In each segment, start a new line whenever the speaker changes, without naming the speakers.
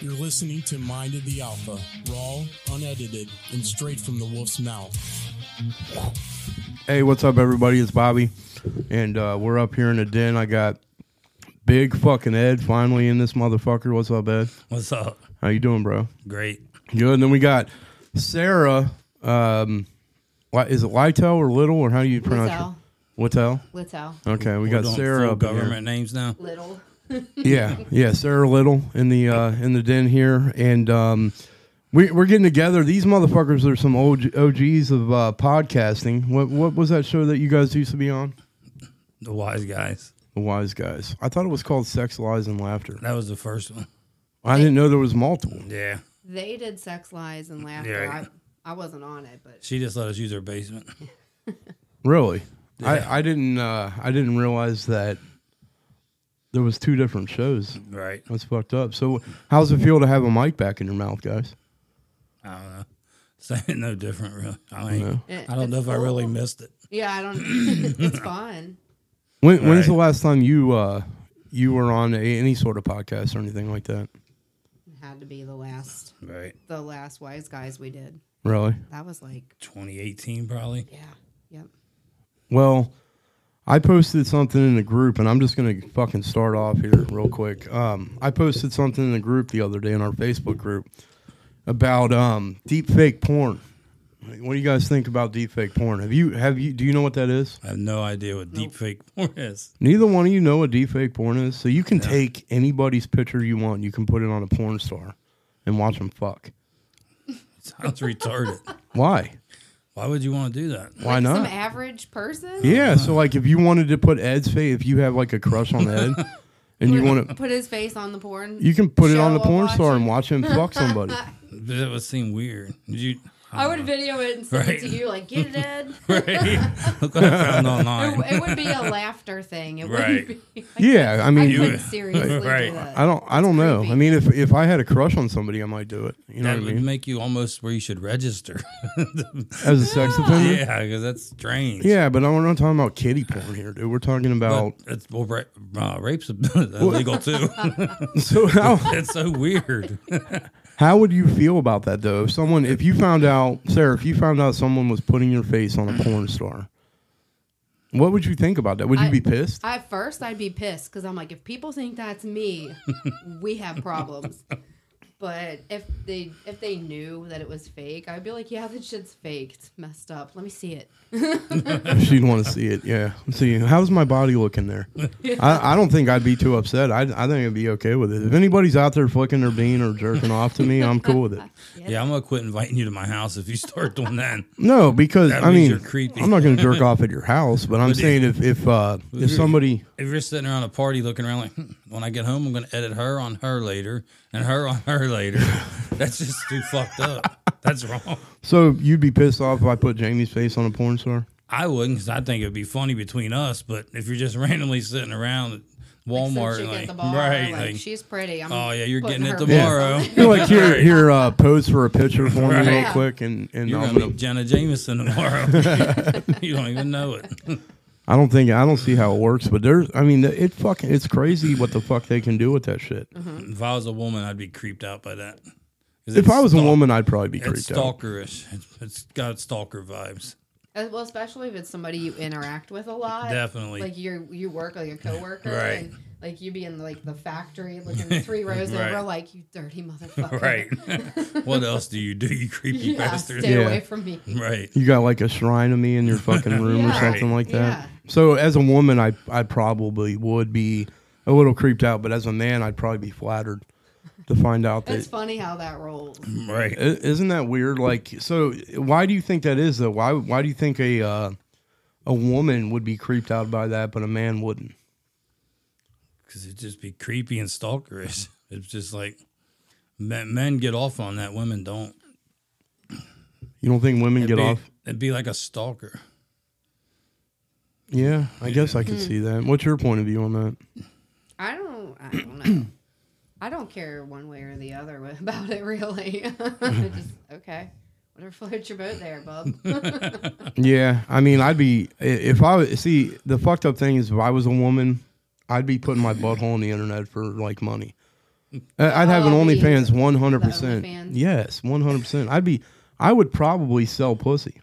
You're listening to Mind of the Alpha, raw, unedited, and straight from the wolf's mouth.
Hey, what's up, everybody? It's Bobby, and uh, we're up here in the den. I got big fucking Ed finally in this motherfucker. What's up, Ed?
What's up?
How you doing, bro?
Great.
Good. And then we got Sarah. Um, Li- is it Lytel or Little or how do you pronounce
Littell.
it? Littell.
Littell.
Okay, we
We're
got
doing
Sarah
full
up in here.
government names now.
Little.
yeah, yeah. Sarah Little in the uh, in the den here, and um, we, we're getting together. These motherfuckers are some OG, OGs of uh, podcasting. What what was that show that you guys used to be on?
The wise guys.
The Wise Guys. I thought it was called Sex, Lies, and Laughter.
That was the first one.
I didn't know there was multiple.
Yeah.
They did sex lies and laughter.
Yeah.
I, I wasn't on it, but
She just let us use her basement.
Really,
Yeah.
I, I didn't uh, I didn't realize that there was two different shows.
Right.
That's fucked up. So how's it feel to have a mic back in your mouth, guys?
I don't know. Same, no different, really. I mean,
No.
It-
I don't know if
it's
I really
cool.
missed it.
yeah, I don't. it's fun.
When when's
Right.
the last time you uh, you were on a, any sort of podcast or anything like that?
It had to be the last,
Right.
the last wise guys we did.
Really?
That was like,
2018, probably.
yeah, yep.
Well, I posted something in the group, and I'm just gonna fucking start off here real quick. Um, I posted something in the group the other day in our Facebook group about um, deep fake porn. What do you guys think about deep fake porn? Have you have you do you know what that is?
I have no idea what deep fake porn is.
Neither one of you know what deep fake porn is. So you can take anybody's picture you want, you can put it on a porn star, and watch them fuck.
Sounds retarded.
Why?
Why would you want to do that?
Why
like
not?
Some average person.
Yeah, so like if you wanted to put Ed's face, if you have like a crush on Ed, and you want to,
Put his face on the porn.
you can put it on
show
the porn
while
star and
watching.
watch him fuck somebody.
That would seem weird. Did you?
I would video it and send it to
Right.
you. Like, get it, Ed.
Right. Look what I found online.
it, it would be a laughter thing. It
Right.
wouldn't be. I
Yeah, I mean,
couldn't
would-
seriously
Right.
do that.
I don't, I don't know. I
creepy.
mean, if if I had a crush on somebody, I might do it. You know
That
what I
would
mean?
make you almost where you should register.
As a sex offender. Yeah.
yeah, because that's strange.
but I- we're not talking about kitty porn here, dude. We're talking about
But it's well, ra- uh, rape's illegal too.
so how
it's so weird.
how would you feel about that though? If someone, if you found out, Sarah, if you found out someone was putting your face on a porn star, what would you think about that? Would you
I-
be pissed?
At first, I'd be pissed because I'm like, if people think that's me, we have problems. But if they if they knew that it was fake, I'd be like, yeah, that shit's fake. It's messed up. Let me see it.
She'd want to see it. Yeah. See, how's my body looking there? I, I don't think I'd be too upset. I, I think I'd be okay with it. If anybody's out there flicking their bean or jerking off to me, I'm cool with it.
Yeah, I'm gonna quit inviting you to my house if you start doing that.
No, because
That
I mean,
means you're creepy.
I'm not going to jerk off at your house, but I'm saying if if uh, if somebody,
If you're sitting around a party looking around like, hmm, when I get home, I'm gonna edit her on her later and her on her later. That's just too fucked up. That's wrong.
so you'd be pissed off if I put Jamie's face on a porn star.
I wouldn't, because I think it'd be funny between us. But if you're just randomly sitting around at
Some
Walmart,
chick
like,
at the bar,
right,
like,
like,
she's pretty. I'm
oh yeah, you're
putting
getting it
her face on
tomorrow.
it."
You're like here here uh, pose for a picture for me real
Right.
quick, and and
You're
I'm
gonna
gonna,
meet Jenna Jameson tomorrow. you don't even know it.
I don't think I don't see how it works, but there's I mean it fucking it's crazy what the fuck they can do with that shit.
If I was a woman, I'd be creeped out by that. 'Cause
If
it's
I was a
stalk-
woman, I'd probably be
it's
creeped out.
stalkerish. It's, it's got stalker vibes.
Uh, Well, especially if it's somebody you interact with a lot.
Definitely.
Like you you work like a coworker.
Right.
And, like you be in like the factory looking three rows
Right.
over, like you dirty motherfucker.
Right. what else do you do, you creepy
Yeah,
bastard?
stay
Yeah.
away from me.
Right.
You got like a shrine of me in your fucking room or
Yeah.
something like that.
Yeah.
So as a woman, I I probably would be a little creeped out, but as a man, I'd probably be flattered to find out
It's
that.
funny how that rolls.
Right.
I- Isn't that weird? Like, so why do you think that is though? Why why do you think a uh, a woman would be creeped out by that, but a man wouldn't?
Because it'd just be creepy and stalkerish. It's just like men, men get off on that, women don't.
You don't think women
It'd
get
be-
off?
It'd be like a stalker.
Yeah, I guess I could
Hmm.
see that. What's your point of view on that?
I don't. I don't know. I don't care one way or the other wi- about it. Really, just okay. Whatever floats your boat, there, bub.
Yeah, I mean, I'd be i- if I was- see the fucked up thing is if I was a woman, I'd be putting my butthole on the internet for like money. I- I'd have an
Oh, the-
OnlyFans 100%.
the OnlyFans.
Yes, 100%. I'd be, I would probably sell pussy.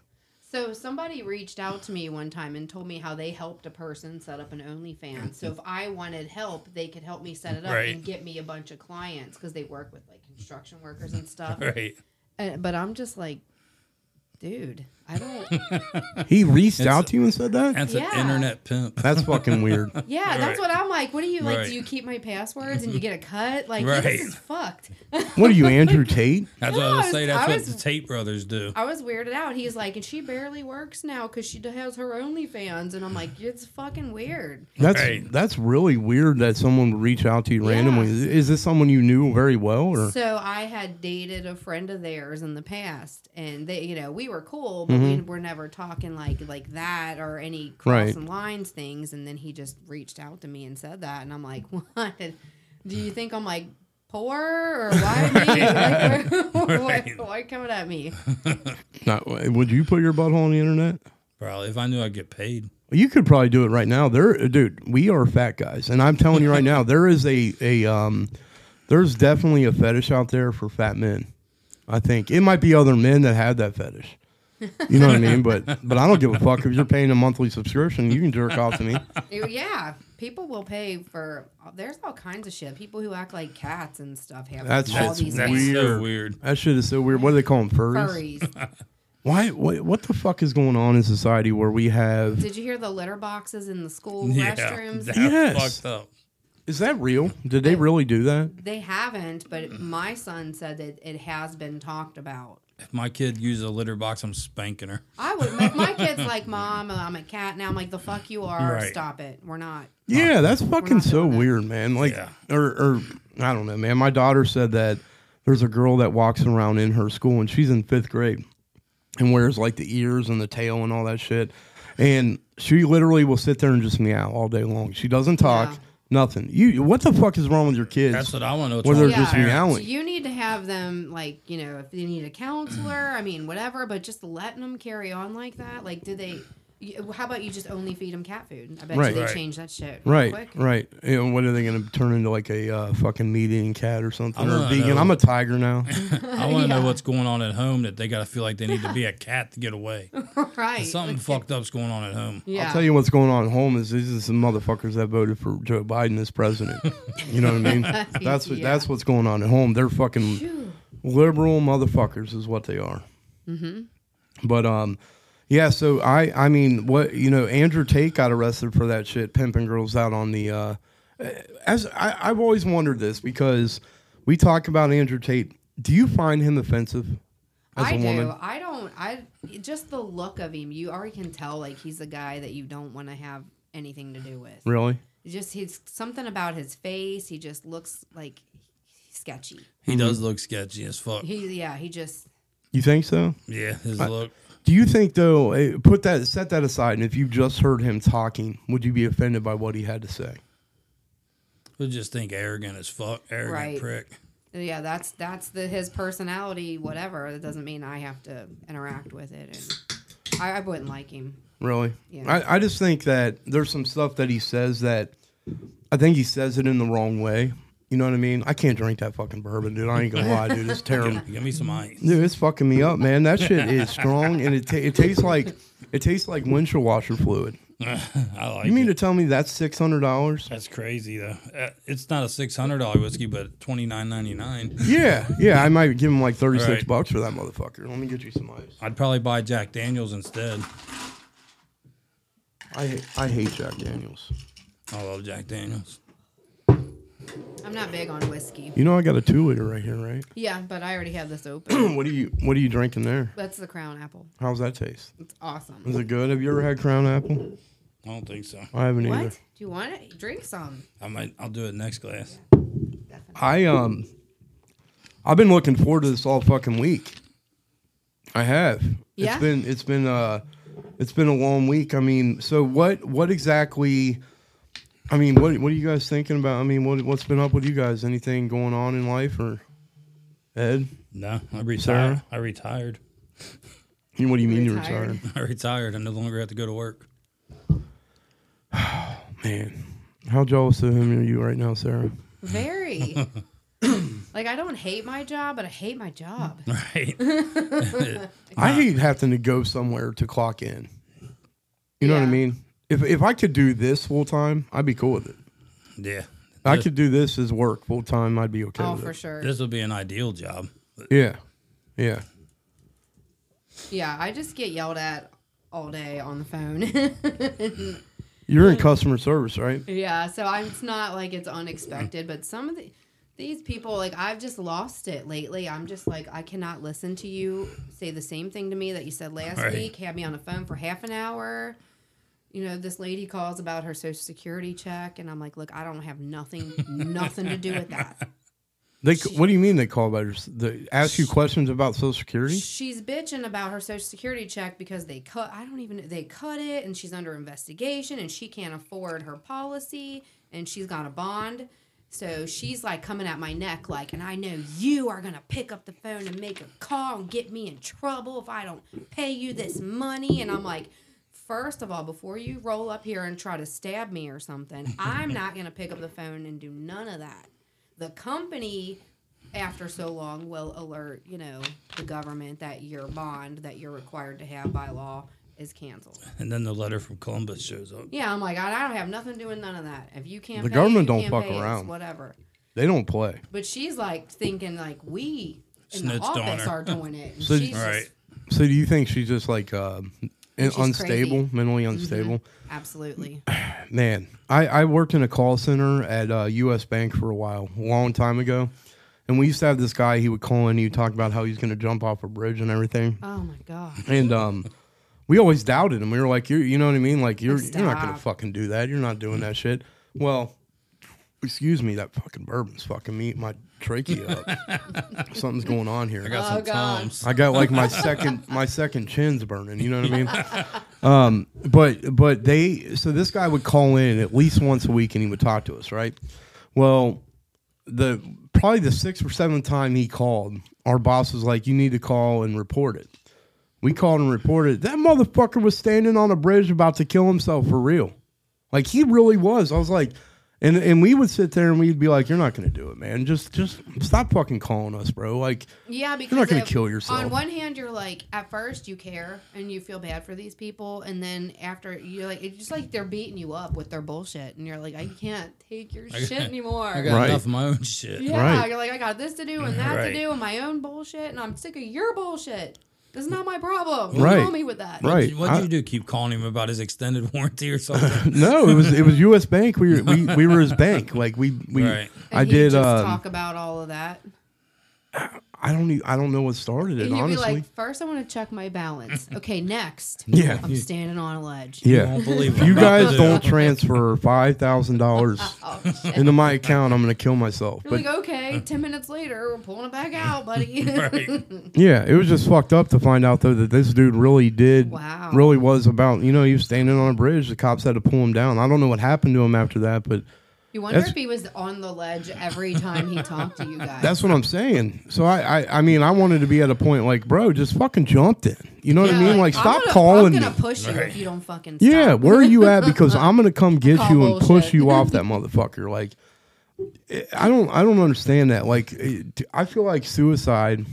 So somebody reached out to me one time and told me how they helped a person set up an OnlyFans. So if I wanted help, they could help me set it up
Right.
and get me a bunch of clients because they work with like construction workers and stuff.
Right.
And- but I'm just like, dude, I don't.
He reached
It's-
out to you and said that?
That's an
Yeah.
internet pimp.
That's fucking weird.
Yeah, that's what I'm like. What do you like?
Right.
Do you keep my passwords and you get a cut? Like
Right.
this is fucked.
What are you, Andrew Tate?
That's what
No,
I
I
was
was-
saying. That's
I
what
was-
the Tate brothers do.
I was weirded out. He's like, and she barely works now because she has her OnlyFans, and I'm like, it's fucking weird.
That's
Right.
that's really weird that someone would reach out to you randomly.
Yes.
Is this someone you knew very well, or
So I had dated a friend of theirs in the past, and they, you know, we were cool, but we were never talking like like that or any
Right.
crossing lines things. And then he just reached out to me and said that, and I'm like, what? Do you think I'm like poor or why me? Like, why,
Right.
why coming at me?
not? Would you put your butthole on the internet?
Probably. If I knew I'd get paid.
You could probably do it right now. There, dude, we are fat guys, and I'm telling you right now, there is a a um, there's definitely a fetish out there for fat men. I think it might be other men that have that fetish. You know what I mean? But but I don't give a fuck if you're paying a monthly subscription. You can jerk off to me.
Yeah, people will pay for. There's all kinds of shit. People who act like cats and stuff have
That's
all
just
these
That's
weird.
so
Weird.
weird.
That shit is so weird. What do they call them? Furries.
furries.
Why? What, what the fuck is going on in society where we have
Did you hear the litter boxes in the school
Yeah.
restrooms?
That's
Yes.
fucked up.
Is that real? Did they really do that?
They haven't, but my son said that it has been talked about.
If my kid uses a litter box, I'm spanking her.
I would. My, my kid's like, "Mom, I'm a cat now." I'm like, "The fuck you are!
Right.
Stop it! We're not."
Yeah, that's fucking
not
so
doing that.
weird, man. Like,
Yeah.
or, or I don't know, man. My daughter said that there's a girl that walks around in her school, and she's in fifth grade, and wears like the ears and the tail and all that shit, and she literally will sit there and just meow all day long. She doesn't talk,
Yeah.
nothing. You, what the fuck is wrong with your kids?
That's what I want to know.
Well, they're
Whether
Yeah. just meowing.
So you need to have them like you know if they need a counselor. I mean, whatever. But just letting them carry on like that. Like, do they? you- How about you just only feed them cat food? I bet
Right.
you they
Right.
change that shit. real
Right,
Quick.
right. And what are they going to turn into like a uh, fucking meat eating cat or something
I
or
wanna
vegan?
know.
I'm a tiger now.
I want to know
Yeah.
what's going on at home that they got to feel like they need to be a cat to get away.
Right.
Something fucked up's going on at home.
Yeah.
I'll tell you what's going on at home is these are some motherfuckers that voted for Joe Biden as president. you know what I mean? That's what
Yeah.
that's what's going on at home. They're fucking
Phew.
liberal motherfuckers is what they are.
Mm-hmm.
But um, yeah. So I I mean, what you know, Andrew Tate got arrested for that shit, pimping girls out on the. Uh, as I, I've always wondered this because we talk about Andrew Tate. Do you find him offensive? As
I
a
do.
woman?
I don't. I just the look of him. You already can tell like he's a guy that you don't want to have anything to do with.
Really?
Just he's something about his face. He just looks like sketchy.
He does look sketchy as fuck.
He yeah. He just
You think so?
Yeah, his look.
Do you think though? eh, Put that, set that aside, and if you just heard him talking, would you be offended by what he had to say?
We just think arrogant as fuck. Arrogant
Right.
prick.
yeah. That's that's the his personality. Whatever. That doesn't mean I have to interact with it. And I, I wouldn't like him.
Really?
Yeah.
I, I just think that there's some stuff that he says that I think he says it in the wrong way. You know what I mean? I can't drink that fucking bourbon, dude. I ain't gonna lie, dude. It's terrible.
Give, give me some ice.
Dude, it's fucking me up, man. That shit is strong, and it ta- it tastes like it tastes like windshield washer fluid.
I like
You mean
it.
to tell me that's six hundred dollars?
That's crazy though. Uh, It's not a six hundred dollar whiskey, but twenty nine ninety nine.
Yeah, yeah. I might give him like thirty six
Right.
bucks for that motherfucker. Let me get you some ice.
I'd probably buy Jack Daniels instead.
I hate, I hate Jack Daniels.
I love Jack Daniels.
I'm not big on whiskey.
You know I got a two liter right here, right?
Yeah, but I already have this open.
What do you What are you drinking there?
That's the Crown Apple.
How's that taste?
It's
Is
awesome.
it good? Have you ever had Crown Apple?
I don't think so.
I haven't
What?
either.
Do you want it? Drink some.
I might. I'll do it next glass.
I um, I've been looking forward to this all fucking week. I have.
Yeah?
It's been it's been uh, it's been a long week. I mean, so what what exactly? I mean, what what are you guys thinking about? I mean, what what's been up with you guys? Anything going on in life or Ed?
No, I retired.
Sarah?
I retired.
You- What do you mean you
Retired.
retired?
I retired. I no longer have to go to work.
Man, how jealous of him are you right now, Sarah?
Very. Like I don't hate my job, but I hate my job.
Right.
I hate having to go somewhere to clock in. You know what I
Yeah.
mean? If if I could do this full time, I'd be cool with it.
yeah.
I could do this as work full time. I'd be okay.
oh,
with
for
it.
sure.
This would be an ideal job.
Yeah, yeah.
Yeah, I just get yelled at all day on the phone.
You're in customer service, right?
yeah, so I'm, it's not like it's unexpected, but some of the these people like I've just lost it lately. I'm just like I cannot listen to you say the same thing to me that you said last
Right.
week. Have me on the phone for half an hour. You know, this lady calls about her social security check and I'm like, "Look, I don't have nothing nothing to do with that."
They what do you mean they call about your, they ask you questions about Social Security?
She's bitching about her social security check because they cut. I don't even they cut it, and she's under investigation, and she can't afford her policy, and she's got a bond. So she's like coming at my neck, like, and I know you are gonna pick up the phone and make a call and get me in trouble if I don't pay you this money. And I'm like, first of all, before you roll up here and try to stab me or something, I'm not gonna pick up the phone and do none of that. The company after so long will alert you know the government that your bond that you're required to have by law is canceled
And then the letter from Columbus shows up.
yeah i'm like i I don't have nothing to do with none of that if you can't
The
pay,
government
you
don't
can't
fuck
pay, it's
around.
whatever
They don't play.
but she's like thinking like we in
Snitched
the
on
office
her.
are doing it and
So-
she's just
Right.
So do you think she's just like uh, unstable,
crazy. Mm-hmm.
mentally unstable?
absolutely
Man, I, I worked in a call center at uh, U.S. Bank for a while, a long time ago, and we used to have this guy. He would call in, you talk about how he's going to jump off a bridge and everything,
oh my god
and um, we always doubted him. We were like, you, you know what I mean? Like you're you're not going to
Stop.
fucking do that. You're not doing that shit. Well, excuse me, that fucking bourbon's fucking me my trachea up. Something's going on here.
I got
Oh,
some
God.
toms.
I got like my second my second chin's burning. You know what I mean? Um, but but they so this guy would call in at least once a week and he would talk to us, right? Well, the probably the sixth or seventh time he called, our boss was like, "You need to call and report it." We called and reported that motherfucker was standing on a bridge about to kill himself for real. Like he really was. I was like, and and we would sit there and we'd be like, "You're not gonna do it, man. Just just stop fucking calling us, bro." Like.
yeah because
not gonna
if-
kill yourself.
on one hand you're like at first you care and you feel bad for these people and then after you're like it's just like they're beating you up with their bullshit and you're like i can't take your shit anymore
I got
Right.
enough of my own shit.
Yeah,
Right.
you're like, I got this to do and that
Right.
to do and my own bullshit, and I'm sick of your bullshit. That's not my problem. Don't
Right.
call me with that.
Right.
What'd you do? Keep calling him about his extended warranty or something?
No, it was it was U.S. Bank. We were, we, we were his bank. Like we we
Right.
And
I
he'd
did.
just
Um,
talk about all of that.
I don't e- I don't know what started it.
And you'd be
Honestly,
like, first I want to check my balance. Okay, next.
Yeah.
I'm standing on a ledge.
I
yeah.
won't believe
If
what
you
I'm about to
guys
do.
don't transfer five thousand dollars
Oh, shit.
into my account, I'm gonna kill myself.
You're
But
like, okay, 10 minutes later, we're pulling it back out, buddy.
Right.
yeah, it was just fucked up to find out though that this dude really did
Wow.
really was about you know he was standing on a bridge. The cops had to pull him down. I don't know what happened to him after that, but
You wonder
That's-
if he was on the ledge every time he talked to you guys.
that's what I'm saying. So I I, I mean I wanted to be at a point like bro, just fucking jumped in. You know what
Yeah,
I mean?
like,
Like,
I'm
stop
gonna-
calling
I'm
me.
gonna push you
Right.
if you don't fucking stop.
Yeah, where are you at? Because I'm gonna come get
Call
you and push
bullshit.
you off that motherfucker. Like, I don't, I don't understand that. Like, it- I feel like suicide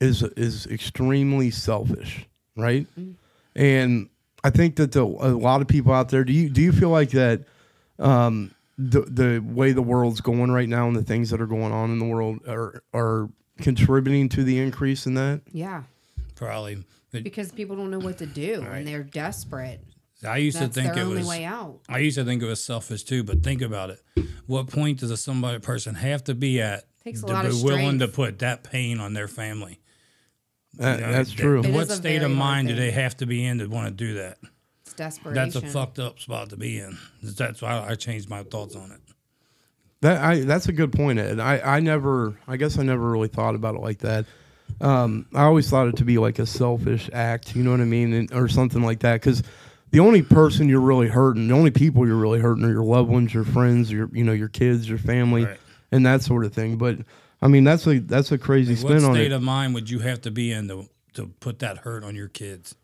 is is extremely selfish, right?
Mm.
And I think that the, a lot of people out there do you do you feel like that? Um, the the way the world's going right now and the things that are going on in the world are are contributing to the increase in that.
Yeah.
Probably. But
Because people don't know what to do and they're desperate.
I used
That's
to think
their
it
only
was.
way out.
I used to think it was selfish too, but think about it. What point does a somebody person have to be at
Takes a
to
lot
be
of
willing to
strength.
put that pain on their family?
That-
You know,
that's
they-
true.
It
What
is a
state
very
of
hard
mind do
thing.
they have to be in to want to do that?
It's desperation.
That's a fucked up spot to be in. That's why I changed my thoughts on it.
That I that's a good point, Ed. I I never I guess I never really thought about it like that. Um, I always thought it to be like a selfish act, you know what I mean, and, or something like that. Because the only person you're really hurting, the only people you're really hurting, are your loved ones, your friends, your you know your kids, your family,
Right.
and that sort of thing. But I mean, that's a that's a crazy
What
spin on
state
it.
of mind would you have to be in to to put that hurt on your kids?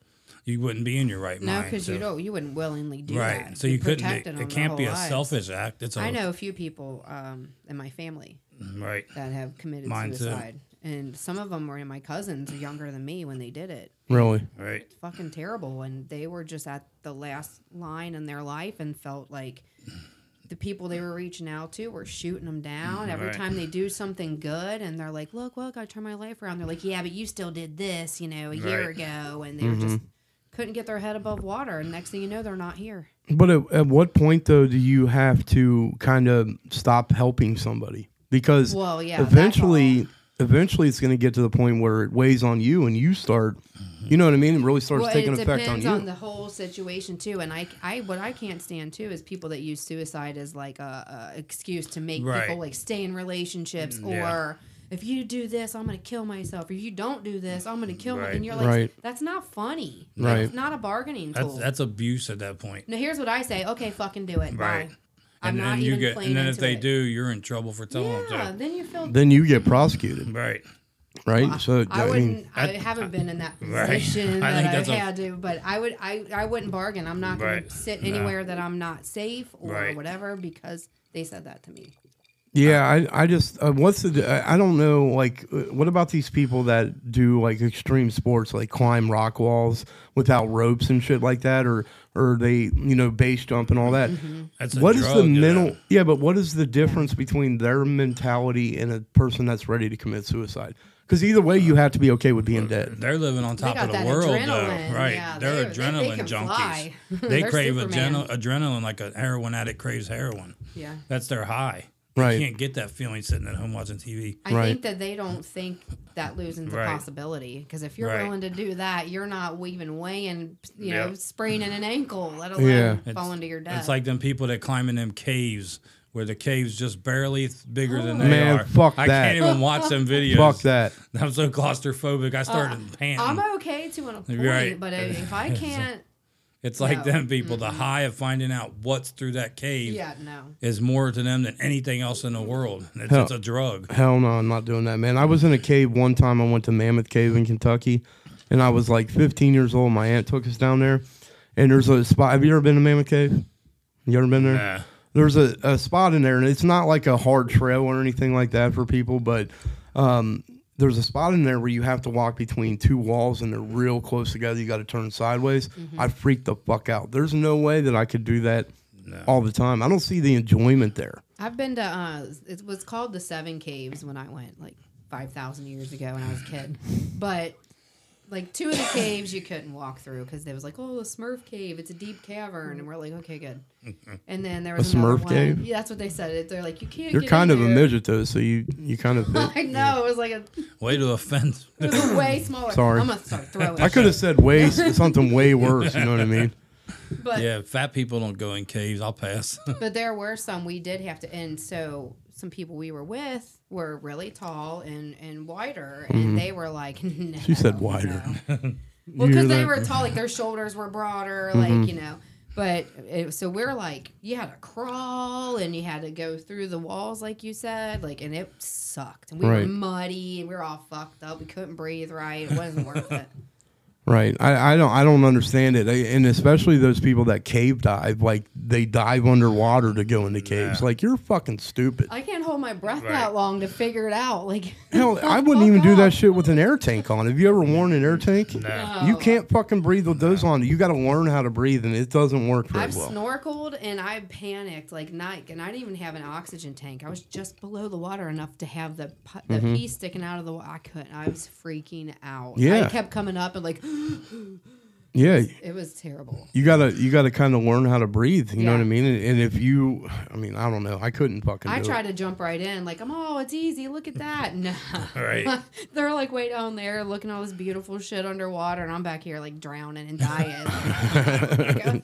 You wouldn't be in your right
No,
mind.
because you
so-
don't. You wouldn't willingly do
Right.
that.
So you couldn't.
protected
It,
them
it
their
can't be
whole
a
lives.
selfish act. It's a
I know a few people um, in my family
Right.
that have committed
Mine too.
suicide, and some of them were my cousins, younger than me, when they did it.
Really?
Right.
fucking terrible and they were just at the last line in their life and felt like the people they were reaching out to were shooting them down every
Mm-hmm, Right.
time they do something good and they're like look look i turned my life around they're like yeah but you still did this you know a year
Right. Mm-hmm.
ago and they were just couldn't get their head above water and next thing you know they're not here
But at, at what point though do you have to kind of stop helping somebody? Because
Well, yeah, that's
eventually, eventually it's going to get to the point where it weighs on you, and you start, you know what I mean? It really starts
well
taking
it
effect on
depends
you.
on, the whole situation too and I, I what i can't stand too is people that use suicide as like a, a excuse to make
Right. Mm,
people like stay in relationships
yeah.
or if you do this i'm gonna kill myself or you don't do this i'm gonna kill my
Right.
and you're like
Right.
that's not funny
Right.
that's not a bargaining tool
That's that's abuse at that point.
now here's what i say okay fucking do it
Right.
bye i'm
and
not
then
even
you get
playing
and then if
into
they
it.
do, you're in trouble for telling
yeah
them.
then you feel
then you get prosecuted,
So. Right.
right? so
I
I mean,
wouldn't. I, haven't been in that
Right.
position
I
that
think
I
that's a-
had to, but I would. I, I wouldn't bargain. I'm not going
Right.
to sit
No.
anywhere that I'm not safe or
Right.
whatever because they said that to me.
yeah, I, I just uh, what's the I- I don't know like uh, what about these people that do like extreme sports like climb rock walls without ropes and shit like that, or or they you know base jump and all that.
Mm-hmm.
That's a
What is
drug
the
to them.
mental? Yeah, but what is the difference between their mentality and a person that's ready to commit suicide? Because either way, you have to be okay with being dead.
They're living on top
got
of the
that
world,
adrenaline.
though, right?
Yeah,
they're
they- they- they
adrenaline
can
junkies.
fly.
They
They're
crave adrenal,
Superman.
adrenaline like a heroin addict craves heroin.
Yeah.
That's their high.
Right.
You can't get that feeling sitting at home watching TV.
I
Right.
think that they don't think that losing's
Right.
a possibility because if you're
Right.
willing to do that, you're not even weighing, you know,
Yeah.
spraining an ankle, let alone
Yeah.
falling to your death.
It's like them people that climb in them caves where the cave's just barely th- bigger than they
Man,
are.
fuck
I
that.
can't even watch them videos.
Fuck that.
I'm so claustrophobic. I started panting.
Uh, I'm okay to an point,
Right.
but if I can't,
it's like
No. Mm-hmm.
them people. The high of finding out what's through that cave
yeah, no.
is more to them than anything else in the world. It's,
Hell.
it's a drug.
Hell no, I'm not doing that, man. I was in a cave one time. I went to Mammoth Cave in Kentucky, and I was like 15 years old. My aunt took us down there, and there's a spot. Have you ever been to Mammoth Cave? You ever been there?
Nah.
There's a, a spot in there, and it's not like a hard trail or anything like that for people, but um, there's a spot in there where you have to walk between two walls, and they're real close together. You got to turn sideways.
Mm-hmm.
I freaked the fuck out. There's no way that I could do that all the time. I don't see the enjoyment there.
I've been to uh, it was called the Seven Caves when I went like five thousand years ago when I was a kid, but like two of the caves you couldn't walk through because they was like, oh, the Smurf Cave, it's a deep cavern, and we're like, okay, good. And then there was another
Smurf
one.
cave?
Yeah, that's what they said. It- They're like, you can't.
You're
get
kind
in
of a
there."
midget though, so you you kind of fit.
I know it was like a,
Way to offend.
it was way smaller.
Sorry.
I'm gonna start throwing.
I could have said way something way worse. You know what I mean?
But
yeah, fat people don't go in caves. I'll pass.
But there were some we did have to end. So some people we were with were really tall and and wider, and they were like, no,
Mm-hmm. She said wider.
no." well,
hear
because they
that?
were tall, like their shoulders were broader,
Mm-hmm.
like you know. But it, so we're like, you had to crawl and you had to go through the walls, like you said, like, and it sucked. And we
Right.
were muddy and we were all fucked up. We couldn't breathe right. It wasn't worth it.
Right. I, I don't I don't understand it, I, and especially those people that cave dive, like they dive underwater to go into caves. Like you're fucking stupid.
I can't hold my breath
Right.
that long to figure it out. Like,
Hell, I wouldn't
fuck
even do that
off.
shit with an air tank on. Have you ever worn an air tank?
No.
You can't fucking breathe with those on. You got to learn how to breathe, and it doesn't work very
I've
well.
snorkeled and I panicked like night, and I didn't even have an oxygen tank. I was just below the water enough to have the pu- the
Mm-hmm.
piece sticking out of the water. I couldn't. I was freaking out.
Yeah.
I kept coming up and like
yeah,
it was terrible.
you gotta you gotta kind of learn how to breathe. You know
Yeah.
what I mean? And, and if you, I mean, I don't know. I couldn't fucking.
I
do
tried
It.
to jump right in like I'm. Oh, it's easy. Look at that. No.
Right.
They're like way down there looking at all this beautiful shit underwater, and I'm back here like drowning and dying. "Oh,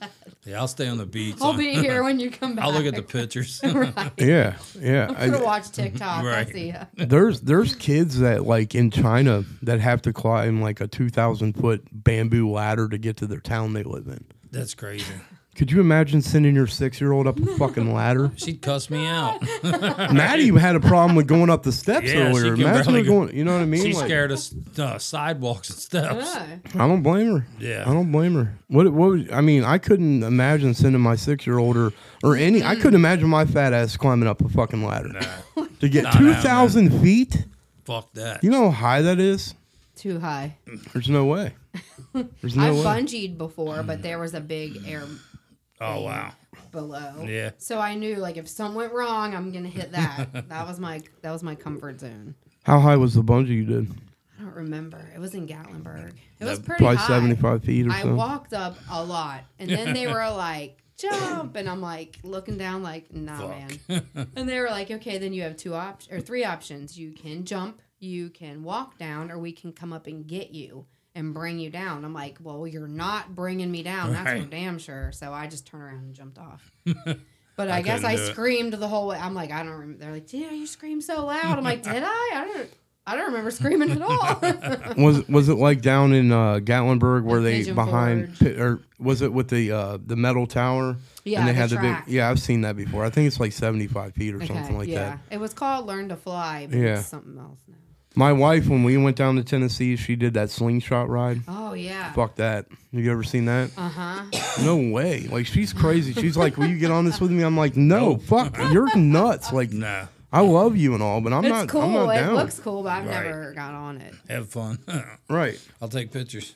Yeah, I'll stay on the beach.
I'll be here when you come back.
I'll look at the pictures.
right.
Yeah, yeah.
I'm
I-
gonna watch TikTok.
Right.
I see ya.
there's there's kids that like in China that have to climb like a two thousand foot bamboo ladder to get to their town they live in.
That's crazy.
Could you imagine sending your six year old up a fucking ladder?
She'd cuss me out.
Maddie had a problem with going up the steps
Yeah, she
earlier.
can
Imagine her
barely go-
going, you know what I mean?
She's
Like,
scared of s- uh, sidewalks and steps.
Yeah.
I don't blame her.
Yeah.
I don't blame her. What? What? Would, I mean, I couldn't imagine sending my six year old or or any. I couldn't imagine my fat ass climbing up a fucking ladder to get
no,
two
no.
thousand feet.
Fuck that.
You know how high that is?
Too high.
There's no way. There's
I've
no way.
bungeed before, but there was a big air
oh wow.
below.
Yeah.
So I knew like if something went wrong, I'm gonna hit that. that was my that was my comfort zone.
How high was the bungee you did?
I don't remember. It was in Gatlinburg. It was
That-
pretty
Probably
high.
seventy five feet or
I
so.
walked up a lot, and then they were like, "Jump!" and I'm like looking down, like, "Nah, man." and they were like, "Okay, then you have two options or three options. You can jump, you can walk down, or we can come up and get you and bring you down." I'm like, "Well, you're not bringing me down. That's for
Right.
damn sure." So I just turned around and jumped off. But I, guess
couldn't
I
do it.
screamed the whole way. I'm like, I don't. Rem-. They're like, "Yeah, you screamed so loud." I'm like, "Did I? I don't. I don't remember screaming at all."
Was was it like down in uh, Gatlinburg where they
Pigeon
behind pi- or was it with the uh, the metal tower?
Yeah,
and they
the
had the
track.
big. Yeah, I've seen that before. I think it's like seventy five feet or something like
yeah.
that.
It was called Learn to Fly, but
Yeah.
it's something else now.
My wife, when we went down to Tennessee, she did that slingshot ride.
Oh yeah.
Fuck that. Have you ever seen that?
Uh huh.
No way. Like she's crazy. She's like, "Will you get on this with me?" I'm like, "No, fuck. You're nuts." Like,
Nah.
I love you and all, but I'm
It's
not. I'm
cool.
not
It
down.
looks cool, but I've
Right.
never got on it.
Have fun.
right.
I'll take pictures.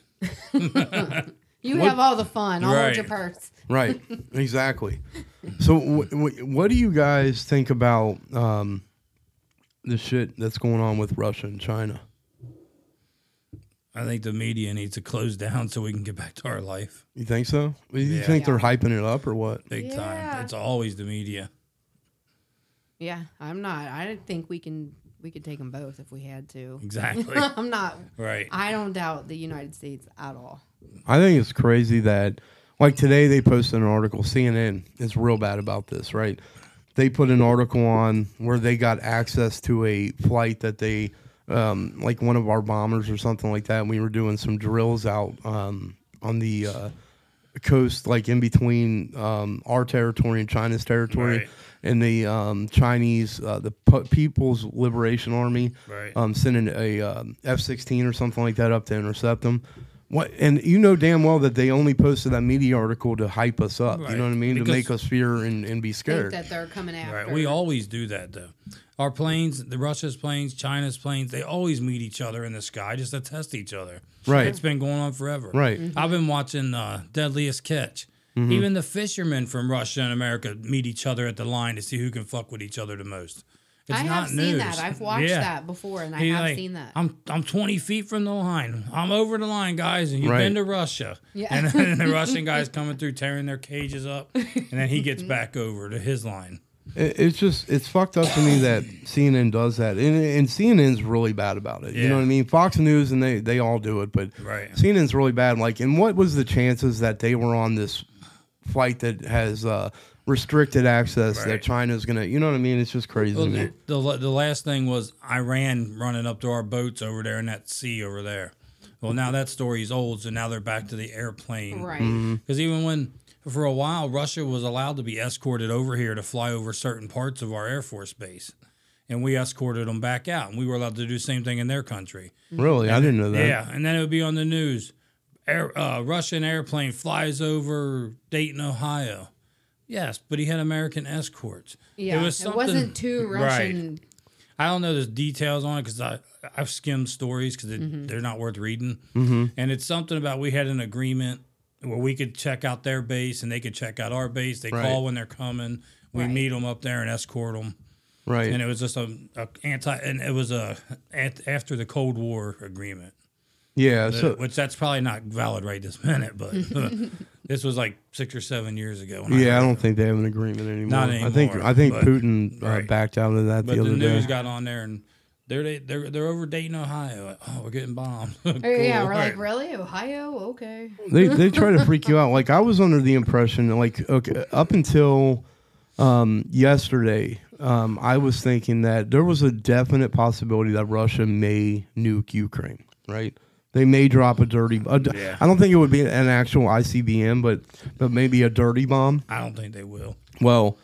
You have all the fun. I'll hold your
Right.
purse.
Right. exactly. So, wh- wh- what do you guys think about um, the shit that's going on with Russia and China?
I think the media needs to close down so we can get back to our life.
You think so? You
Yeah.
think they're hyping it up or what?
Big
Yeah.
time. It's always the media.
Yeah, I'm not. I don't think we can. We could take them both if we had to.
Exactly.
I'm not.
right.
I don't doubt the United States at all.
I think it's crazy that, like today, they posted an article. CNN is real bad about this, right? They put an article on where they got access to a flight that they, um, like one of our bombers or something like that. And we were doing some drills out um, on the uh, coast, like in between um, our territory and China's territory.
Right.
And the um, Chinese, uh, the Pu- People's Liberation Army,
Right.
um, sending a um, F sixteen or something like that up to intercept them. What and you know damn well that they only posted that media article to hype us up. You
Right.
know what I mean? to
Because-
make us fear and, and be
Think
scared.
that they're coming after.
Right. We always do that though. Our planes, the Russia's planes, China's planes, they always meet each other in the sky just to test each other.
Right.
It's been going on forever.
Right.
Mm-hmm.
Mm-hmm. Mhm.
I've been watching uh, Deadliest Catch. Even the fishermen from Russia and America meet each other at the line to see who can fuck with each other the most. It's
I
not
have seen
news.
that. I've watched
Yeah.
that before, and I
He's
have
like,
seen that.
I'm I'm 20 feet from the line. I'm over the line, guys, and you've
Right.
been to Russia.
Yeah.
And then the Russian guys coming through, tearing their cages up, and then he gets back over to his line.
It- it's just it's fucked up to me that CNN does that, and, and CNN's really bad about it. You know
Yeah.
what I mean? Fox News and they they all do it, but
Right.
CNN's really bad. Like, and what was the chances that they were on this flight that has uh, restricted access that
Right.
China's gonna? You know what I mean? It's just crazy. to me.
The, the the last thing was Iran running up to our boats over there in that sea over there. Well, now that story's old, so now they're back to the airplane.
right.
Because even when, for a while, Russia was allowed to be escorted over here to fly over certain parts of our Air Force base. And we escorted them back out, and we were allowed to do the same thing in their country.
Really, I didn't know that.
Yeah, and then it would be on the news. Air, uh, Russian airplane flies over Dayton, Ohio. Yes, but he had American escorts.
Yeah. It,
was
was
something-
not too
Right.
Russian.
I don't know the details on it because I I've skimmed stories because
Mm-hmm.
they're not worth reading.
Mm-hmm.
And it's something about we had an agreement where we could check out their base and they could check out our base. They
Right.
call when they're coming. We meet
Right.
'em meet them up there and escort them.
Right.
And it was just a, a anti and it was a at, after the Cold War agreement,
yeah.
uh,
So
which that's probably not valid right this minute, but this was like six or seven years ago. when
yeah, I
heard
don't
it.
think they have an agreement anymore.
Not
I think
anymore,
I think
but-
Putin uh,
right.
backed out of that
But
the
the,
other
news
day.
got on there and. They're, they're, they're over Dayton, Ohio. Oh, we're getting bombed.
Oh, yeah,
Cool.
we're like really Ohio. Okay.
they they try to freak you out. Like I was under the impression, like okay, up until um, yesterday, um, I was thinking that there was a definite possibility that Russia may nuke Ukraine. Right? They may drop a dirty. a d-
Yeah.
I don't think it would be an actual ICBM, but but maybe a dirty bomb.
I don't think they will.
Well,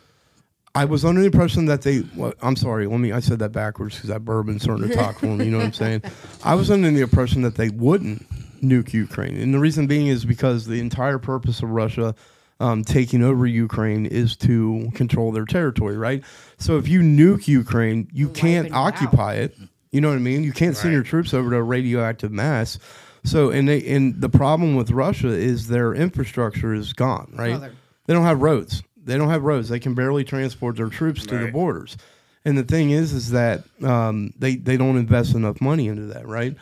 I was under the impression that they. Well, I'm sorry. Let me. I said that backwards because that bourbon's starting to talk for me. You know what I'm saying? I was under the impression that they wouldn't nuke Ukraine, and the reason being is because the entire purpose of Russia. Um, taking over Ukraine is to control their territory, right? So if you nuke Ukraine, you
Wipe
can't
it out.
occupy it. You know what I mean? You can't send your troops over to a radioactive mass. So and they and the problem with Russia is their infrastructure is gone, right?
they're-
they don't have roads. They don't have roads. They can barely transport their troops to the
Right.
borders. And the thing is, is that um, they they don't invest enough money into that, right?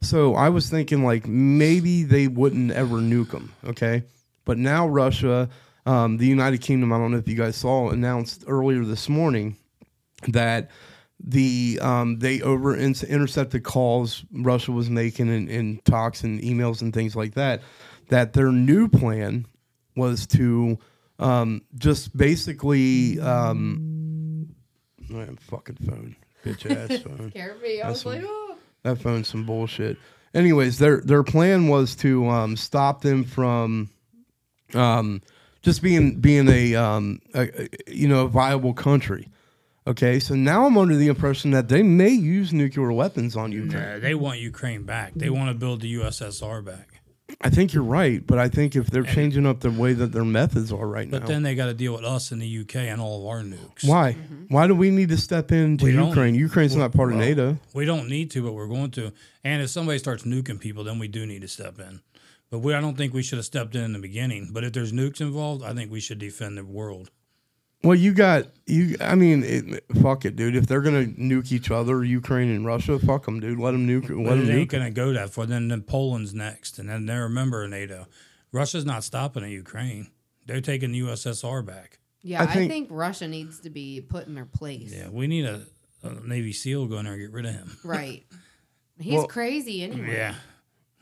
So I was thinking like maybe they wouldn't ever nuke them, okay? But now Russia, um, the United Kingdom, I don't know if you guys saw announced earlier this morning that the um, they over in- intercepted calls Russia was making and, and talks and emails and things like that. That their new plan was to um, just basically um, my fucking phone, bitch ass phone.
Scared me. I was like, oh.
That phone's some bullshit. Anyways, their their plan was to um, stop them from um, just being being a, um, a a- you know a viable country. Okay, so now I'm under the impression that they may use nuclear weapons on Ukraine.
Uh, they want Ukraine back. They want to build the USSR back.
I think you're right, but I think if they're changing up the way that their methods are right
But
now,
then they got to deal with us in the UK and all of our nukes.
why why do we need to step into
Mm-hmm. We don't.
Ukraine? Ukraine's not part of NATO.
We don't need to, but we're going to. And if somebody starts nuking people, then we do need to step in. But we, I don't think we should have stepped in in the beginning. But if there's nukes involved, I think we should defend the world.
Well, you got you. I mean, it, fuck it, dude. If they're gonna nuke each other, Ukraine and Russia, fuck them, dude. Let them nuke. Let
But
them
it ain't
nuke.
going to go that far. Then, then Poland's next, and then they're a member of NATO. Russia's not stopping at Ukraine. They're taking the USSR back.
Yeah,
I
I
think-
think, Russia needs to be put in their place.
Yeah, we need a, a Navy SEAL going there and get rid of him.
Right. He's
Well-
crazy anyway.
Yeah.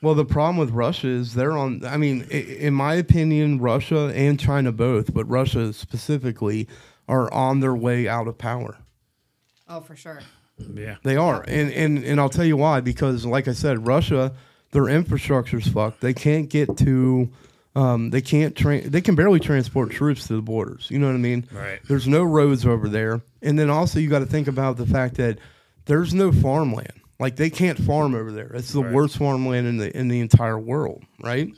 Well, the problem with Russia is they're on. I mean, i- in my opinion, Russia and China both, but Russia specifically, are on their way out of power.
Oh, for sure.
Yeah.
They are, and and and I'll tell you why. Because, like I said, Russia, their infrastructure's fucked. They can't get to. Um, they can't. Tra- they can barely transport troops to the borders. You know what I mean?
Right.
There's no roads over there, and then also you got to think about the fact that there's no farmland. Like they can't farm over there. It's the worst farmland in the in the entire world, right?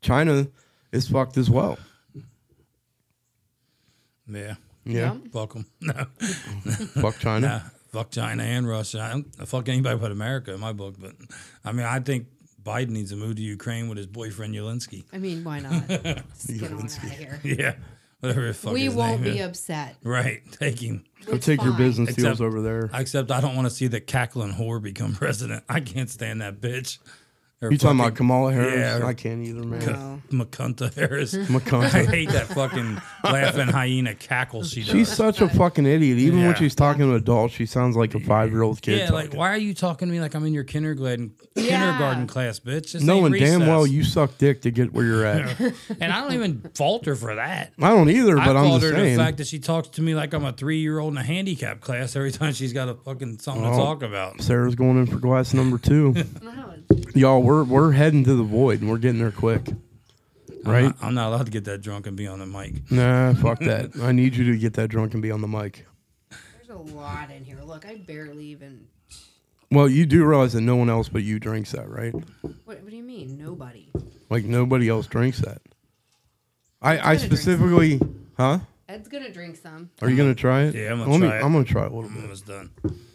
China is fucked as well.
Yeah.
Yeah,
Fuck 'em. No.
fuck China.
Fuck China and Russia. I don't I fuck anybody but America in my book. But I mean, I think Biden needs to move to Ukraine with his boyfriend Yelensky.
I mean, why not? Just get on out of here.
Yeah. Whatever the fuck
We
his
won't
name
be
is.
upset.
Right. Take him.
Go take your
fine.
business deals
Except-
over there.
Except I don't want to see the cackling whore become president. I can't stand that bitch. Or
You talking
fucking
about Kamala Harris?
Yeah.
I can't either, man.
No.
Macunta Harris.
McConaughey.
I hate that fucking laughing hyena cackle she does.
She's such a fucking idiot. Even when
Yeah.
she's talking to adults, she sounds like a five year old kid.
yeah, like
talking.
why are you talking to me like I'm in your kindergarten kindergarten class, bitch? This ain't
knowing damn
recess.
well you suck dick to get where you're at.
and I don't even falter for that.
I don't either,
I
but I am
falter
just
the
saying.
fact that she talks to me like I'm a three year old in a handicap class every time she's got a fucking something
Oh,
to talk about.
Sarah's going in for glass number two.
No,
Y'all, we're we're heading to the void and we're getting there quick.
I'm
Right?
not, I'm not allowed to get that drunk and be on the mic.
Nah, fuck that. I need you to get that drunk and be on the mic.
there's a lot in here. Look, I barely even.
Well, you do realize that no one else but you drinks that, right?
What, what do you mean? Nobody.
Like nobody else drinks that. I, I
gonna drink some.
specifically, huh?
Ed's gonna drink some.
Are you gonna try it?
Yeah, I'm gonna
Let me,
try it.
I'm gonna try it a little bit.
Almost done.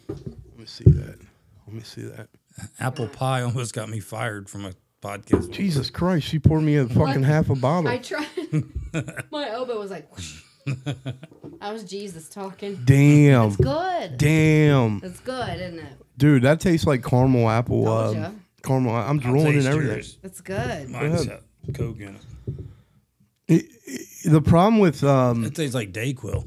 Let me see that. Let me see that.
Apple pie almost got me fired from a podcast.
Jesus Christ, she poured me a fucking half a bottle.
I tried. My elbow was like. whoosh. I was Jesus talking.
damn.
It's good.
Damn.
It's good, isn't it?
Dude, that tastes like caramel apple.
Told ya.
Um, caramel. I'm drooling and
Taste
everything.
yours.
It's good.
Mine's got Coke in it.
It- it- the problem with um,
It tastes like Dayquil.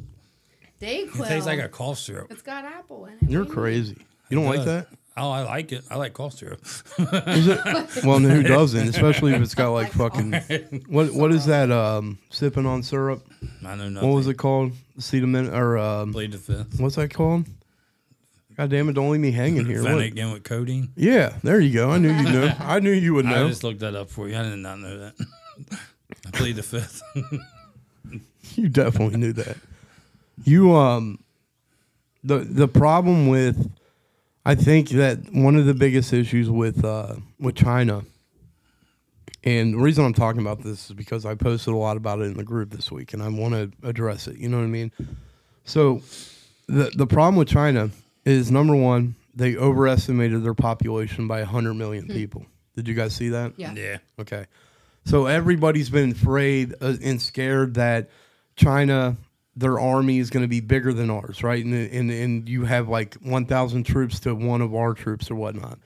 Dayquil.
It tastes like a cough syrup.
It's got apple in it.
you're
What do
crazy. You don't like
does.
that?
Oh, I like it. I like cough syrup.
Is it? well, who doesn't? Especially if it's got like fucking what? What is that? Um, sipping on syrup.
I know nothing.
What was it called? Acetamin or um,
Play defense.
what's that called? God damn it, don't leave me hanging here.
Found
What-
it again with codeine.
Yeah, there you go. I knew you knew. I knew you would
I
know.
just looked that up for you. I did not know that. I plead the fifth.
You definitely knew that. You um the the problem with I think that one of the biggest issues with uh with China and the reason I'm talking about this is because I posted a lot about it in the group this week and I want to address it, you know what I mean? So the the problem with China is number 1, they overestimated their population by 100 million people. Did you guys see that?
Yeah.
yeah.
Okay. So everybody's been afraid uh, and scared that China, their army is going to be bigger than ours, right? And, and, and you have like 1,000 troops to one of our troops or whatnot.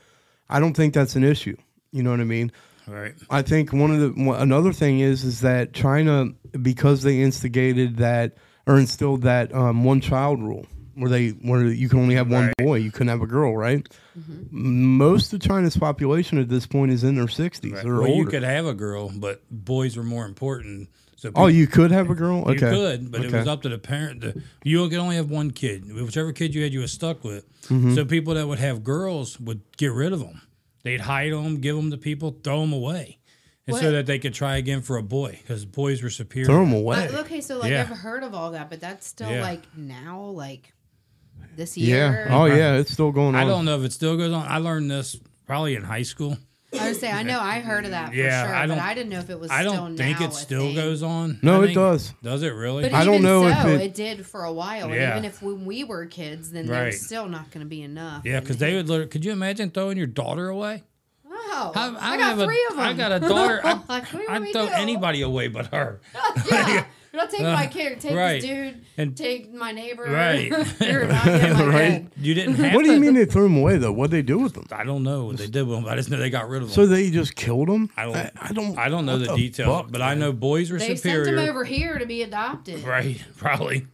I don't think that's an issue. You know what I mean?
All right.
I think one of the one- another thing is is that China because they instigated that or instilled that um, one child rule where they where you can only have one boy, you couldn't have a girl, right?
Mm-hmm.
Most of China's population at this point is in their sixties
Right.
or
Well,
older.
you could have a girl, but boys were more important. So
Oh, you could have a girl. Okay,
You could, but it
Okay.
was up to the parent. To, you could only have one kid. Whichever kid you had, you were stuck with.
Mm-hmm.
So people that would have girls would get rid of them. They'd hide them, give them to people, throw them away, and
What?
so that they could try again for a boy because boys were superior.
Throw 'em away.
But, okay, so like
Yeah.
I've heard of all that, but that's still
Yeah.
like now, like this
yeah.
year.
Oh, yeah. It's still going on.
I don't know if it still goes on. I learned this probably in high school.
I would say I know I heard of that
Yeah,
for sure,
I don't-
but I didn't know if it was.
I
still
don't think
now
it
a
still
thing.
goes on.
No,
I
it
think-
does.
Does it really?
But
I
even
don't know if
so,
it-
it, did for a while. And
Yeah.
even if when we were kids, then
Right.
there's still not going to be enough.
yeah, because they would. Literally, could you imagine throwing your daughter away?
Wow,
I, I
Oh, got
have a-
three of them.
I got a daughter. I,
Like, what do
I'd
we
throw
do?
anybody away but her.
yeah, you're not taking my kid. Take
right.
this dude.
And-
And take my neighbor.
Right.
you're not getting my
Right.
kid.
You didn't have
What do
to-
you mean they threw them away though? What would they do with them?
I don't know what they did with them. I just know they got rid of them.
So they just killed them?
I don't-
I, don't.
I don't know
what
the, details,
fuck,
but I
man?
know boys were
They
superior.
sent him over here to be adopted.
Right, probably.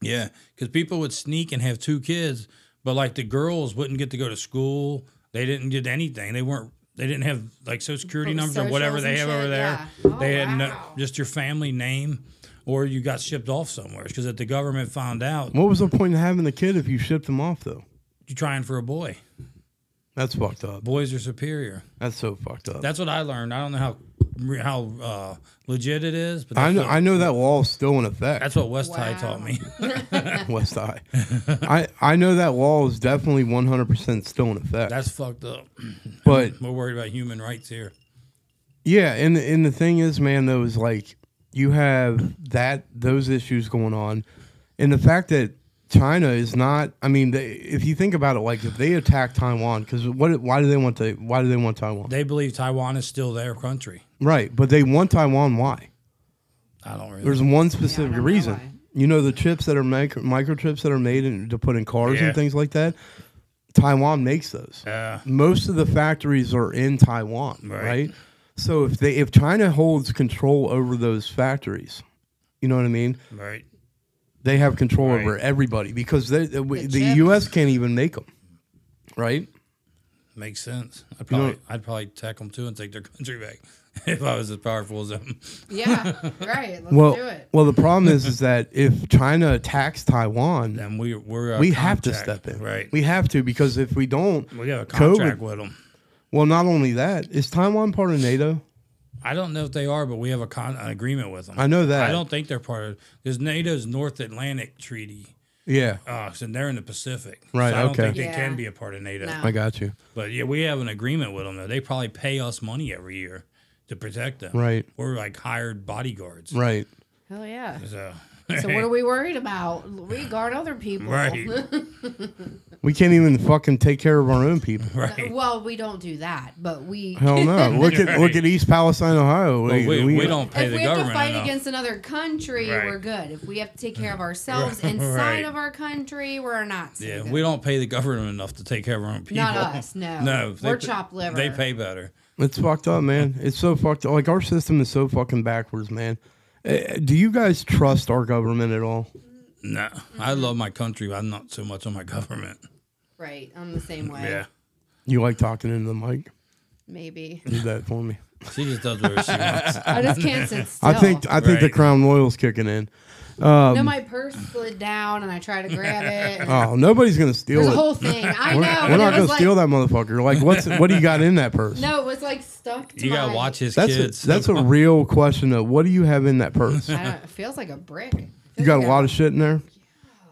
Yeah, because people would sneak and have two kids, but like the girls wouldn't get to go to school. They didn't get anything. They weren't. They didn't have like social security
From
numbers or whatever
Oh, socials
they have
and
over
shit,
there.
yeah. Oh,
they had no,
wow.
just your family name, or you got shipped off somewhere. Because if the government found out,
What was the point of having the kid if you shipped them off though?
you're trying for a boy.
That's fucked up.
Boys are superior.
That's so fucked up.
That's what I learned. I don't know how re- how uh, legit it is, but that's
I know.
What,
I know that law is still in effect.
that's what West High
Wow.
taught me.
West High. I I know that law is definitely one hundred percent still in effect.
That's fucked up.
but
We're worried about human rights here.
Yeah, and and the thing is, man, though, is like you have that those issues going on, and the fact that China is not. I mean, they, if you think about it, like if they attack Taiwan, because what? Why do they want to? Why do they want Taiwan?
They believe Taiwan is still their country.
Right, but they want Taiwan. Why?
I don't really.
There's one specific
know
reason.
why.
You know the chips that are micro, microchips that are made in, to put in cars
Yeah.
and things like that. Taiwan makes those.
uh,
most of the factories are in Taiwan,
Right.
right? So if they if China holds control over those factories, you know what I mean?
right.
They have control
Right.
over everybody because they, the,
The
the
chips.
U.S. can't even make them, right?
Makes sense. I'd
know-
probably, I'd probably tack them too and take their country back if I was as powerful as them.
Yeah. Right. Let's
Well,
do it.
well, the problem is is that if China attacks Taiwan,
Then we we're a
we have to
contract,
step in,
Right. We,
We have to because if we don't,
have a contract
COVID.
with them.
well, not only that, is Taiwan part of NATO?
I don't know if they are, but we have a con an agreement with them.
I know that.
I don't think they're part of. There's NATO's North Atlantic Treaty.
Yeah,
Uh, and they're in the Pacific.
Right,
So I don't
okay.
think they
Yeah.
can be a part of NATO.
No.
I got you.
But yeah, we have an agreement with them though. They probably pay us money every year to protect them.
Right.
We're like hired bodyguards.
Right.
Hell yeah.
So,
So what are we worried about? We guard other people.
Right.
We can't even fucking take care of our own people.
right.
Well, we don't do that, but we.
Hell no! Look at look at East Palestine, Ohio.
Well, we, we don't pay
if
the
we have
government
to fight
enough.
against another country,
Right.
we're good. If we have to take care of ourselves
Right.
inside of our country, we're not. So
yeah,
good.
we don't pay the government enough to take care of our own people.
Not us, no.
no,
We're
pa-
chopped liver.
They pay better.
It's fucked up, man. It's so fucked up. Like our system is so fucking backwards, man. Eh, Do you guys trust our government at all?
No, I
Mm-hmm.
love my country, but I'm not so much on my government.
Right. I'm the same way.
Yeah,
You like talking into the mic?
Maybe.
Do that for me.
She just does whatever she wants.
I just can't sit still.
I think um, I think the
Right.
Crown Royal's kicking in.
no, my purse slid down and I tried to grab it. and
Oh, nobody's gonna steal
There's a
it.
whole thing. I
we're
know.
we're
and
not
it
gonna
was like,
steal that motherfucker. Like, what's what do you got in that purse?
No, it was like stuck to
You gotta
my-
watch his
that's
kids.
a, that's a real question. Of what do you have in that purse?
I don't, it feels like a brick. It
You
feels
got a
like
lot of shit in there.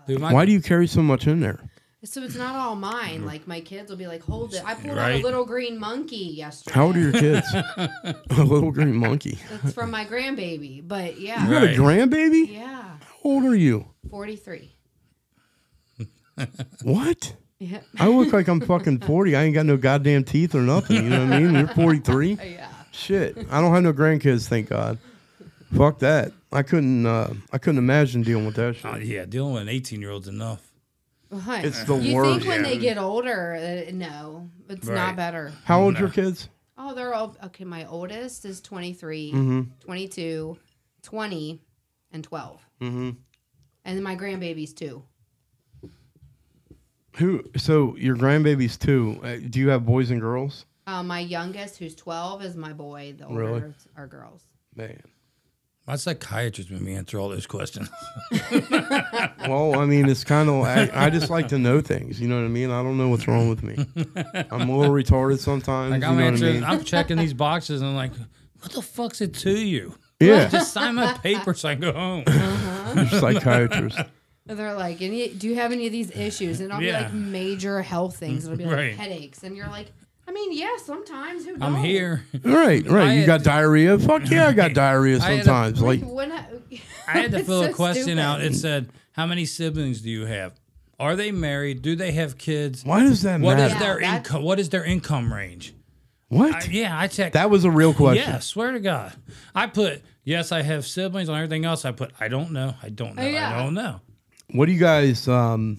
Dude, my-
Why do you carry so much in there?
So it's not all mine. Like my kids will be like, "Hold it!" I pulled out
Right.
a little green monkey yesterday.
How old are your kids? a little green monkey.
It's from my grandbaby, but yeah,
You got a
Right.
grandbaby?
yeah,
How old are you?
forty-three.
What?
Yeah,
I look like I'm fucking 40. I ain't got no goddamn teeth or nothing. You know what I mean? You're 43.
yeah.
Shit. I don't have no grandkids, thank God. Fuck that. I couldn't uh, I couldn't imagine dealing with that
Oh,
shit.
yeah, dealing with an 18 year old's enough.
What?
It's the
you
worst.
think when they
Yeah.
get older, that no, it's
Right.
not better.
How old your kids?
Oh, they're all okay. My oldest is 23,
Mm-hmm.
22, 20, and 12. Mm-hmm. And then my grandbaby's two.
Who so your grandbabies too. Uh, do you have boys and girls?
Uh, my youngest, who's 12, is my boy. The older
Really?
are girls.
Man.
My psychiatrist made me answer all those questions.
Well, I mean, it's kind of I, I just like to know things. You know what I mean? I don't know what's wrong with me. I'm a little retarded sometimes.
Like
you
I'm
know what I
answering,
mean?
I'm checking these boxes, and I'm like, "What the fuck's it to you?
yeah,
Just sign my paper so I can go home."
your psychiatrist.
And they're like, any, do you have any of these issues? And it'll
Yeah.
be like major health things. It'll be like
Right.
headaches. And you're like, I mean, yeah, sometimes. Who
I'm
don't?
here.
Right, right.
I
you
had
got
to-
diarrhea. Fuck yeah, I got diarrhea
I had a-
sometimes. like,
Like, when I,
I had to
It's
fill a
so
question
stupid.
out. It said, "How many siblings do you have? Are they married? Do they have kids?
why does that
What
matter?
is their
Yeah,
income? What is their income range?"
what?
I, yeah, I checked.
that was a real question.
yeah, swear to God, I put yes. I have siblings and everything else. I put I don't know. I don't know.
Oh, yeah.
I don't know.
What do you guys? um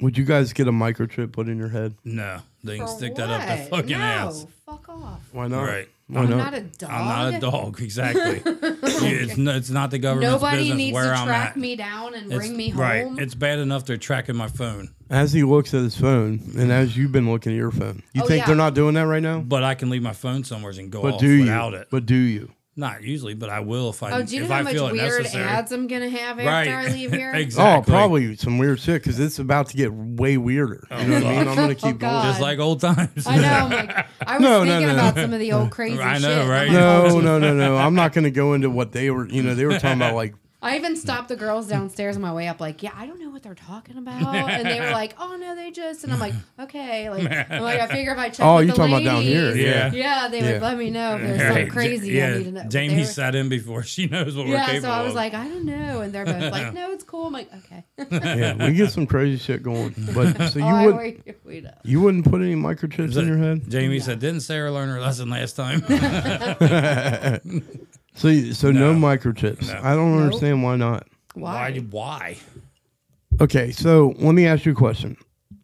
Would you guys get a microchip put in your head?
No, they can
For
stick that up their
what?
fucking
no,
ass.
fuck off.
Why not?
Right.
Why
I'm
not?
not a dog.
I'm not a dog, exactly. it's, no, it's not the government's
Nobody
business
needs
where
to
I'm
track
at.
me down and
It's-
bring me home.
Right. It's bad enough they're tracking my phone,
as he looks at his phone, and as you've been looking at your phone, you
Oh,
think
yeah.
they're not doing that right now?
but I can leave my phone somewhere and go
But
off
do you?
without it.
But do you?
Not usually, but I will if I
oh, do you
if
know how
I
much
feel it
weird
necessary.
ads I'm gonna have after
right.
I leave here?
Oh,
exactly.
probably some weird shit because it's about to get way weirder. You know what I mean? I'm gonna keep going.
Oh. God.
Just like old times.
I know. I'm like, I was
No, no,
thinking
no,
about
no.
some of the old crazy
I
shit.
know,
I'm
right?
like,
No, no, no, no. I'm not gonna go into what they were. You know, they were talking about like
I
Mm.
even stopped the girls downstairs on my way up, like, yeah, I don't know what they're talking about. And they were like, oh, no, they just. And I'm like, okay. Like, I'm like I figure if I check
Oh,
with
you're
the
talking about
ladies,
down here.
Yeah.
Yeah, they
Yeah.
would let me know if there's
Right.
something crazy I
Yeah,
need to know. They
Jamie
were-
sat in before. She knows what we're
Yeah,
capable
so I was
of.
like, I don't know. And they're both like, no, it's cool. I'm like, okay.
yeah, we get some crazy shit going. But so you
oh,
would
I, we, we know.
you wouldn't put any microchips in your head.
Jamie said, "Didn't Sarah learn her lesson last time?"
So you- so no, microchips. I don't understand why not.
Why?
why? Why?
Okay, so let me ask you a question.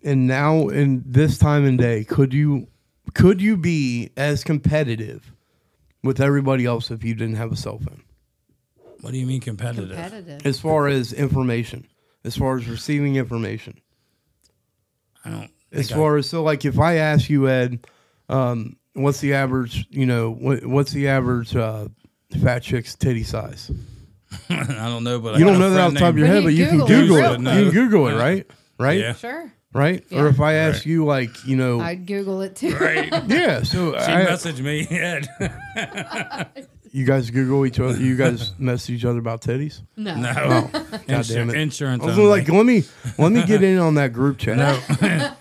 And now in this time and day, could you could you be as competitive with everybody else if you didn't have a cell phone?
What do you mean competitive?
Competitive.
As far as information, as far as receiving information.
I don't.
as
think I-
far as so like if I ask you Ed, um, what's the average? You know, what, what's the average uh, fat chick's titty size?
I don't know, but I
You
got
don't
a
know that
friend
off the top of
named-
your head, but
When
you
you
can
Google
Google
it,
it. You
it's real
can
quick.
Google it, right? Right?
Yeah.
Sure.
Right? Or
Yeah.
if I ask you, like, you know,
I'd Google it too.
yeah. So
She
I,
messaged me. Ed.
you guys Google each other. You guys message each other about titties.
No.
No.
Oh, God damn
Insur-
it.
Insurance
I was
only.
like, let me let me get in on that group chat.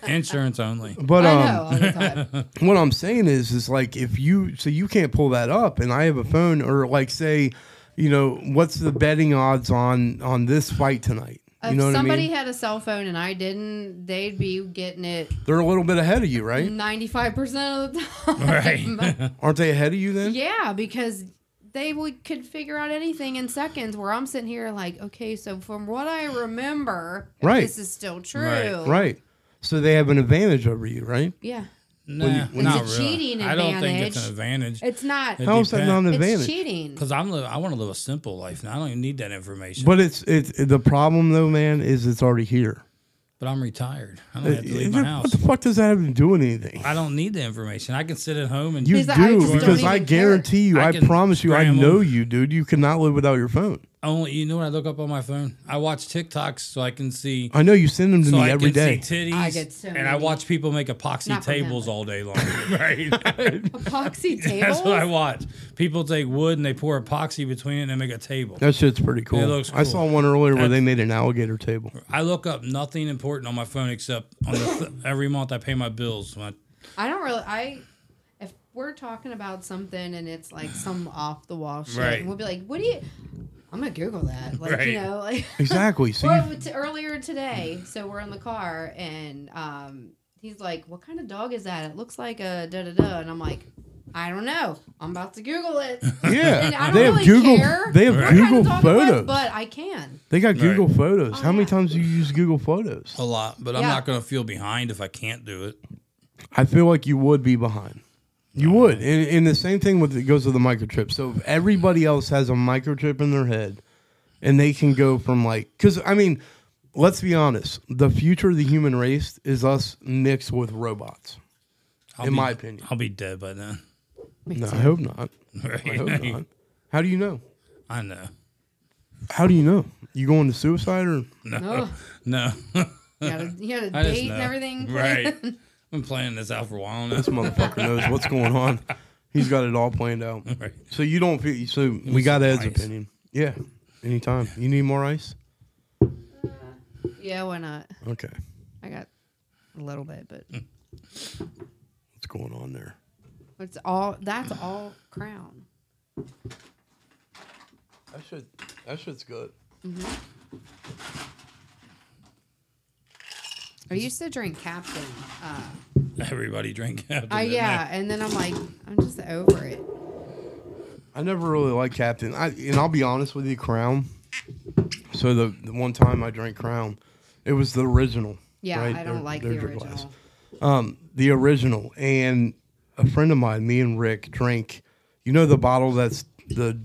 insurance only.
But um,
I know all the time.
what I'm saying is, is like if you so you can't pull that up, and I have a phone, or like say, you know, what's the betting odds on on this fight tonight? You know
if
what I
somebody
mean?
had a cell phone and I didn't, they'd be getting it
They're a little bit ahead of you, right?
95% of the time.
Right.
Aren't they ahead of you then?
Mm-hmm. Yeah, because they would, could figure out anything in seconds where I'm sitting here like, okay, so from what I remember, if
Right.
this is still true.
Right,
Right. So they have an advantage over you, right?
Yeah.
Nah,
when
not
It's a
really.
cheating
I don't think it's an
advantage.
advantage
It's not.
How is that not an
It's
advantage?
cheating.
because I'm li- I want to live a simple life and I don't even need that information.
But it's it's the problem though, man, is it's already here.
but I'm retired. I don't have to leave my
Uh, What
house.
the fuck does that have to do with anything?
I don't need the information. I can sit at home and
You
He's like, I just
do
don't
because
even
I
care.
guarantee you,
I
I,
can
promise you, I
scramble.
know you, dude. You cannot live without your phone.
only you know what I look up on my phone. I watch TikToks so I can see
I know you send them to
so
me
I
every
can
day.
see titties.
I get so
and I
many.
watch people make epoxy
Not from him,
tables
but-
all day long. right.
Epoxy
That's what I
table.
watch. People take wood and they pour epoxy between it and they make a table.
That shit's pretty cool.
looks
I
cool.
saw one earlier where
That's-
they made an alligator table.
I look up nothing important on my phone except on the th- every month I pay my bills. My,
I don't really. I if we're talking about something and it's like some off the wall shit,
Right.
and we'll be like, "What do you?" I'm gonna Google that. Like
Right.
you know, like
Exactly. See,
Well, t- earlier today, so we're in the car, and um, he's like, "What kind of dog is that? It looks like a da da da," and I'm like, "I don't know. I'm about to Google it." And I
yeah,
don't
they have
really
Google.
care
They have
what kind of
Google
dog it was,
photos.
but I can.
they got
Right.
Google photos. How many
yeah.
times do you use Google photos?
a lot, but I'm
Yeah.
not going to feel behind if I can't do it.
I feel like you would be behind. You would, and, and the same thing with it goes with the microchip. So if everybody else has a microchip in their head, and they can go from like, because I mean, let's be honest, the future of the human race is us mixed with robots.
I'll
In
be-
my opinion.
I'll be dead by then.
No, I hope not. I hope
Right?
not. How do you know?
I know.
How do you know? You going to suicide or?
No,
No,
you gotta, you gotta
I just
date
know.
and everything.
right? I've been playing this out for a while now.
This motherfucker knows what's going on. He's got it all planned out.
Right.
So you don't feel. So we
was
got
some
Ed's
ice.
opinion. Yeah. Anytime. You need more ice?
Yeah, why not?
Okay.
I got a little bit, but
What's going on there?
it's all that's all crown.
That shit. That shit's good.
I used to drink Captain. Uh,
Everybody drink after.
uh,
that.
yeah, and then I'm like, I'm just over it.
I never really liked Captain. I and I'll be honest with you, Crown. So the, the one time I drank Crown, it was the original.
Yeah,
right?
I don't
Their-
like
their
the
drip
original.
glass. um, the original, and a friend of mine, me and Rick, drank. You know the bottle that's the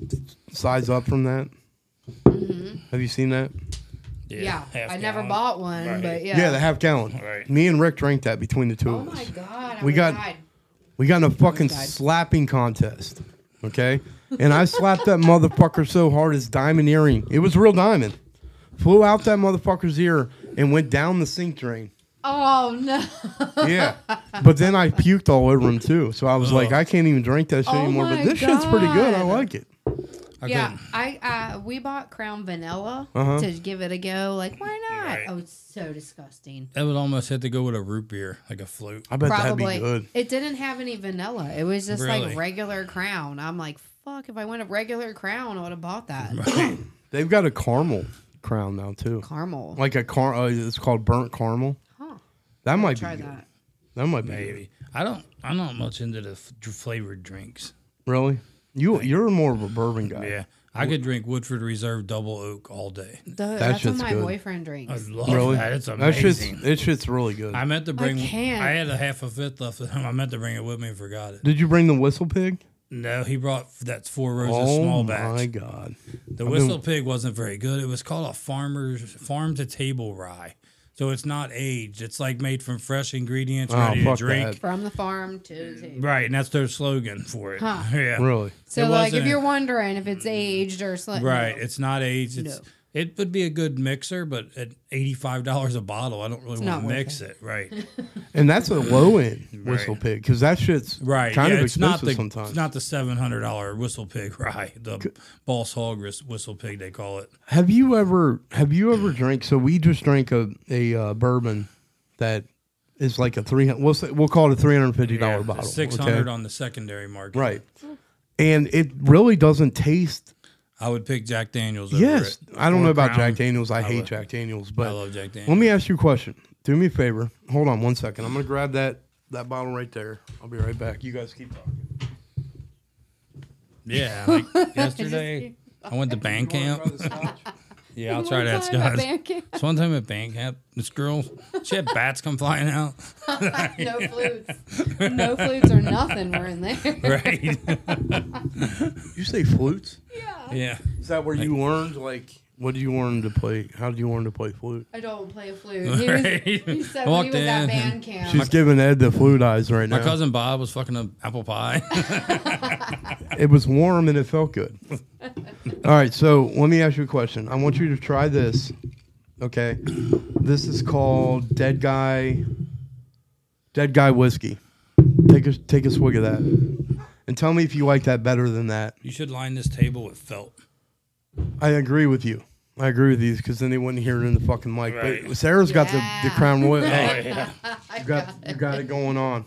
size up from that.
Mm-hmm.
Have you seen that?
Yeah,
half
I never
gallon.
bought one,
Right.
but
Yeah,
yeah.
the half gallon.
Right.
Me and Rick drank that between the two
oh
of us.
my god, I
We
would've
got-
died.
We got in a fucking
died.
slapping contest. Okay. And I slapped that motherfucker so hard his diamond earring. It was real diamond. Flew out that motherfucker's ear and went down the sink drain.
Oh no!
Yeah. but then I puked all over him too. So I was like, I can't even drink that shit
Oh
anymore. But
my
this shit's pretty good. I
God.
like it.
I
yeah,
couldn't.
I uh, we bought Crown Vanilla
Uh-huh.
to give it a go. Like, why not?
Right.
Oh, it's so disgusting.
That would almost have to go with a root beer, like a float.
I bet
Probably
that'd be good.
it didn't have any vanilla. It was just
Really?
like regular Crown. I'm like, fuck! If I went a regular Crown, I would have bought that
They've got a caramel crown now too.
caramel.
Like a car uh, it's called burnt caramel.
Huh?
That might
Try
be good.
that.
That might be good.
Maybe I don't. I'm not much into the f- flavored drinks.
Really? You you're more of a bourbon guy.
Yeah, I could drink Woodford Reserve Double Oak all day.
Th- that's what
shit's
my
good.
boyfriend drinks.
I love
Really?
that. It's
That shit's,
amazing.
that shit's really good.
I meant to bring. I,
can't.
had a half a fifth left. of him. I meant to bring it with me and forgot it.
Did you bring the whistle pig?
No, he brought f- that four rows of small
Oh my
batch.
god!
The whistle pig wasn't very good. It was called a farmer's farm to table rye. So it's not aged. It's like made from fresh ingredients,
Oh,
ready to
fuck
drink.
From the farm to the table.
Right, and that's their slogan for it.
Huh.
Yeah.
Really?
It
So, like, if
wasn't-
you're wondering if it's aged or something,
Right.
no.
It's not aged. It's
No.
it would be a good mixer, but at eighty five dollars a bottle, I don't really want
not
to
worth
mix it. Right.
And that's a low end whistle
Right.
pig because that shit's
Right.
kind
yeah,
of
it's
expensive
not the
sometimes.
it's not the seven hundred dollar whistle pig rye, the boss hog wris- whistle pig they call it.
have you ever have you ever drank? So we just drank a a uh, bourbon that is like a three. We'll say, we'll call it a three hundred fifty dollar bottle.
Six hundred
okay?
on the secondary market.
right. And it really doesn't taste.
I would pick Jack Daniels. Over
Yes,
it.
I don't
Or
know about
Crown.
Jack Daniels. I, hate
love-
Jack Daniels, but
I love Jack Daniels.
Let me ask you a question. Do me a favor. Hold on one second. I'm gonna grab that that bottle right there. I'll be right back. You guys keep talking.
Yeah. Like yesterday I went to band camp. Yeah,
Oh
I'll try that,
One time at
guys.
band camp.
So one time at band camp, this girl, she had bats come flying out.
no flutes. No flutes or nothing were in there.
Right.
You say flutes?
Yeah.
yeah.
Is that where you learned like What do you want him to play? How do you want him to play flute?
I don't play a flute. He, was,
Right.
he said when he
Walked
was at
in.
band camp.
She's giving Ed the flute eyes right now.
My cousin Bob was fucking an apple pie.
It was warm and it felt good. All right, so let me ask you a question. I want you to try this. Okay, this is called Dead Guy. Dead Guy whiskey. Take a take a swig of that, and tell me if you like that better than that.
you should line this table with felt.
I agree with you. I agree with you because then they wouldn't hear it in the fucking mic. But
Right. Oh,
Sarah's got the,
Yeah.
the crown royal.
yeah.
I
you got you got it going on.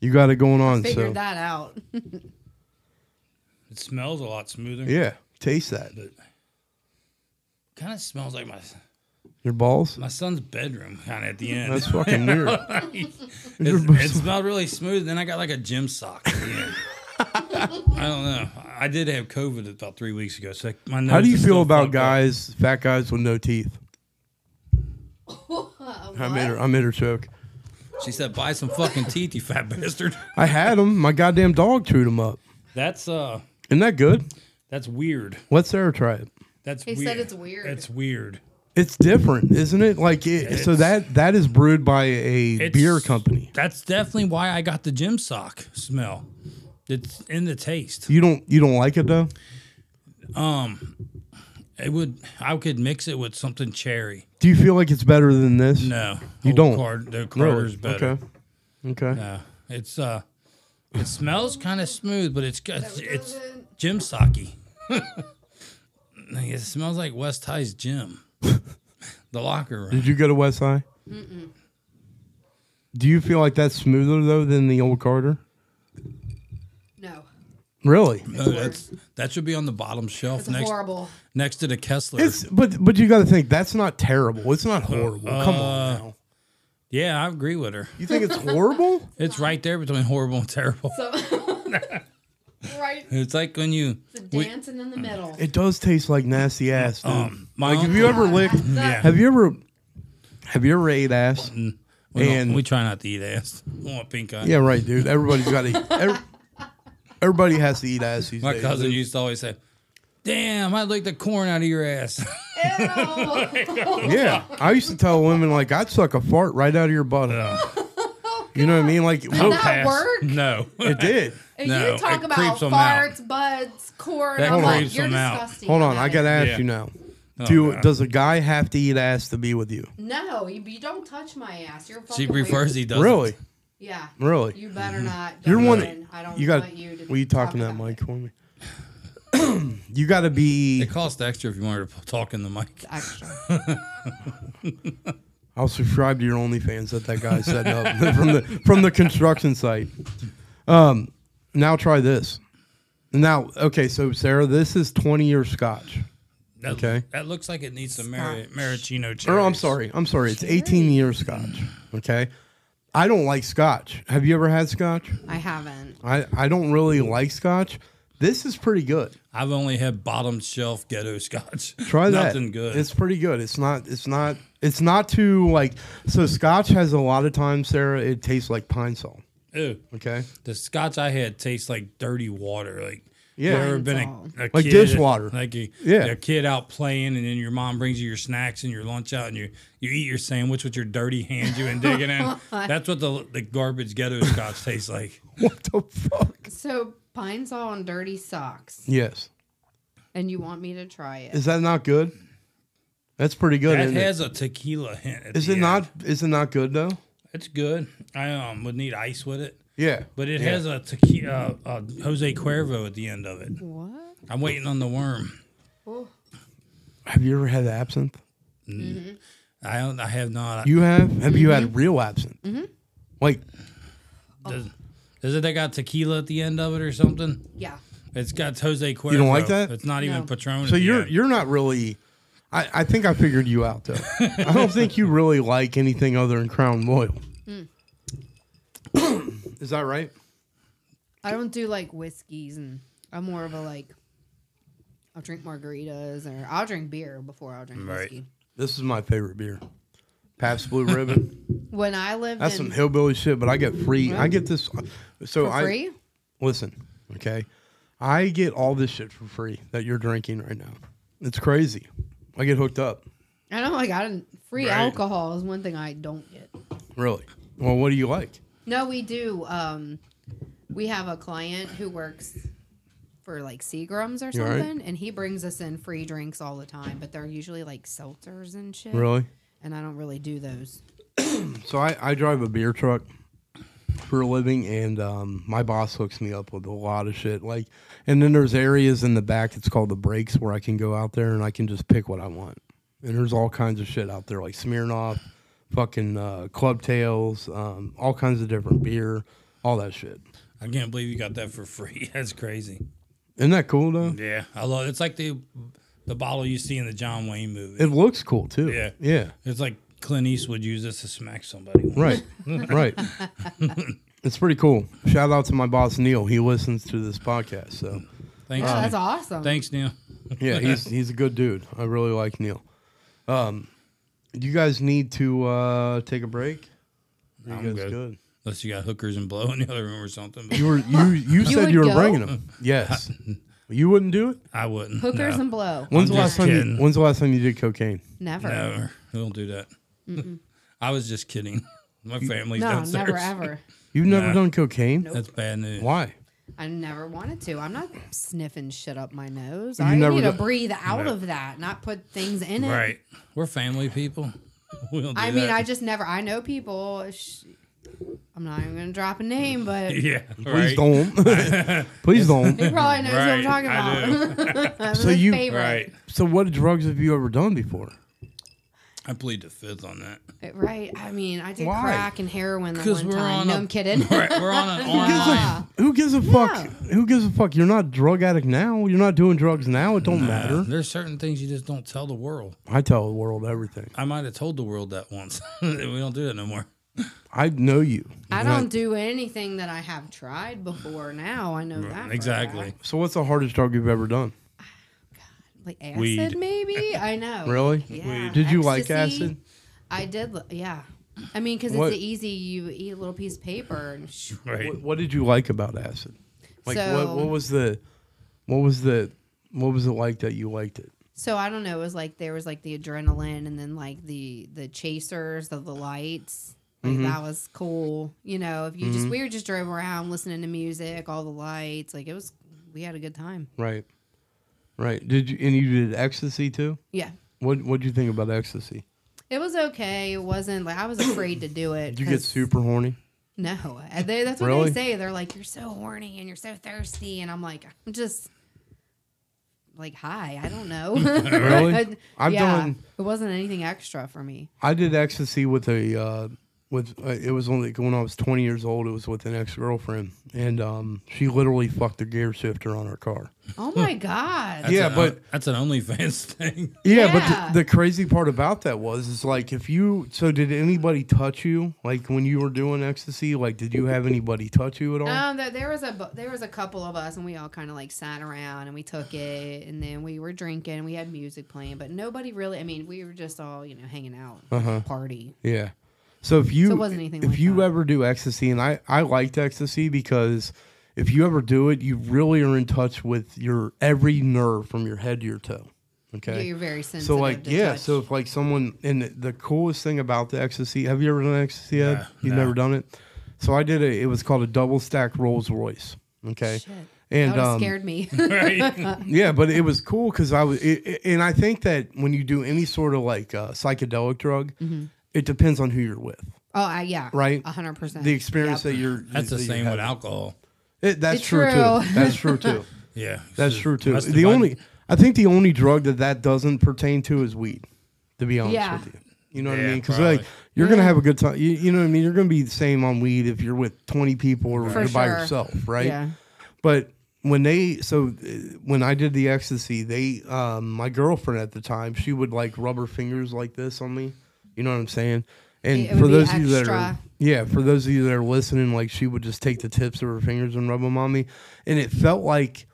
You got it going on.
figured
So
that out.
It smells a lot smoother.
yeah, taste that.
But kind of smells like my
Your balls.
my son's bedroom kind of at the end.
That's fucking weird.
It's- it smelled really smooth. Then I got like a gym sock. at the end. I don't know. I did have COVID about three weeks ago, so my nose
How do you
is
feel
still
about
fucked up.
guys, fat guys with no teeth? I made her. I made her choke.
She said, "Buy some fucking teeth, you fat bastard."
I had them. My goddamn dog chewed them up.
That's uh,
Isn't that good?
that's weird.
Let Sarah try it.
That's
He
weird.
said it's weird.
That's weird.
It's different, isn't it? Like it, so
It's-
that that is brewed by a
It's-
beer company.
That's definitely why I got the gym sock smell. It's in the taste.
You don't you don't like it though.
It would. I could mix it with something cherry.
Do you feel like it's better than this?
No,
You
Old
don't?
Card, the
Really?
Carter's better.
Okay. Okay.
No, it's uh, it smells kind of smooth, but it's got it's
doesn't-
gym socky. Like, it smells like West High's gym, the locker room.
Did you go to West High? Do you feel like that's smoother though than the old Carter?
No,
Really?
No, that's that should be on the bottom shelf
it's
next
horrible.
next to the Kessler.
It's but but you got to think that's not terrible. It's
Uh,
not horrible. Come on now.
yeah, I agree with her.
You think it's horrible?
It's right there between horrible and terrible.
So right,
It's like when you
the
we-
dancing in the middle.
It does taste like nasty ass. Dude.
my
like have you ever licked?
yeah.
Have you ever? Have you ever ate
Oh,
ass?
we, don't-
and-
we try not to eat ass. I want pink eye.
Yeah, right, dude. Everybody's got to. Eat. every- everybody has to eat ass these
my
days.
cousin
dude.
used to always say, "Damn, I licked the corn out of your ass."
Yeah, I used to tell women like I'd suck a fart right out of your butt. you know what I mean? Like
Oh.
No. that work?
No.
it did.
And
No,
you talk
it
about
creeps 'em out.
farts, buds, corn.
That
I'm like,
creeps
you're
'em out.
disgusting.
Hold on,
I'm
I
out.
gotta ask
Yeah.
you now.
Oh,
Do
God.
does a guy have to eat ass to be with you?
No, you, you don't touch my ass. You're fucking
she prefers
weird.
Mm-hmm. he doesn't.
Really?
Yeah.
Really?
You better not.
You're
Don't
one-
even. I don't
you got.
want you to.
Will you
talk
talking that
about
mic
it.
for me? you got to be.
It costs extra if you want her to talk in the mic.
Extra.
I'll subscribe to your OnlyFans that that guy set up from the from the construction site. Um, now try this. Now, okay, so Sarah, this is twenty year Scotch.
That,
Okay.
That looks like it needs some mari- maraschino cherries.
Or I'm sorry, I'm sorry, it's eighteen year Scotch. Okay, I don't like Scotch. Have you ever had Scotch?
I haven't.
I I don't really like Scotch. This is pretty good.
I've only had bottom shelf ghetto scotch.
Try that.
Nothing good.
It's pretty good. It's not. It's not. It's not too like. So Scotch has a lot of times, Sarah. It tastes like pine salt.
Ew.
Okay.
The scotch I had tastes like dirty water. Like
Yeah.
you ever been a,
Lysol.
a
Like
kid,
dishwater.
Like a,
Yeah.
a kid out playing, and then your mom brings you your snacks and your lunch out, and you you eat your sandwich with your dirty hands you been digging in. That's what the the garbage ghetto scotch tastes like.
What the fuck?
So pine saw and dirty socks,
Yes.
and you want me to try it?
Is that not good? That's pretty good.
That
isn't it?
has a tequila hint. at
Is
the
it
end.
not? Is it not good though?
It's good. I um, would need ice with it,
Yeah.
but it
Yeah.
has a tequila, uh, uh, Jose Cuervo at the end of it.
What?
I'm waiting on the worm.
Oh,
Have you ever had absinthe?
I don't. I have not.
You have. Have you had real absinthe? Like
does, does it that got tequila at the end of it or something?
yeah.
It's got Jose Cuervo.
don't like that?
It's not
No.
even Patron.
so
at the
you're
end.
you're not really. I, I think I figured you out though. I don't think you really like anything other than Crown Royal.
Hmm.
Is that right?
I don't do like whiskeys, and I'm more of a like. I'll drink margaritas, or I'll drink beer before I'll drink
Right.
whiskey.
This is my favorite beer, Pabst Blue Ribbon.
When I lived
That's
in
some hillbilly shit, but I get free. I get this. So
for
I
free,
listen, okay? I get all this shit for free that you're drinking right now. It's crazy. I get hooked up.
I know I got an- free
Right.
alcohol is one thing I don't get.
Really? Well, what do you like?
No, we do. Um, we have a client who works for like Seagrams or
You all right?
something, and he brings us in free drinks all the time, but they're usually like seltzers and shit.
Really?
And I don't really do those.
So I, I drive a beer truck for a living, and um, my boss hooks me up with a lot of shit. Like, and then there's areas in the back. It's called the breaks where I can go out there and I can just pick what I want. And there's all kinds of shit out there, like Smirnoff, fucking uh, Club Tails, um, all kinds of different beer, all that shit.
I can't believe you got that for free. That's crazy.
Isn't that cool though?
Yeah, I love. It's like the the bottle you see in the John Wayne movie.
It looks cool too.
Yeah.
Yeah.
It's like Clint Eastwood used this to smack somebody. once.
Right. right. It's pretty cool. Shout out to my boss Neil. He listens to this podcast, so.
Thanks.
Oh,
Neil.
that's awesome.
Thanks, Neil.
Yeah, he's he's a good dude. I really like Neil. Um, do you guys need to uh, take a break? You
I'm
guys
good.
good.
Unless you got hookers and blow in the other room or something. But
You were you you said
would
you were
go?
bringing him. Yes. You wouldn't do it.
I wouldn't.
Hookers
no,
and blow.
When's the
I'm
last
just
time? You,
kidding.
when's the last time you did cocaine?
Never.
Never. I don't do that. I was just kidding. My family's
No,
downstairs.
never ever.
You've never
Nah.
done cocaine.
That's bad news.
Why?
I never wanted to. I'm not sniffing shit up my nose.
You
I
never
need to
do-
breathe out of that, not put things in it.
Right. We're family people. We don't do
I mean,
that.
I just never. I know people. sh- I'm not even gonna drop a name, but
Yeah.
Please
right.
don't. Please don't.
he probably knows
Right,
what I'm
I
talking about. That was
So
his
you-
favorite.
Right.
So, what drugs have you ever done before?
I plead the fifth on that.
Right. I mean, I did
Why?
crack and heroin that
'Cause
one
we're
time.
on
No,
a-
I'm kidding.
All right. We're on an online.
Ah.
Who gives a fuck? Who gives a fuck? You're not a drug addict now. You're not doing drugs now. It don't matter.
There's certain things you just don't tell the world.
I tell the world everything.
I might have told the world that once. we don't do that no more.
I know you.
I
And
don't do anything that I have tried before. Now I know that for a
Exactly.
fact.
So what's the hardest drug you've ever done?
Like acid,
Weed.
maybe. I know.
Really?
Yeah.
Did you like
Ecstasy.
acid?
I did. li- Yeah. I mean, because
What-
it's easy. You eat a little piece of paper and sh-
Right.
What, what did you like about acid? Like
So-
what, what was the what was the what was it like that you liked it?
So I don't know. It was like there was like the adrenaline, and then like the the chasers of the lights. Like
Mm-hmm.
that was cool. You know, if you just we were just drove around listening to music, all the lights. Like it was, we had a good time.
Right. Right. Did you and you did ecstasy too?
Yeah,
What what did you think about ecstasy?
it was okay. It wasn't like I was afraid to do it.
Did you get
'cause-
super horny?
No, And they, that's what
Really?
they say. They're like, you're so horny and you're so thirsty, and I'm like, I'm just like hi i don't know
Really?
I-
I've
yeah,
done-
it wasn't anything extra for me
I did ecstasy with a uh, with uh, it was only when I was 20 years old. It was with an ex girlfriend, and um, she literally fucked the gear shifter on her car.
oh my god
That's
Yeah,
an-
but-
that's an OnlyFans thing.
Yeah,
Yeah.
but the, the crazy part about that was is like if you so did anybody touch you like when you were doing ecstasy like did you have anybody touch you at all?
Um, there, there was a bu- there was a couple of us, and we all kind of like sat around and we took it, and then we were drinking, and we had music playing, but nobody really. I mean, we were just all you know hanging out,
Uh-huh.
party.
yeah. So if you
So it wasn't anything
if
like
you
that.
ever do ecstasy and I I liked ecstasy because if you ever do it you really are in touch with your every nerve from your head to your toe.
Yeah,
Okay.
You're very sensitive.
so like
to
yeah,
touch.
so if like someone and the, the coolest thing about the ecstasy, have you ever done ecstasy? Ed?
Nah,
You've
nah.
never done it. So I did a. It was called a double stack Rolls Royce. Okay,
Shit.
and
that would've
um,
scared me.
Right.
yeah, but it was cool because I was, it, it- and I think that when you do any sort of like uh, psychedelic drug, it depends on who you're with,
oh I, yeah,
right?
Mm-hmm. a hundred percent.
The experience
Yep.
that you're.
That's the
that you
same with
have.
alcohol.
It, that's
It's
true, too.
true.
That's true too.
Yeah.
That's
So
true too.
that's
The
one-
only, I think the only drug that that doesn't pertain to is weed. To be honest
Yeah. Mm.
with you. You know what I
Yeah,
mean? Because
probably.
like you're gonna have a good time. You, you know what I mean? You're gonna be the same on weed if you're with 20 people or
For
you're by
sure.
yourself, right?
Yeah.
But when they so uh, when I did the ecstasy, they um, my girlfriend at the time she would like rub her fingers like this on me. You know what I'm saying? And
It- it
for
would be
those of you that are
extra.
yeah, for those of you that are listening, like she would just take the tips of her fingers and rub them on me, and it felt like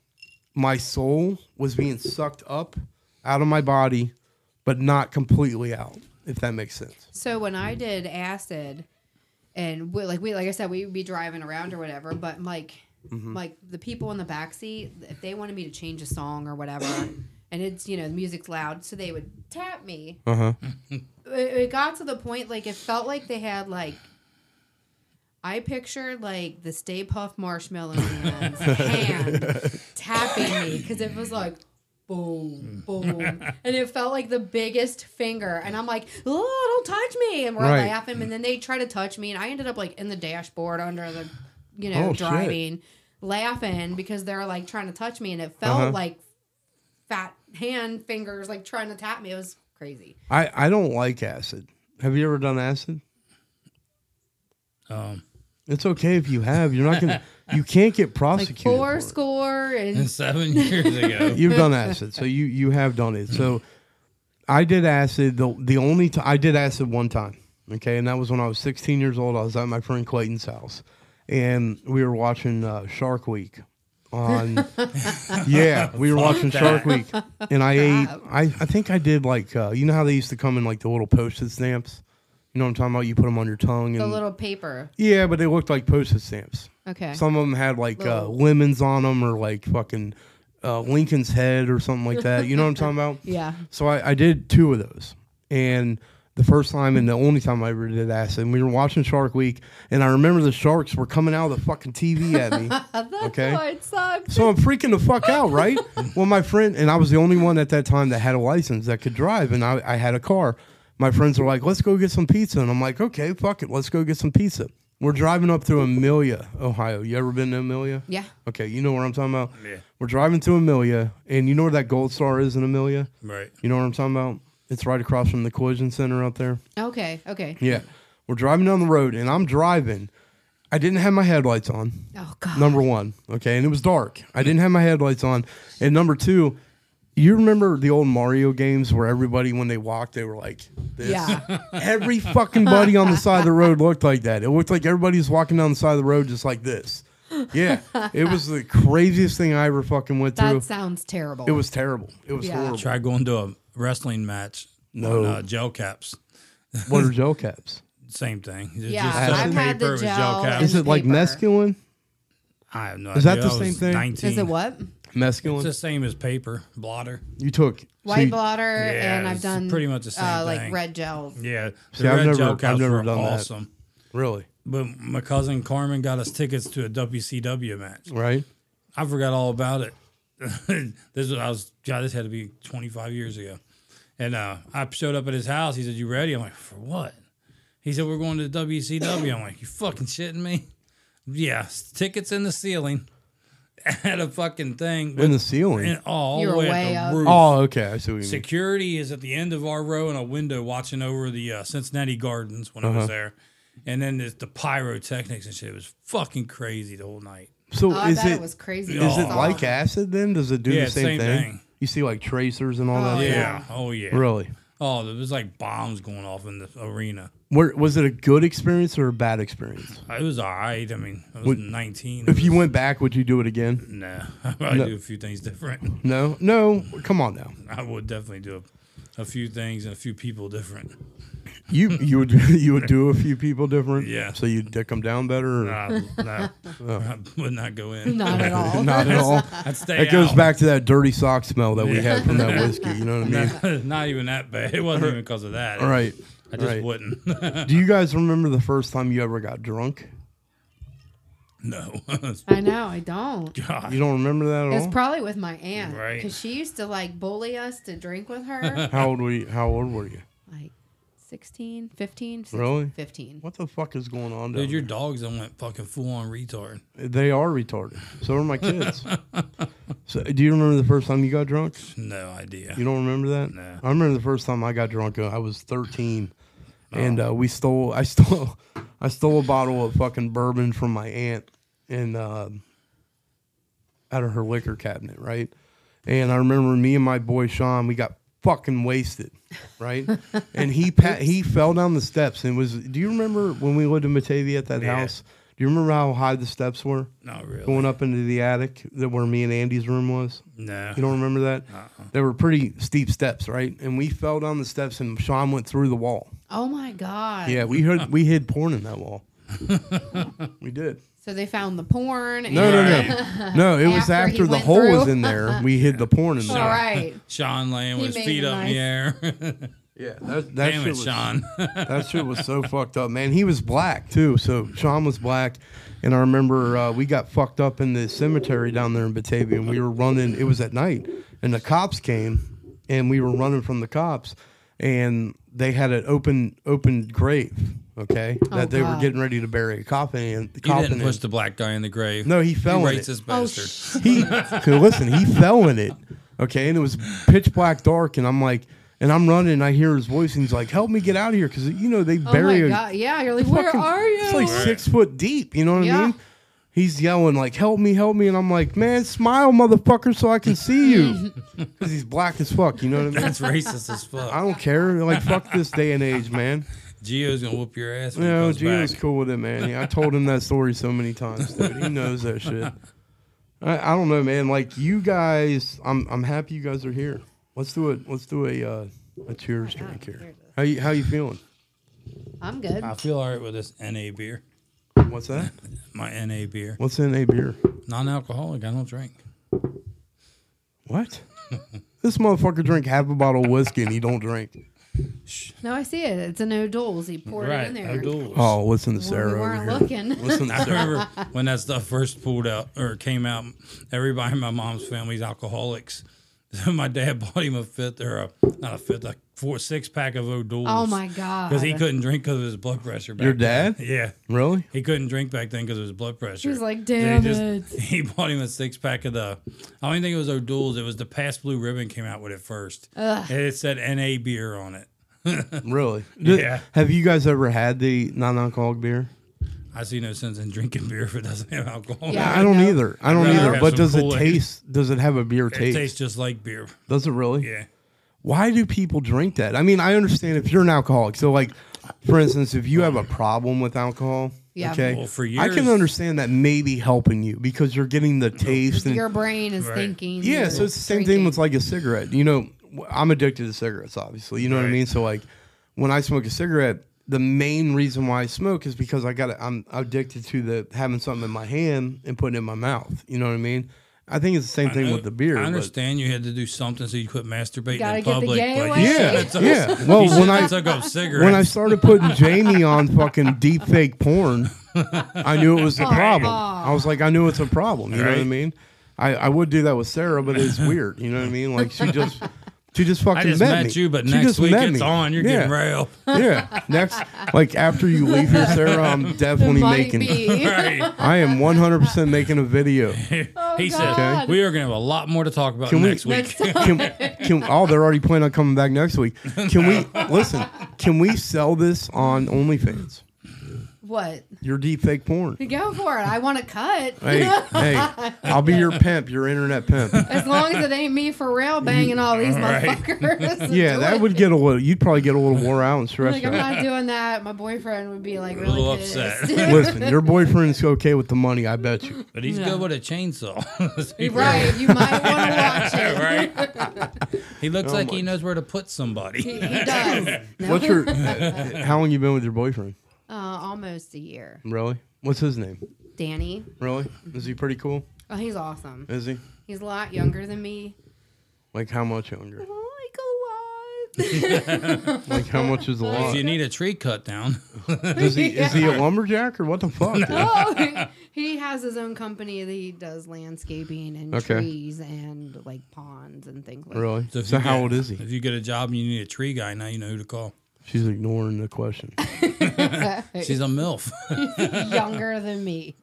my soul was being sucked up out of my body, but not completely out. If that makes sense.
So when I did acid, and we, like we like I said, we would be driving around or whatever. But like like the people in the back seat, if they wanted me to change a song or whatever, and and it's you know the music's loud, so they would tap me.
Uh huh.
It, it got to the point like it felt like they had like. I pictured like the Stay Puff Marshmallow Man's hand tapping me because it was like boom, boom, and it felt like the biggest finger, and I'm like, oh, don't touch me, and we're
Right.
laughing, and then they try to touch me, and I ended up like in the dashboard under the, you know,
Oh, shit.
driving, laughing because they're like trying to touch me, and it felt
Uh-huh.
like fat hand fingers like trying to tap me. It was crazy.
I I don't like acid. Have you ever done acid?
Um,
It's okay if you have. You're not gonna. you can't get
Like
prosecuted. for
four
it.
score and
seven years ago.
You've done acid, so you you have done it. So I did acid. The the only time I did acid one time, okay, and that was when I was 16 years old. I was at my friend Clayton's house, and we were watching uh, Shark Week. On yeah, we were
Fuck
watching Shark
that.
Week, and I ate.
Crap.
I I think I did like uh, you know how they used to come in like the little postage stamps. You know what I'm talking about? You put them on your tongue and
the little paper.
yeah, but they looked like postage stamps.
Okay.
Some of them had like uh,
Little-
lemons on them or like fucking uh, Lincoln's head or something like that. You know what I'm talking about?
yeah.
So I, I did two of those. And the first time and the only time I ever did acid, and we were watching Shark Week, and I remember the sharks were coming out of the fucking TV at me.
That's
Okay.
why Oh, it sucks.
So I'm freaking the fuck out, right? well, my friend and I was the only one at that time that had a license that could drive, and I, I had a car. My friends were like, "Let's go get some pizza," and I'm like, "Okay, fuck it, let's go get some pizza." We're driving up through Amelia, Ohio. You ever been to Amelia?
Yeah.
Okay, you know what I'm talking about.
Yeah.
We're driving through Amelia, and you know where that Gold Star is in Amelia.
Right.
You know what I'm talking about? It's right across from the collision center out there.
Okay. Okay.
Yeah. We're driving down the road, and I'm driving. I didn't have my headlights on.
Oh god.
Number one, okay, and it was dark. I didn't have my headlights on. And number two, you remember the old Mario games where everybody, when they walked, they were like this.
Yeah.
Every fucking buddy on the side of the road looked like that. It looked like everybody was walking down the side of the road just like this. Yeah, it was the craziest thing I ever fucking went through.
That sounds terrible.
It was terrible. It was
Yeah.
horrible.
Try going to a wrestling match.
No.
on, uh, gel caps.
What are gel caps?
Same thing. It's
Yeah,
just
I've
paper
had the
with
gel
Is it like
Paper.
mescaline?
I have no
Is that
idea.
the
I was
same thing?
19.
Is it what?
Mescaline.
It's the same as paper blotter.
you took so
White
you-
blotter,
Yeah,
and I've
it's
done
pretty much the same
uh,
thing.
like red gels.
Yeah, the
I've
red
never-
gel
I've
caps
never
were
done that.
awesome.
Really?
But my cousin Carmen got us tickets to a WCW match.
Right?
I forgot all about it. this was, I was God. This had to be 25 years ago, and uh, I showed up at his house. He said, "You ready?" I'm like, "For what?" He said, "We're going to WCW." I'm like, "You fucking shitting me?" Yeah, s- tickets in the ceiling at a fucking thing
In
with-
the ceiling.
and all
You
the
were
way,
way
at
up.
the roof.
oh, okay. I see what you mean.
Security is at the end of our row in a window watching over the uh, Cincinnati Gardens when I was there. And then there's the pyrotechnics and shit. It was fucking crazy the whole night.
So
Oh, I
is
bet it,
it
was crazy.
Is it
Oh.
like acid then? Does it do
Yeah,
the same,
same
thing?
thing.
You see like tracers and all
Oh,
that?
yeah.
Yeah. Oh, yeah.
Really?
Oh, there was like bombs going off in the arena.
Where, was it a good experience or a bad experience?
It was all right. I mean, I was 19.
If you went back, would you do it again?
Nah, I probably do a few things different.
No, no. Come on now.
I would definitely do a, a few things and a few people different.
You you would you would do a few people different.
Yeah.
So you would dick them down better. Or?
I, nah,
Oh.
I would not go in.
Not at all.
Not at all.
I'd stay
It goes
out.
back to that dirty sock smell that we
Yeah.
had from that whiskey. You know what I mean?
Not, not even that bad. It wasn't even because of that.
All right.
I just
right.
wouldn't.
Do you guys remember the first time you ever got drunk?
no.
I know. I don't.
God.
You don't remember that at
It's
all?
probably with my aunt because
Right.
she used to like bully us to drink with her,
how old were you? How old were you?
like 16, 15, 16,
Really?
15.
What the fuck is going on? down
Dude, your dogs done went fucking full on retard.
They are retarded. So are my kids. so, do you remember the first time you got drunk?
No idea.
You don't remember that?
Nah.
I remember the first time I got drunk. uh, I was 13,
Oh.
and uh, we stole. I stole. I stole a bottle of fucking bourbon from my aunt, and um out of her liquor cabinet, right? And I remember me and my boy Sean, we got fucking wasted, right? and he pat, he fell down the steps and was. Do you remember when we lived in Batavia at that
Yeah.
house? Do you remember how high the steps were?
Not really.
going up into the attic that where me and Andy's room was.
no.
You don't remember that? They were pretty steep steps, right? And we fell down the steps, and Sean went through the wall.
Oh my god.
Yeah, we heard we hid porn in that wall. we did.
So they found the porn. And
No, no, no,
Right.
no. It was
After he
after the
went
hole was
through.
in there. We hid the porn in there.
All right.
Sean laying
He
with
made
his feet
it
up in the air.
Yeah, that, that
Damn
shit
it,
was,
Sean.
that shit was so fucked up, man. He was black too, so Sean was black, and I remember uh, we got fucked up in the cemetery down there in Batavia, and we were running. It was at night, and the cops came, and we were running from the cops, and they had an open open grave, okay, that they were
Oh, God.
getting ready to bury a coffin in.
He
coffin
didn't
in.
push the black guy in the grave.
No, he fell
You
in it.
racist
Oh,
bastard.
he 'cause listen he fell in it okay and it was pitch black dark and i'm like and i'm running and i hear his voice and he's like help me get out of here because you know they
Oh
bury
my
a
god! Yeah, you're like, where
fucking-
are you?
it's like six foot deep you know what i
Yeah.
mean he's yelling like help me help me and i'm like man smile motherfucker so i can see you because he's black as fuck you know what i mean
That's racist as
i
fuck.
don't care like fuck this day and age man
Geo's gonna whoop your ass.
you
When
know
he comes
gio's
back.
cool with it man yeah, i told him that story so many times dude he knows that shit I, I don't know, man. Like you guys, I'm I'm happy you guys are here. Let's do it. Let's do a uh, a cheers
Oh my
drink
God,
here.
here it is.
How you how you feeling?
I'm good.
I feel alright with this NA beer.
What's that?
My NA beer,
What's in a beer?
non-alcoholic. I don't drink.
What? this motherfucker drink half a bottle of whiskey and he don't drink.
No, I see it. It's an O'Doul's. He poured it in there.
O'Doul's.
Oh, listen to
Well,
Sarah
we
over
weren't
here.
looking.
Listen to
I
Sarah.
remember when that stuff first pulled out or came out. Everybody in my mom's family's alcoholics. So my dad bought him a fifth or a not a fifth, a four six pack of O'Doul's.
oh my god!
Because he couldn't drink because of his blood pressure. Back
Your
then.
dad?
Yeah.
Really?
He couldn't drink back then because of his blood pressure.
He's like,
They
"Damn
just-
it."
He bought him a six pack of the. I don't think it was O'Doul's. It was the Past Blue Ribbon came out with it first. And it said NA beer on it.
Really?
Yeah.
Have you guys ever had the non-alcoholic beer?
I see no sense in drinking beer if it doesn't have alcohol.
Yeah.
I don't
no.
either. I don't
rather
either.
have
But
some
does it
Kool-Aid.
taste? Does it have a beer
It
taste?
tastes just like beer.
Does it really?
Yeah.
why do people drink that? I mean, I understand if you're an alcoholic. So, like, for instance, if you have a problem with alcohol,
Yeah.
okay,
Well, for
I can
years-
understand that maybe helping you because you're getting the taste and
Your brain is
Right.
thinking.
yeah.
you're
So it's the same
drinking.
thing with like a cigarette. You know, wh- I'm addicted to cigarettes, obviously. You know what I
Right.
mean? So like, when I smoke a cigarette, the main reason why I smoke is because I got I'm addicted to the having something in my hand and putting it in my mouth. You know what I mean? I think it's the same thing
I-
with the beer.
I
but-
understand you had to do something so you quit masturbating
Gotta get
in
the
public.
gay
but
away.
you
Yeah,
shouldn't have took-
yeah.
you
Well,
shouldn't
when I-
have took up cigarettes.
when I started putting Jamie on fucking deep fake porn, I knew it was the problem. I was like, I knew it's a problem. You know what I
Right.
mean? I, I would do that with Sarah, but it's weird. You know what I mean? Like she just she just fucking
I just
met,
met,
me.
you, but
She
next
just
week
met
it's
me.
on. You're
yeah.
getting rail.
Yeah. Next, like after you leave here, Sarah, I'm definitely
Might
making.
be.
Right.
I am 100 percent making a video.
he said,
God.
"We are going to have a lot more to talk about
Can we-
next week."
Oh, Next time.
Can, can oh they're already planning on coming back next week? Can we listen? Can we sell this on OnlyFans?
what?
Your deep fake porn.
Go for it. I want to cut.
Hey, hey, I'll be your pimp, your internet pimp.
As long as it ain't me for real banging all these
Right.
motherfuckers.
Yeah,
Do
that
it.
would get a little. You'd probably get a little wore out and
Like
stressed
I'm
out.
not doing that. My boyfriend would be like
A
really
little
pissed.
upset,
Listen, your boyfriend's okay with the money. I bet you.
but he's
Yeah.
good with a chainsaw. So he-
Right, you might want to watch it.
right. He looks like
Oh my-
he knows where to put somebody.
He, he does. No,
What's your? How long you been with your boyfriend?
uh, almost a year.
Really? What's his name?
Danny,
Really? Is he pretty cool?
oh, he's awesome.
Is he?
He's a lot younger than me.
Like how much younger?
Like a lot.
Like how much is a
If
lot?
you need a tree cut down,
Is he is he a lumberjack or what the fuck? dude?
oh, he has his own company that he does landscaping and
Okay.
trees and like ponds and things like
Really?
if
So
you
how
get-
old is he?
If you get a job and you need a tree guy, now you know who to call.
She's ignoring the question.
that.
She's a milf.
younger than me.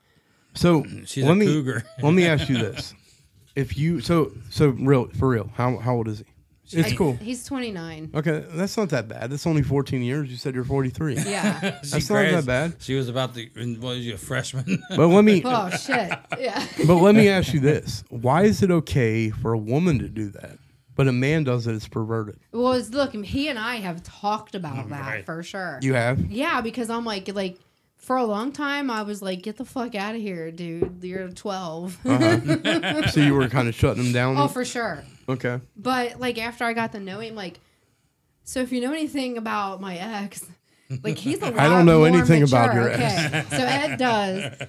So
She's
let
a
me
cougar.
let me ask you this: If you so so real for real, how how old is he? It's
She-
cool.
He's 29.
Okay, that's not that bad. That's only 14 years. You said you're 43.
Yeah.
She
That's not that
grads-
bad.
She was about to. What is she, a freshman?
But let me
oh shit. Yeah.
but let me ask you this. Why is it okay for a woman to do that? But a man does it, it's perverted.
Well, it's, look, he and I have talked about that
Right.
for sure.
You have?
Yeah, because I'm like, like for a long time, I was like, get the fuck out of here, dude. You're 12.
Um, So you were kind of shutting him down?
oh, for sure.
okay.
But like after I got to know him, like, so if you know anything about my ex, like he's a lot
don't know
more
anything about your
mature.
ex.
Okay. So Ed does.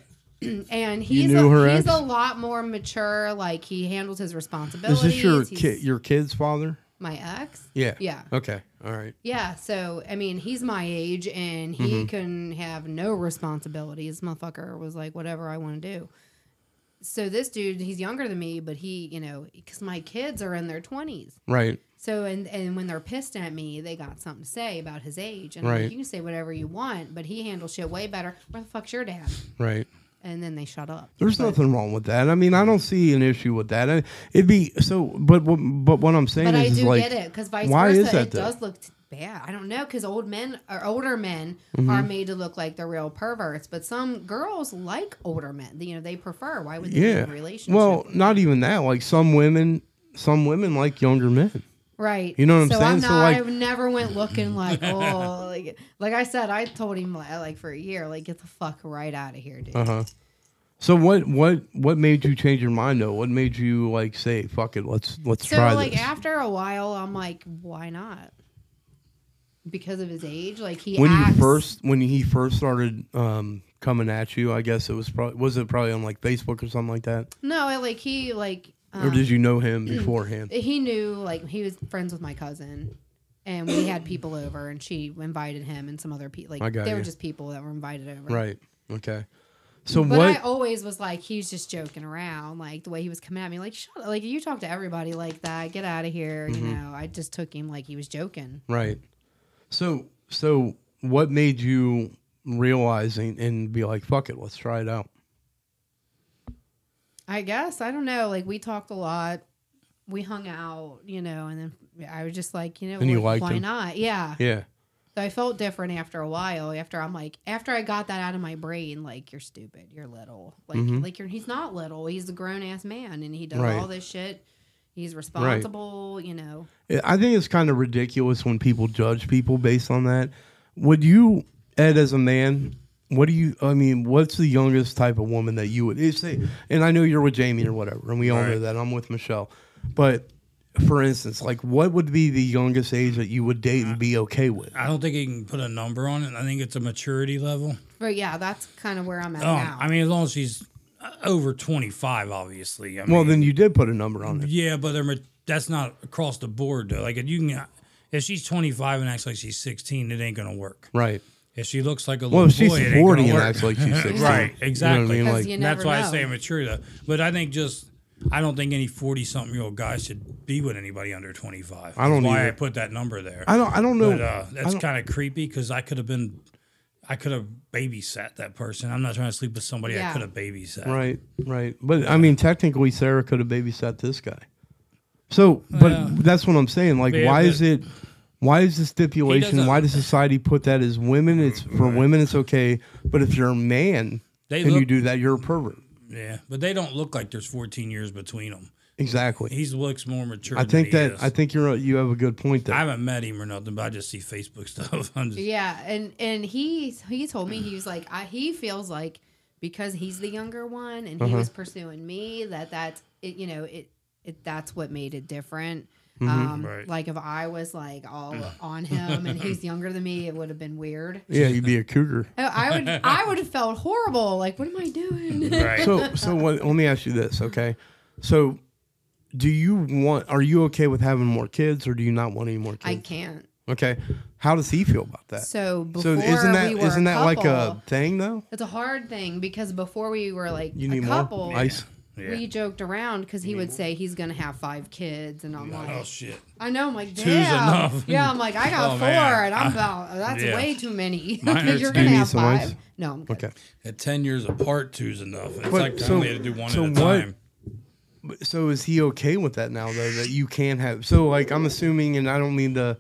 and he's
knew
a,
her
he's
ex?
a lot more mature. Like he handles his
Is
responsibilities.
this your
He's
ki- your kid's father?
my ex?
Yeah.
Yeah.
Okay. All right.
Yeah, so I mean, he's my age, and he
Mm-hmm.
can have no responsibilities. Motherfucker was like, whatever I want to do. So this dude, he's younger than me, but he, you know, because my kids are in their twenties.
Right.
So and and when they're pissed at me, they got something to say about his age, and I'm
Right.
like, you can say whatever you want, but he handles shit way better. Where the fuck's your dad?
Right.
And then they shut up.
There's
But-
nothing wrong with that. I mean, I don't see an issue with that. I- It'd be so, but what- but what I'm saying
But I
is, is
do
like,
get it because vice
why
versa,
is that
it
though?
does look t- bad. I don't know because old men or older men
Mm-hmm.
are made to look like the real perverts, but some girls like older men. You know, they prefer. Why would they be
yeah.
in a relationship?
Well, not even that. Like some women, some women like younger men.
right.
you know what I'm
so
saying?
I'm
So,
not,
like-
I've never went looking like oh, like, like I said, I told him like like, for a year, like get the fuck right out of here, dude.
Uh huh. So what what what made you change your mind though? What made you like say, fuck it, let's let's
So
try
like
this?
after a while, I'm like, why not? Because of his age, like he
when
acts-
you first when he first started um coming at you, I guess it was probably was it probably on like Facebook or something like that,
no, like he like um,
or did you know him
mm.
beforehand?
he knew like he was friends with my cousin and we had people over and she invited him and some other people
I
like
got
they were
you.
just people that were invited over
Right. Okay. So
but
what?
i always was like he's just joking around like the way he was coming at me like shut up. like you talk to everybody like that get out of here
Mm-hmm.
you know i just took him like he was joking
right. So so what made you realize and, and be like, fuck it, let's try it out?
i guess i don't know like we talked a lot we hung out you know and then i was just like you know
And you
like,
liked
why
him?
not yeah
Yeah.
So I felt different after a while. After I'm like, after I got that out of my brain, like you're stupid, you're little, like
Mhm.
like you're. He's not little. He's a grown ass man, and he does
Right.
all this shit. He's responsible, you know.
I- I think it's kind of ridiculous when people judge people based on that. Would you, Ed, as a man, what do you? I mean, what's the youngest type of woman that you would if say? And I know you're with Jamie or whatever, and we all know
Right.
that. I'm with Michelle, but for instance, like what would be the youngest age that you would date and be okay with?
I don't think you can put a number on it. I think it's a maturity level.
But yeah, that's kind of where I'm at
Um,
now.
I mean, as long as she's uh, over 25, obviously. I
Well,
mean,
then you did put a number on it.
yeah, but they're, ma- that's not across the board, though. Like, if you can, if she's 25 and acts like she's 16, it ain't going to work.
Right.
If she looks like a little
Well, if
boy,
she's
it ain't
40
gonna
and
work.
acts like she's 16.
right,
You
exactly.
know what I
Because
mean?
you
Like,
never
That's why I
know.
say immature, though. But I think just, I don't think any 40 something year old guy should be with anybody under 25.
I don't
That's why
either.
I put that number there.
I don't, I don't know.
But uh, that's
don't-
kind of creepy because I could have been, I could have babysat that person. I'm not trying to sleep with somebody I
Yeah.
could have babysat.
Right, right. But I mean, technically, Sarah could have babysat this guy. So, but
Yeah.
that's what I'm saying. Like,
Yeah,
why
but-
is it? Why is the stipulation?
doesn't-
Why does society put that as women? It's for women, it's okay. But if you're a man
They
and you
look-
do that, you're a pervert.
Yeah, but they don't look like there's 14 years between them.
Exactly.
He looks more mature.
I think
than he
that
is.
I think you're a, you have a good point
I
there.
haven't met him or nothing, but I just see Facebook stuff. I'm just,
yeah, and and he he told me he was like, I, he feels like because he's the younger one and he was
Mm-hmm.
pursuing me that that's it. You know it. it that's what made it different.
Mm-hmm.
Um,
Right.
Like if I was like all on him and he's younger than me, it would have been weird.
Yeah, you'd be a cougar.
I- I would I would have felt horrible. Like, what am I doing?
Right.
So, so what, let me ask you this, okay? So, do you want? Are you okay with having more kids, or do you not want any more
I
kids?
can't.
Okay, how does he feel about that?
So before
So isn't that
we were
not that like a
couple-
thing though?
It's a hard thing because before we were like
You
a
need
couple,
more ice.
Yeah. Mm-hmm.
we joked around because he would say he's gonna have five kids, and I'm like,
oh shit.
I know, I'm like, damn,
enough.
yeah, I'm like, I got
Oh,
four,
man.
and I'm about that's
yeah.
way too many.
Mine are
You're
two.
gonna
You need
have
some
five.
ice?
No, I'm good.
Okay.
At 10 years apart, two's enough. It's
But
like
so-
so, to do one
so
at a
what-
time.
But- So is he okay with that now though that you can have? So like I'm assuming, and I don't mean to.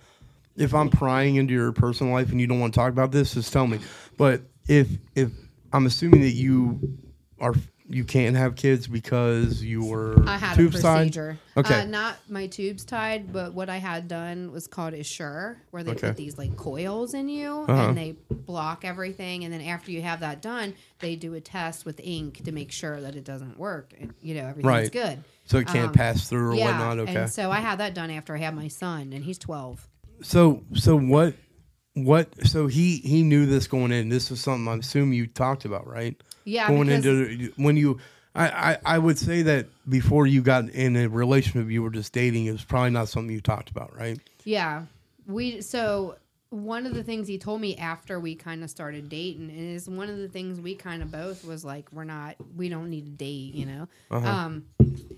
If I'm prying into your personal life and you don't want to talk about this, just tell me. But if if I'm assuming that you are you can't have kids because you were
I had
tube
a
side?
procedure.
Okay.
Uh, not my tubes tied, but what I had done was called Assure, where they
Okay. Uh-huh.
put these like coils in you and they block everything. And then after you have that done, they do a test with ink to make sure that it doesn't work. And, you know, everything's
Right.
good.
so it can't
um,
pass through or whatnot. Okay.
And so I had that done after I had my son, and he's 12.
So so what what so he he knew this going in. This was something I assume you talked about, right?
Yeah,
going
because-
into when you I, I, I would say that before you got in a relationship you were just dating it was probably not something you talked about right
Yeah. We so one of the things he told me after we kind of started dating is one of the things we kind of both was like we're not we don't need to date, you know.
Uh-huh.
Um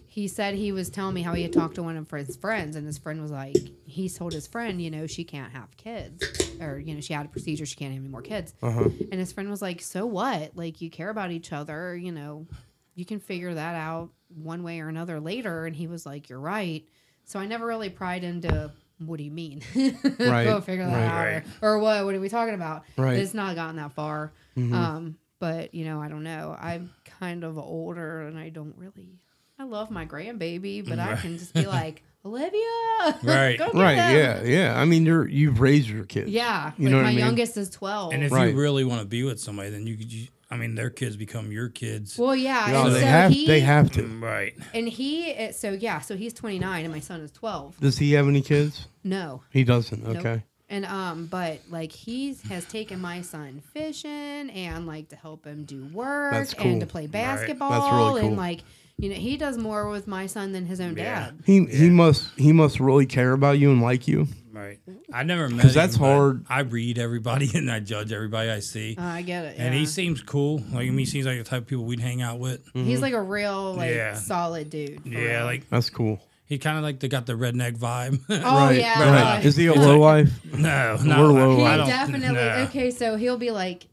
he said he was telling me how he had talked to one of his friends and his friend was like he told his friend, you know, she can't have kids or you know, she had a procedure, she can't have any more kids.
Uh-huh.
And his friend was like, "So what? Like you care about each other, you know, you can figure that out one way or another later. And he was like, You're right. So I never really pried into what do you mean? Go
Right,
figure that
right.
out. or-
Right.
Or, what? What are we talking about?
Right. Mm-hmm.
It's not gotten that far. Um, but, you know, I don't know. I'm kind of older and I don't really. I love my grandbaby, but I can just be like, Olivia.
Right.
go get
right
them."
yeah yeah I mean you're you've raised your kids
Yeah.
You
like
know what
my
I mean?
youngest is 12.
And if
Right.
you really want to be with somebody, then you could. You, I mean, their kids become your kids.
well, yeah.
no
and
they
so
have
he,
they have to
Right.
And he, is- so yeah, so he's 29 and my son is 12.
does he have any kids
No.
he doesn't
Nope.
okay
And um, but like he has taken my son fishing and like to help him do work
That's
and to
cool.
play
That's really
basketball
cool.
and like you know he does more with my son than his own
Yeah.
dad.
he he must he must really care about you and like you
Right. I never met
'Cause that's
him, but
hard.
I read everybody and I judge everybody I see.
Uh, I get it.
And
yeah.
he seems cool. Like I mean, he seems like the type of people we'd hang out with.
Mm.
he's like a real like
Yeah.
solid dude. for
Yeah,
real.
like
that's cool
he kind of like they got the redneck vibe.
oh yeah.
right. is he a low life
no, no,
We're low
He
Well,
I don't-
definitely
no.
okay. So he'll be like,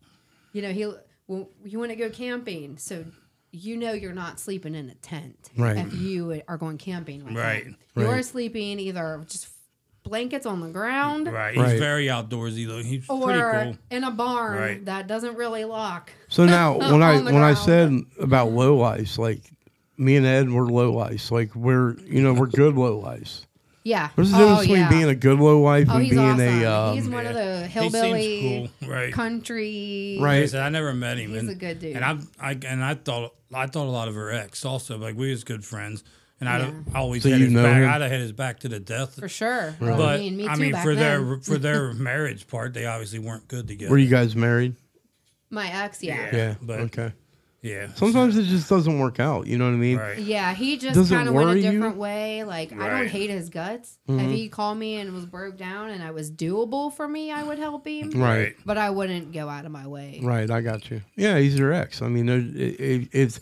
you know, he'll well, you want to go camping, so you know you're not sleeping in a tent
Right.
if you are going camping. Like
Right.
that. you're
Right.
sleeping either just blankets on the ground
Right.
Right.
He's very outdoorsy though. He's pretty
or
cool.
in a barn
Right.
that doesn't really lock.
So now, when I
On the
when I
ground.
said about low lice, like me and Ed were low lice. Like we're you know we're good low lice.
Yeah.
There's a
Oh,
difference between
yeah.
being a good low life
oh,
and
he's
being
awesome.
a um,
he's one of
Yeah.
the
He seems
hillbilly
cool. Right.
country.
Right.
Like I said, I never met him.
He's
and,
a good dude.
And I, I, and I thought, I thought a lot of her ex also. Like we was good friends, and I
Yeah.
always
So
had
you
his
know
back.
him?
I'd have had his back to the death.
For sure.
Right.
Well, I
But
mean, me too
I mean,
back
for
then.
their for their marriage part, they obviously weren't good together.
were you guys married?
my ex, yeah.
Yeah,
Yeah.
but-
okay.
Yeah.
Sometimes it just doesn't work out. You know what I mean?
Right.
Yeah, he just
Does it
kind of went
worry
a
you? Mm-hmm.
different way. Like I
Right.
don't hate his guts. If he called me and was broke down and I was doable for me, I would help him.
Right.
But I wouldn't go out of my way.
Right. I got you. Yeah, he's your ex. I mean, it, it, it's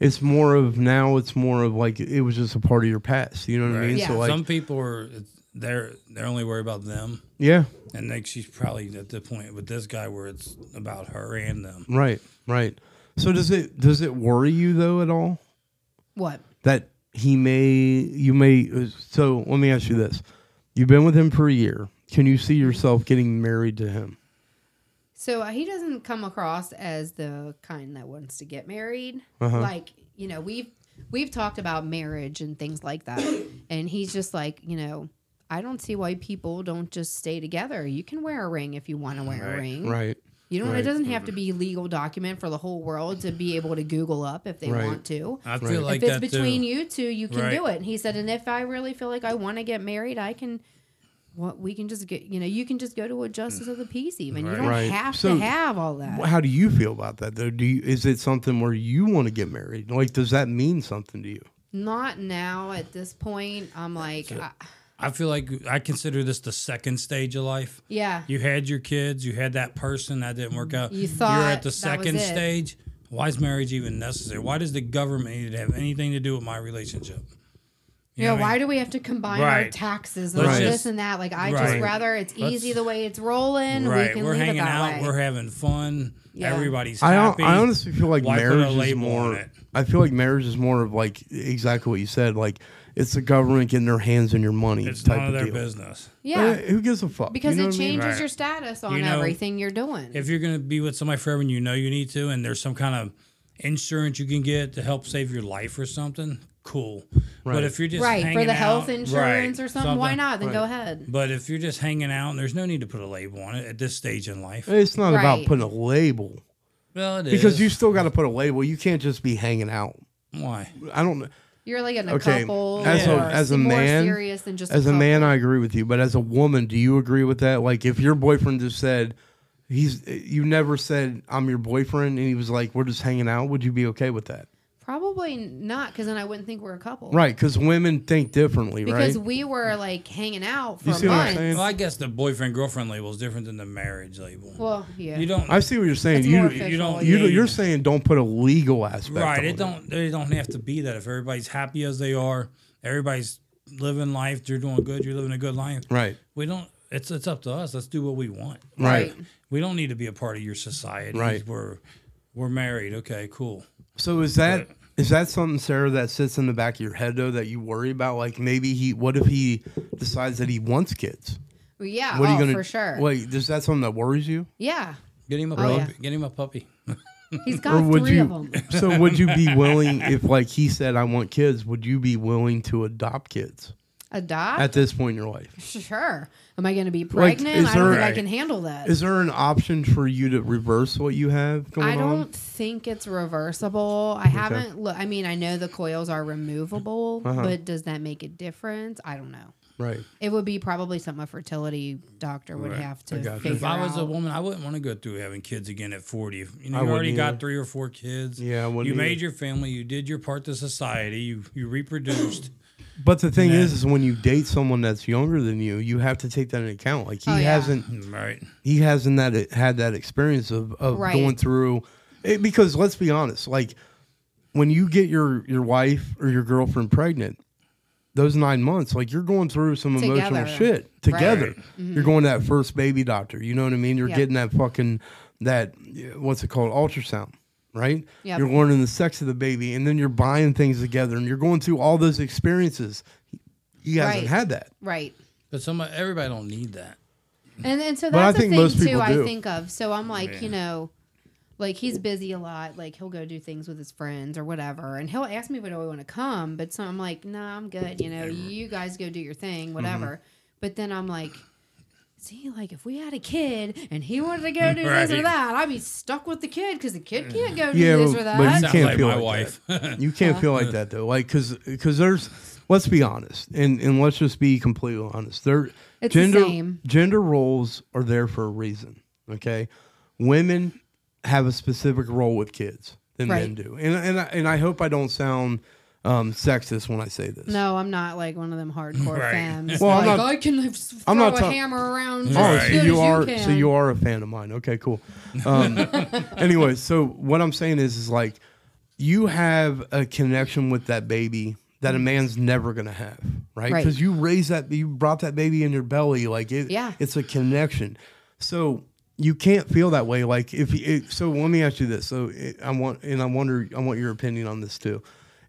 it's more of now. It's more of like it was just a part of your past. You know what I
Right.
mean?
Yeah.
So like,
Some people are they're they only worry about them,
yeah.
and like she's probably at the point with this guy where it's about her and them.
Right. Right. So does it does it worry you though at all?
What?
that he may you may so let me ask you this you've been with him for a year can you see yourself getting married to him
So uh, he doesn't come across as the kind that wants to get married.
Uh-huh.
Like you know, we've we've talked about marriage and things like that, and he's just like you know. I don't see why people don't just stay together. You can wear a ring if you want to wear a ring.
Mm-hmm.
right
You know,
Right.
it doesn't have to be a legal document for the whole world to be able to Google up if they
Right.
want to.
I feel like
if it's
that
between
too.
you two, you can
Right.
do it. And he said, and if I really feel like I want to get married, I can. What we can just get, you know, you can just go to a justice of the peace. Even you don't
Right.
have
So-
to have all that.
how do you feel about that though do you is it something where you want to get married like does that mean something to you
Not now at this point. I'm like, I,
I feel like I consider this the second stage of life.
yeah,
You had your kids, you had that person that didn't work out.
You
you're
thought
at
that
the
was
second
it.
stage. Why is marriage even necessary? Why does the government need to have anything to do with my relationship?
you know, why do we have to combine our
Right.
taxes and
Let's
all
just-
this and that? Like, I
Right.
just rather it's
Let's-
easy the way it's rolling. We
right?
can
We're
leave it
hanging
that
out,
way.
we're having fun.
Yeah.
Everybody's
I, hon-
happy.
I honestly feel like
Why put a
marriage is
label on
more
it?
i feel like marriage is more of like exactly what you said like it's the government getting their hands in your money
It's
type
none of
of
their
deal
business.
yeah,
Eh, who gives a fuck
because
You know
it
what I mean?
changes
Right.
your status on
You know,
everything you're doing.
If you're going to be with somebody forever and you know you need to, and there's some kind of insurance you can get to help save your life or something, cool. But if you're just
right for
hanging
the health
out- right,
insurance or something, why not? Then go
right.
ahead.
But if you're just hanging out, and there's no need to put a label on it at this stage in life.
it's not about
Right.
putting a label
Well, it is
because you still got to put a label you can't just be hanging out
why?
i don't know
You're like in a
Okay,
couple.
as
a-
or
as a
more
man-
serious than just
as a
couple.
man, I agree with you. But as a woman, do you agree with that? Like, if your boyfriend just said, he's you never said I'm your boyfriend, and he was like, "We're just hanging out." Would you be okay with that?
Probably not, because then I wouldn't think we're a couple.
Right? Because women think differently,
Because
right?
we were like hanging out for
You see what I'm
months.
saying?
Well, I guess the boyfriend girlfriend label is different than the marriage label.
Well, yeah.
you don't.
I see what you're saying.
It's
You
more
you
official,
don't
yeah.
you you're saying don't put a legal aspect
right.
on
It don't. They don't have to be that. If everybody's happy as they are, everybody's living life. You're doing good. You're living a good life.
Right.
We don't. It's it's up to us. Let's do what we want.
Right.
We don't need to be a part of your society.
Right.
We're we're married. Okay. Cool.
So is that is that something, Sarah, that sits in the back of your head though that you worry about? Like maybe he, what if he decides that he wants kids?
Well, yeah,
What
oh,
are you gonna
for sure.
Wait, is that something that worries you?
Yeah.
Get him a
Oh,
puppy. Get him a puppy.
He's got three
you?
of them.
So would you be willing if, like he said, I want kids? Would you be willing to adopt kids
Adopt?
at this point in your life?
sure. Am I going to be
Like,
pregnant?
is
I don't
there-
think I can handle that.
Is there an option for you to reverse what you have going
I
on?
don't think it's reversible. I haven't. Lo- I mean, I know the coils are removable, but does that make a difference? I don't know.
Right.
It would be probably something a fertility doctor would have to
gotcha.
figure
If I was
out.
a woman, I wouldn't want to go through having kids again at 40. If- You, know,
I
you already
wouldn't
got
either.
three or four kids.
Yeah, I
You
wouldn't
made
either.
your family. You did your part to society. You you reproduced.
But the thing is, is when you date someone that's younger than you, you have to take that into account. Like he
Oh, yeah.
hasn't
Mm, right.
he hasn't that had that experience of, of
Right.
going through it because let's be honest like when you get your your wife or your girlfriend pregnant those nine months like you're going through some emotional
Together. Mm-hmm.
shit together you're going to that first baby doctor you know what i mean you're
Yeah.
getting that fucking that what's it called ultrasound right
Yep.
you're learning the sex of the baby and then you're buying things together and you're going through all those experiences he hasn't
Right.
had that
right.
But some everybody don't need that.
And and so
But I
that's a
think
thing
most
too.
people
I
do.
think of so I'm like you
Yeah.
know, like he's busy a lot. Like he'll go do things with his friends or whatever, and he'll ask me when do I want to come. But so I'm like, nah, I'm good. You know, you guys go do your
Mm-hmm.
thing, whatever. But then I'm like. See, like if we had a kid and he wanted to go do this
Right. Mm.
or that, I'd be stuck with the kid because the kid can't go do
Yeah,
this
but- but
or that.
you
Sounds
can't
like
feel
my
like
wife.
You can't feel like that though, like because there's let's be honest and and let's just be completely honest. There,
It's the
gender
same.
gender roles are there for a reason. Okay, women have a specific role with kids than men
Right.
do, and and I, and I hope I don't sound um, sexist when I say this.
No, I'm not like one of them hardcore
Right.
fams.
Well, I'm
like,
not-
I can like, s- throw
I'm not
a
talk-
hammer around.
Oh,
as
Right.
so
good
you
as
are
can.
so you are a fan of mine. Okay, cool. Um, anyway, so what I'm saying is, is like you have a connection with that baby that a man's never gonna have, right?
Right.
Because you raised that, you brought that baby in your belly, like it.
Yeah.
it's a connection. So you can't feel that way. Like if it, so, let me ask you this. So it, I want, and I wonder, I want your opinion on this too.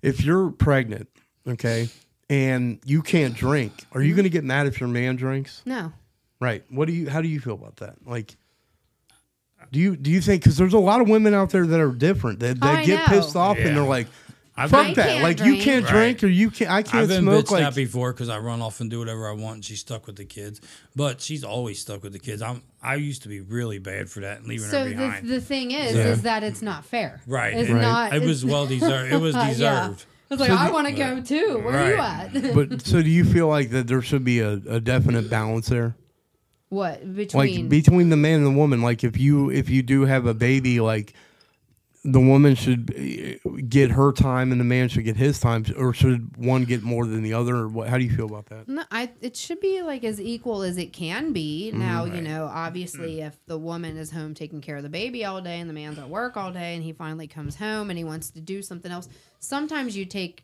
If you're pregnant, okay, and you can't drink, are you gonna get mad if your man drinks?
No.
Right. What do you? How do you feel about that? Like, do you do you think? Because there's a lot of women out there that are different that, that
I
get
know.
pissed off
Yeah.
and they're like,
I've
"Fuck
been- I
that!
can't
Like you
drink.
can't drink or you can't. I can't
I've been
smoke."
bitched
Like
at before because I run off and do whatever I want, and she's stuck with the kids. But she's always stuck with the kids. I'm I used to be really bad for that, and leaving
So
her
the,
behind.
the thing is,
Yeah.
is that it's not fair.
right.
It's
It,
not.
it
it's-
was well deserved. It was
yeah.
deserved.
It's like
So
I
the-
want to go too. Where
Right.
are you at?
but so do you feel like that there should be a, a definite balance there,
what
like
between?
between the man and the woman? Like if you if you do have a baby, like the woman should eh, get her time and the man should get his time, or should one get more than the other? Or what? How do you feel about that?
no, I, it should be like as equal as it can be.
Mm-hmm.
Now, you know,
Mm-hmm.
obviously, if the woman is home taking care of the baby all day and the man's at work all day and he finally comes home and he wants to do something else, sometimes you take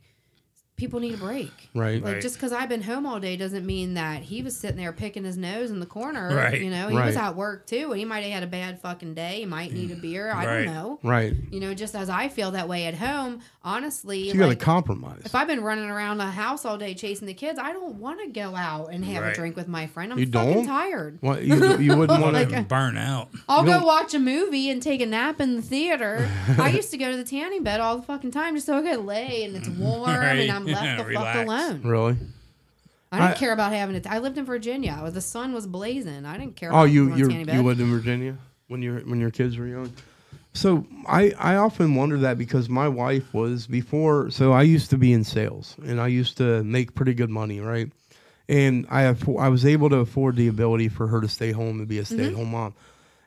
people need a break.
Right.
Like
Right.
just because I've been home all day doesn't mean that he was sitting there picking his nose in the corner.
Right. Mm,
You know, he
Right.
was at work too, and he might have had a bad fucking day. He might need a beer. I
Right.
don't know.
Right.
You know, just as I feel that way at home, honestly,
You got to
like,
compromise.
if I've been running around the house all day chasing the kids, I don't want to go out and have
Right.
a drink with my friend. I'm
You
fucking
don't?
tired.
What you, you wouldn't
Well,
want
they
uh,
to?
burn out.
You
I'll go
don't-
watch a movie and take a nap in the theater. I used to go to the tanning bed all the fucking time just so I could lay and it's warm
Mm-hmm. Right.
and I'm left the
Relax.
fuck alone.
Really?
I didn't
I-
care about having it. I lived in Virginia. I was, the sun was blazing. I didn't care.
Oh,
about
you
going
you
tanning bed.
you lived in Virginia when your when your kids were young. So I I often wonder that because my wife was before. So I used to be in sales and I used to make pretty good money, right?
Mm-hmm.
And I affo- I was able to afford the ability for her to stay home and be a stay at home mom.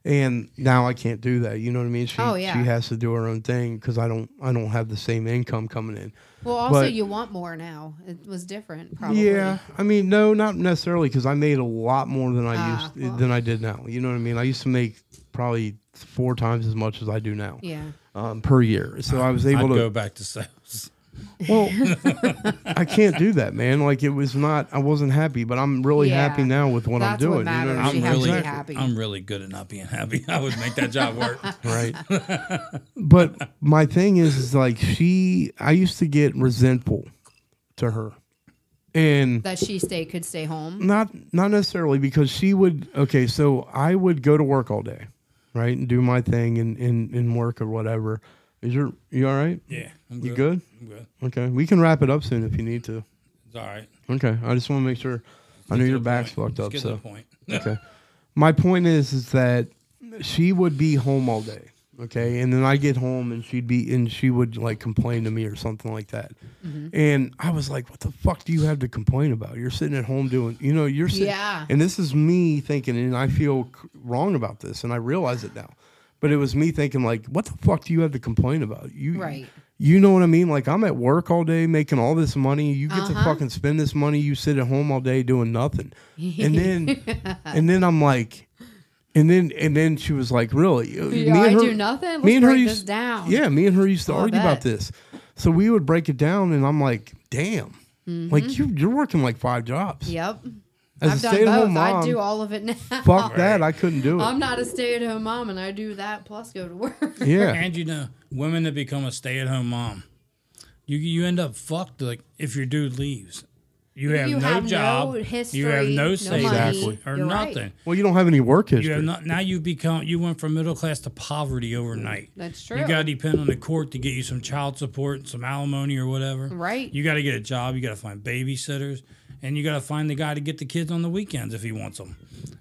And now I can't do that. You know what I mean? She,
Oh, yeah.
she has to do her own thing because I don't I don't have the same income coming in.
Well, also
But-
you want more now. It was different, probably.
Yeah, I mean, no, not necessarily because I made a lot more than I
Ah,
used
well.
than I did now. You know what I mean? I used to make probably four times as much as I do now
Yeah.
um, per year. So I was
I'd
able
go
to.
back to sales.
Well, I can't do that, man. Like it was not. I wasn't happy, but I'm really
Yeah.
happy now with what
That's
I'm
what
doing. you know
matters.
what I
She
mean?
has
really,
to be happy.
I'm really good at not being happy. I would make that job work.
right but my thing is is like she i used to get resentful to her and
That she stay could stay home.
not not necessarily because she would okay so i would go to work all day right and do my thing and and, and work or whatever is your you all right
yeah, I'm
you good
I'm good.
okay we can wrap it up soon if you need to
It's all right.
okay i just want to make sure i know your back's fucked up
Get
so
to the point.
Okay. My point is, is that she would be home all day. Okay, and then I get home and she'd be and she would like complain to me or something like that, and I was like, "What the fuck do you have to complain about? You're sitting at home doing, you know, you're sitting,
Yeah.
And this is me thinking, and I feel c- wrong about this, and I realize it now, but it was me thinking like, "What the fuck do you have to complain about? You
Right.
You know what I mean? Like I'm at work all day making all this money. You get to
Uh-huh.
fucking spend this money. You sit at home all day doing nothing, and then and then I'm like, and then and then she was like, really?
Yeah, I do nothing? Let's break
used,
this down.
Yeah, me and her used to
I'll
argue about
bet.
this. So we would break it down, and I'm like, damn, like
Mm-hmm.
you you're working like five jobs
Yep.
as a
I've done both.
stay-at-home mom.
I do all of it now.
fuck that, I couldn't do it.
I'm not a stay at home mom and I do that plus go to work.
yeah,
And you know, women that become a stay-at-home mom, you you end up fucked. Like if your dude leaves, you have
You
no
have no
job, you have
history,
no
no
savings
money.
or
You're right.
nothing.
well, you don't have any work history.
You have not now. You become you went from middle class to poverty overnight.
Mm, That's
You
true.
got to depend on the court to get you some child support, some alimony or whatever.
Right.
You got to get a job. You got to find babysitters, and you got to find the guy to get the kids on the weekends if he wants them.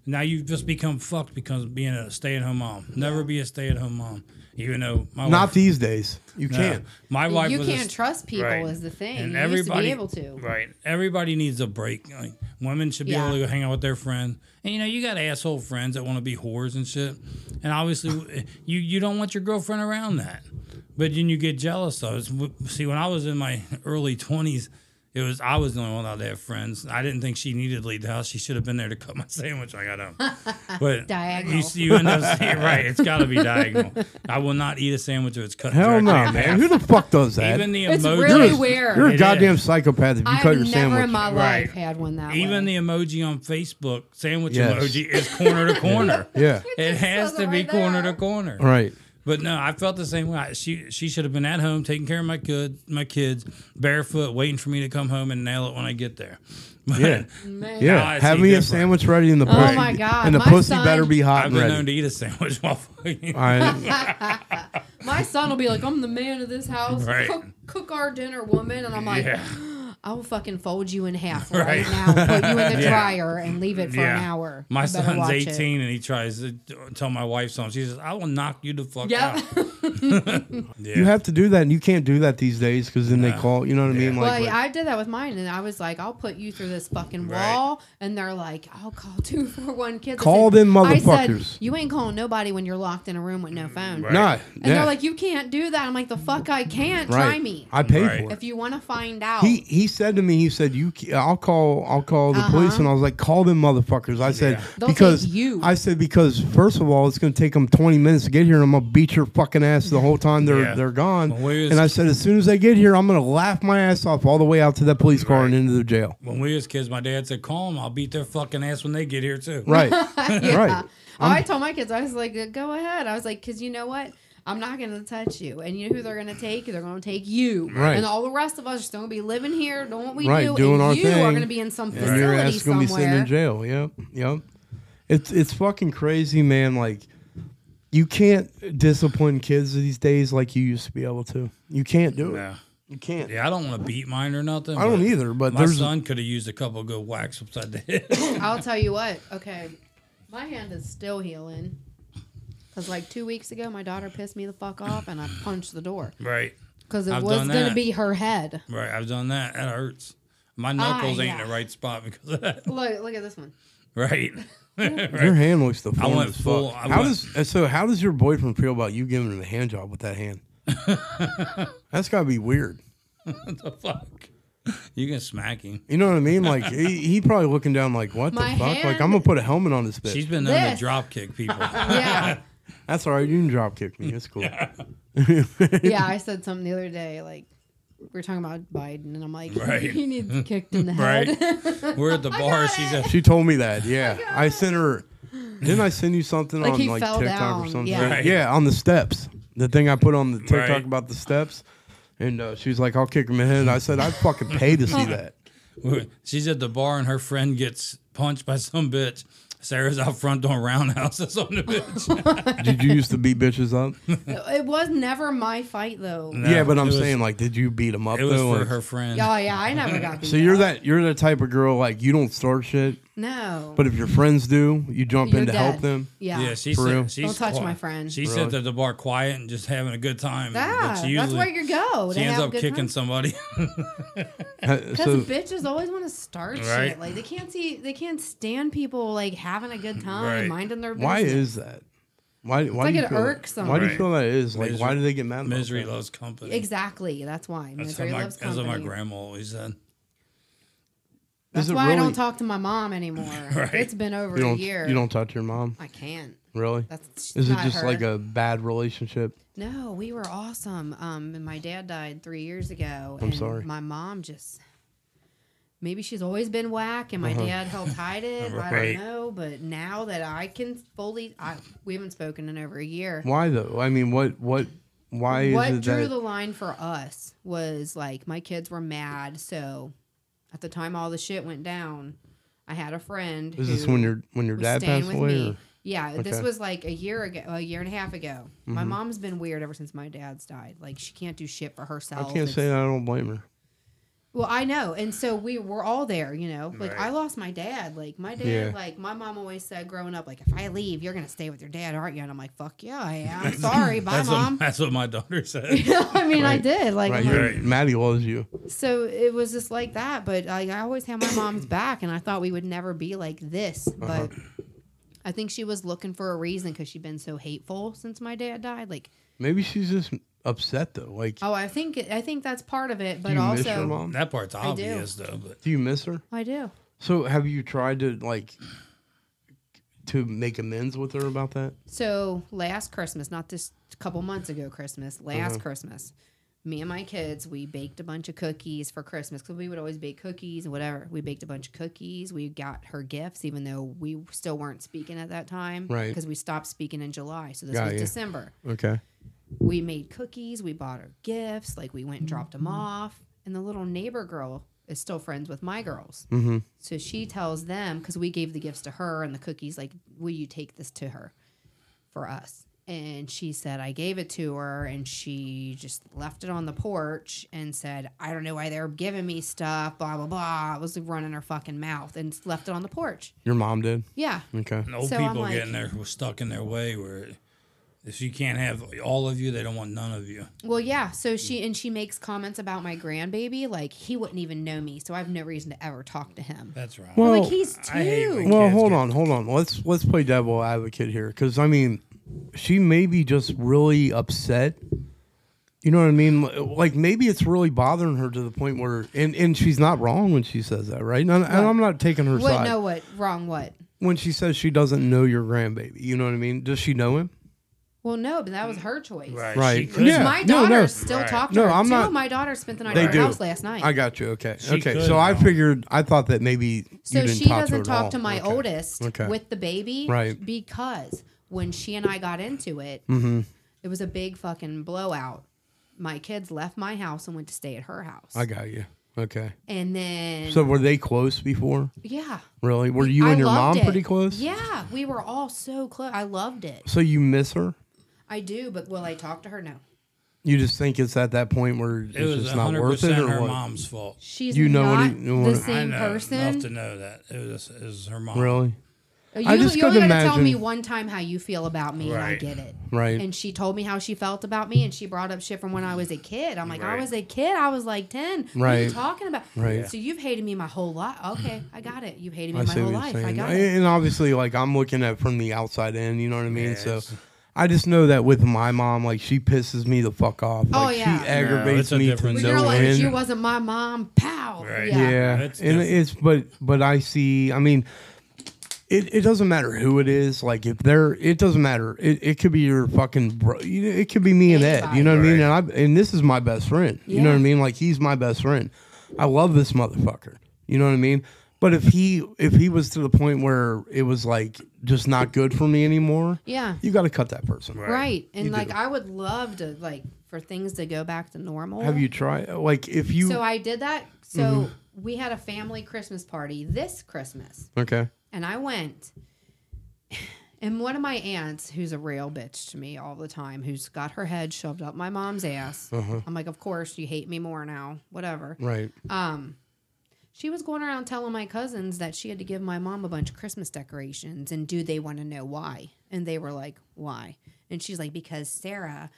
Now you've just become fucked because of being a stay-at-home mom. Never be a stay-at-home mom, even though my
not
wife,
these days. You
No.
can't.
My wife
you
was a
can't
st-
trust people
Right.
is the thing.
And
you
everybody
used to be able to.
Right. Everybody needs a break. Like women should be
Yeah.
able to go hang out with their friends. And you know, you got asshole friends that want to be whores and shit. And obviously, you you don't want your girlfriend around that. But then you get jealous of it. See, when I was in my early twenties, it was I was the only one out there have friends. I didn't think she needed to leave the house. She should have been there to cut my sandwich when I got home. But
Diagonal.
You, see- you end up seeing, right. It's got to be diagonal. I will not eat a sandwich if it's cut.
Hell
directly
no,
in half.
man. Who the fuck does that?
Even the
It's
emoji.
really
You're a-
weird.
You're a
It
goddamn
is.
psychopath if you
I've
cut your
never
sandwich.
in my
Right.
life had one that
Even
way.
the emoji on Facebook sandwich
Yes.
emoji is corner to corner.
yeah.
It has
says
to
it
be
right
corner
there.
to corner.
Right.
But no, I felt the same way. I- She she should have been at home taking care of my kids, my kids, barefoot, waiting for me to come home and nail it when I get there. But
Yeah.
Man.
Yeah.
Now I
Have
see
me
different.
a sandwich ready in the
Oh
pussy.
my God,
And the
my
pussy
son-
better be hot
I've
and
been
ready.
known to eat a sandwich while fucking.
I,
My son will be like, I'm the man of this house.
Right.
Cook, cook our dinner, woman. And I'm like,
Yeah.
I will fucking fold you in half
Right.
right, now, put you in the
Yeah.
dryer, and leave it for
Yeah.
an hour.
My
You better
son's
watch it.
18 and he tries to tell my wife something. She says, I will knock you the fuck
Yeah.
out. yeah.
you have to do that, and you can't do that these days because then they call. You know what I mean?
Well,
Like,
I did that with mine, and I was like, "I'll put you through this fucking
Right.
wall," and they're like, "I'll call two for one kids." I
Call them
I
motherfuckers.
said, you ain't calling nobody when you're locked in a room with no phone.
Mm, Right.
nah,
And
yeah,
they're like, "You can't do that." I'm like, "The fuck, I can't.
right.
Try me
I paid
Right.
for it.
if you want to find out."
He he said to me, he said, "You, ca- I'll call, I'll call the police," and I was like, "Call them motherfuckers." I said
Uh-huh. They'll
because
take you.
I said because first of all, it's going to take them twenty minutes to get here, and I'm gonna beat your fucking ass the whole time they're
Yeah.
they're gone.
Well, where's-
and I said, as soon as they get here, I'm going to laugh my ass off all the way out to that police car and into the jail.
When we was kids, my dad said, call them. I'll beat their fucking ass when they get here, too.
Right,
Yeah.
right.
Oh, I told my kids, I was like, go ahead. I was like, because you know what? I'm not going to touch you. And you know who they're going to take? They're going to take you.
Right.
And all the rest of us are still going to be living here, doing what we
Right,
do.
doing
and
our
you
thing.
are going to be in some
and
facility
your ass is gonna
somewhere.
be sitting in jail. Yep, yep. It's it's fucking crazy, man. Like you can't discipline kids these days like you used to be able to. You can't do it.
Yeah.
You can't.
Yeah, I don't want to beat mine or nothing.
I don't either, but
my
there's-
son could have used a couple good whacks upside the head.
I'll tell you what. Okay. My hand is still healing. Because like two weeks ago, my daughter pissed me the fuck off and I punched the door.
right,
Because it
I've
was
done
going
that.
to be her head.
right. I've done that. That hurts. My knuckles ain't in
Ah, yeah.
the right spot because of that.
Look, look at this one.
Right.
Your hand looks the form
went
as
full-
fuck.
I
how
went-
does uh, so? How does your boyfriend feel about you giving him a hand job with that hand? That's gotta be weird.
what the fuck? You can smack him.
You know what I mean? Like he, he probably looking down like what
My
the fuck? Like I'm
hand-
gonna put a helmet on his bitch.
She's been known to
This.
drop kick people.
yeah,
That's all right. You can drop kick me. It's cool.
yeah. I said something the other day, like we were talking about Biden, and I'm like,
Right.
he needs kicked in the
Right.
head.
We're at the bar. She's at
She told me that. Yeah, I sent her. Didn't I send you something
Oh Like
on
he
like
fell
TikTok or
down,
something?
yeah.
Right.
Yeah, on the steps. The thing I put on the TikTok
Right.
about the steps, and uh, she was like, "I'll kick him in the head." I said, "I'd fucking pay to see that."
she's at the bar and her friend gets punched by some bitch. Sarah's out front doing roundhouses on the bitch.
Did you used to beat bitches up?
it was never my fight though.
No,
yeah, but I'm
it was-
saying like, did you beat them up
It was
though?
for
Like,
her friend.
Oh yeah, I never got.
so you're that you're the type of girl like you don't start shit,
No.
but if your friends do, you jump
You're
in to help
dead.
them.
Yeah.
Yeah, she
For real?
said she's
Don't touch
quiet.
my friend.
She
Really?
sits at the bar quiet and just having a good time.
Yeah,
But she
that's
usually-
where you go.
She
to
ends
have
up
good
kicking
time.
somebody.
Uh,
Because
So
bitches always want to start
Right.
shit. Like they can't see, they can't stand people like having a good time,
Right.
minding their business.
why is that? Why? Why
like
do you
it
feel that-
irks them.
Why do you
Right.
feel that is like? Why
Misery-
do they get mad? about
Misery
that?
loves company.
exactly? That's why
That's
misery
what, my,
loves
that's what
company.
my grandma always said.
That's
Is it
why I
really-
don't talk to my mom anymore.
Right.
It's been over
You
a
don't.
year.
You don't touch your mom,
I can't.
really?
That's
Is it
not
just
her.
like a bad relationship?
No, we were awesome. Um, and my dad died three years ago.
I'm
and
sorry.
My mom just maybe she's always been whack, and my dad helped hide it. I
Uh-huh. Right.
don't know, but now that I can fully, I, we haven't spoken in over a year.
Why though? I mean, what? What? Why is
what
it
drew
that?
the line for us was like my kids were mad, so at the time all the shit went down, I had a friend.
is
who
this when your when your
was
dad
staying
passed
with
away?
me.
or-
Yeah, this
Okay. Mm-hmm.
was like a year ago, a year and a half ago. My mom's been weird ever since my dad's died. Like she can't do shit for herself.
I can't
It's-
say that I don't blame her.
Well, I know, and so we were all there. You know, like
Right.
I lost my dad. Like my dad.
Yeah.
Like my mom always said growing up, like if I leave, you're gonna stay with your dad, aren't you? And I'm like, fuck yeah, I am. Sorry, bye,
That's
mom.
what, that's what my daughter said.
I mean, I
Right.
did. Like,
right,
I'm like,
you're- Maddie loves you.
so it was just like that. But like, I always had my mom's back, and I thought we would never be like this.
Uh-huh.
But I think she was looking for a reason because she'd been so hateful since my dad died. Like,
Maybe she's just upset though. Like,
oh, I think I think that's part of it. But
do you miss your
also,
mom?
that part's
do.
obvious, though. But
Do you miss her?
I do.
So have you tried to like to make amends with her about that?
So last Christmas, not this couple months ago Christmas,
Uh-huh.
last Christmas, me and my kids, we baked a bunch of cookies for Christmas because we would always bake cookies and whatever. We baked a bunch of cookies. We got her gifts, even though we still weren't speaking at that time.
Right.
Because we stopped speaking in July. So this
Got
was
you.
December.
Okay.
We made cookies. We bought her gifts. Like we went and dropped them off. And the little neighbor girl is still friends with my girls.
Mm-hmm.
So she tells them because we gave the gifts to her and the cookies, like, will you take this to her for us? And she said, I gave it to her and she just left it on the porch and said, I don't know why they're giving me stuff, blah, blah, blah. It was like, running her fucking mouth and just left it on the porch.
Your mom did.
Yeah.
Okay.
old
So I'm
people
like-
getting there were stuck in their way where if you can't have all of you, they don't want none of you.
Well, yeah. So
Mm.
she and she makes comments about my grandbaby, like, he wouldn't even know me. So I have no reason to ever talk to him.
That's right.
Well,
like, he's two.
I hate when
Well,
kids
hold
get-
on, hold on. Let's let's play devil advocate here, because I mean, she may be just really upset. You know what I mean? Like maybe it's really bothering her to the point where, and and she's not wrong when she says that, right? And, and I'm not taking her
what?
side
No, what? Wrong, what?
when she says she doesn't know your grandbaby. You know what I mean? Does she know him?
Well, no, but that was her choice.
Mm. Right.
Right.
She could,
Yeah.
My
no, no.
daughters still
Right.
talk to
No,
her.
I'm
Two
not-
of my daughters spent the night
They
at her
do.
house last night.
I got you. Okay.
She
okay.
could,
so I
though.
figured I thought that maybe you
so
didn't
she
talk to her
doesn't
at
talk
all.
to my
Okay.
oldest
Okay.
with the baby
Right. Mm-hmm.
because when she and I got into it, it was a big fucking blowout. My kids left my house and went to stay at her house.
I got you. Okay.
and then
So were they close before?
yeah.
Really? Were you
I
and your
loved
mom
it.
pretty close?
Yeah, we were all so close. I loved it.
So you miss her?
I do, but will I talk to her? No.
You just think it's at that point where
It
it's
was
just not
100%
worth it, or
her
what?
mom's fault.
She's
You know what
not
he- you know
the
what- I
I
same
know enough to
person.
know that. It was, it was her mom.
Really?
You,
I just
you
couldn't
only gotta tell
imagine.
me one time how you feel about me, and I
Right.
get it.
Right.
And she told me how she felt about me, and she brought up shit from when I was a kid. I'm like, I
Right.
was a kid. I was like ten. What are you
Right.
talking about?
Right.
So you've hated me my whole life. Okay, I got it. You've hated me
I
my
see
whole
what
life.
you're
I
saying.
got
I-
it.
and obviously, like I'm looking at from the outside in, you know what I mean? so
Yes.
I just know that with my mom, like she pisses me the fuck off.
Oh,
Like,
yeah.
She
No,
aggravates
it's a
me to
different-
Well,
no
you're like,
end.
she wasn't my mom. Pow.
Right.
yeah.
That's
and
different.
it's but but I see. I mean. It, it doesn't matter who it is. Like if they're, it doesn't matter. It, it could be your fucking bro. you know, It could be me and Ed. You know what I mean? And I and this is my best friend. You know what I
Yeah.
mean? Like he's my best friend. I love this motherfucker. You know what I mean? But if he if he was to the point where it was like just not good for me anymore,
Yeah.
you got to cut that person.
Right. And
You
like,
do.
I would love to like for things to go back to normal.
Have you Mm-hmm. tried? Like if you
So I did that. So we had a family Christmas party this Christmas,
okay,
and I went. And one of my aunts, who's a real bitch to me all the time, who's got her head shoved up my mom's ass.
Uh-huh.
I'm like, of course, you hate me more now. Whatever.
right,
Um, She was going around telling my cousins that she had to give my mom a bunch of Christmas decorations and do they want to know why? And they were like, why? And she's like, because Sarah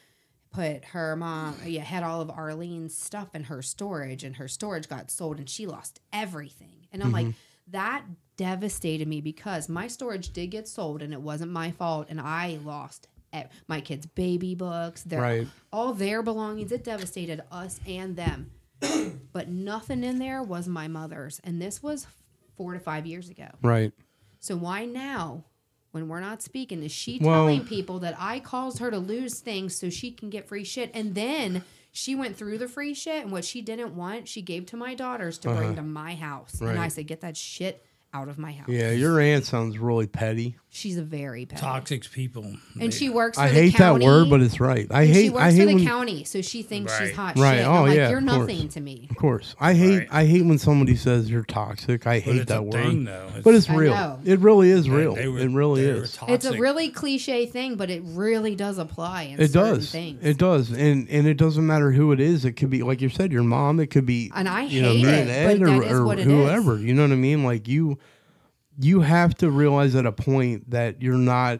put her mom, yeah, had all of Arlene's stuff in her storage and her storage got sold and she lost everything. And I'm like, that devastated me because my storage did get sold and it wasn't my fault and I lost e- my kids' baby books, their
Right.
all their belongings. It devastated us and them but nothing in there was my mother's. And this was four to five years ago.
right.
So why now, when we're not speaking, is she
Well-
telling people that I caused her to lose things so she can get free shit? And then she went through the free shit, and what she didn't want, she gave to my daughters to bring to my house. And I
Uh-huh. Right.
said, get that shit out of my house.
Yeah, your aunt sounds really petty.
She's a very petty.
Toxic people.
And she works for
I
the
hate
county.
that word, but it's right. I
and
hate.
she works
I hate
for the
when,
county, so she thinks
Right.
she's hot
Right.
shit. And
Oh,
I'm like,
yeah,
you're
of course.
nothing to me.
Of course, I hate.
Right.
I hate when somebody says you're toxic. I hate
it's
that
a
word.
thing, though.
but
It's-
it's
I
real.
know.
It really is real.
They were-
it really
they were
is.
toxic.
It's a really cliche thing, but it really does apply in
It
certain
does.
things.
It does. And and it doesn't matter who it is. It could be like you said, your mom. It could be
And I
you know,
hate
me
it,
and Ed
but
or,
that is
or
what it is.
whoever. You know what I mean? Like you, you have to realize at a point that you're not,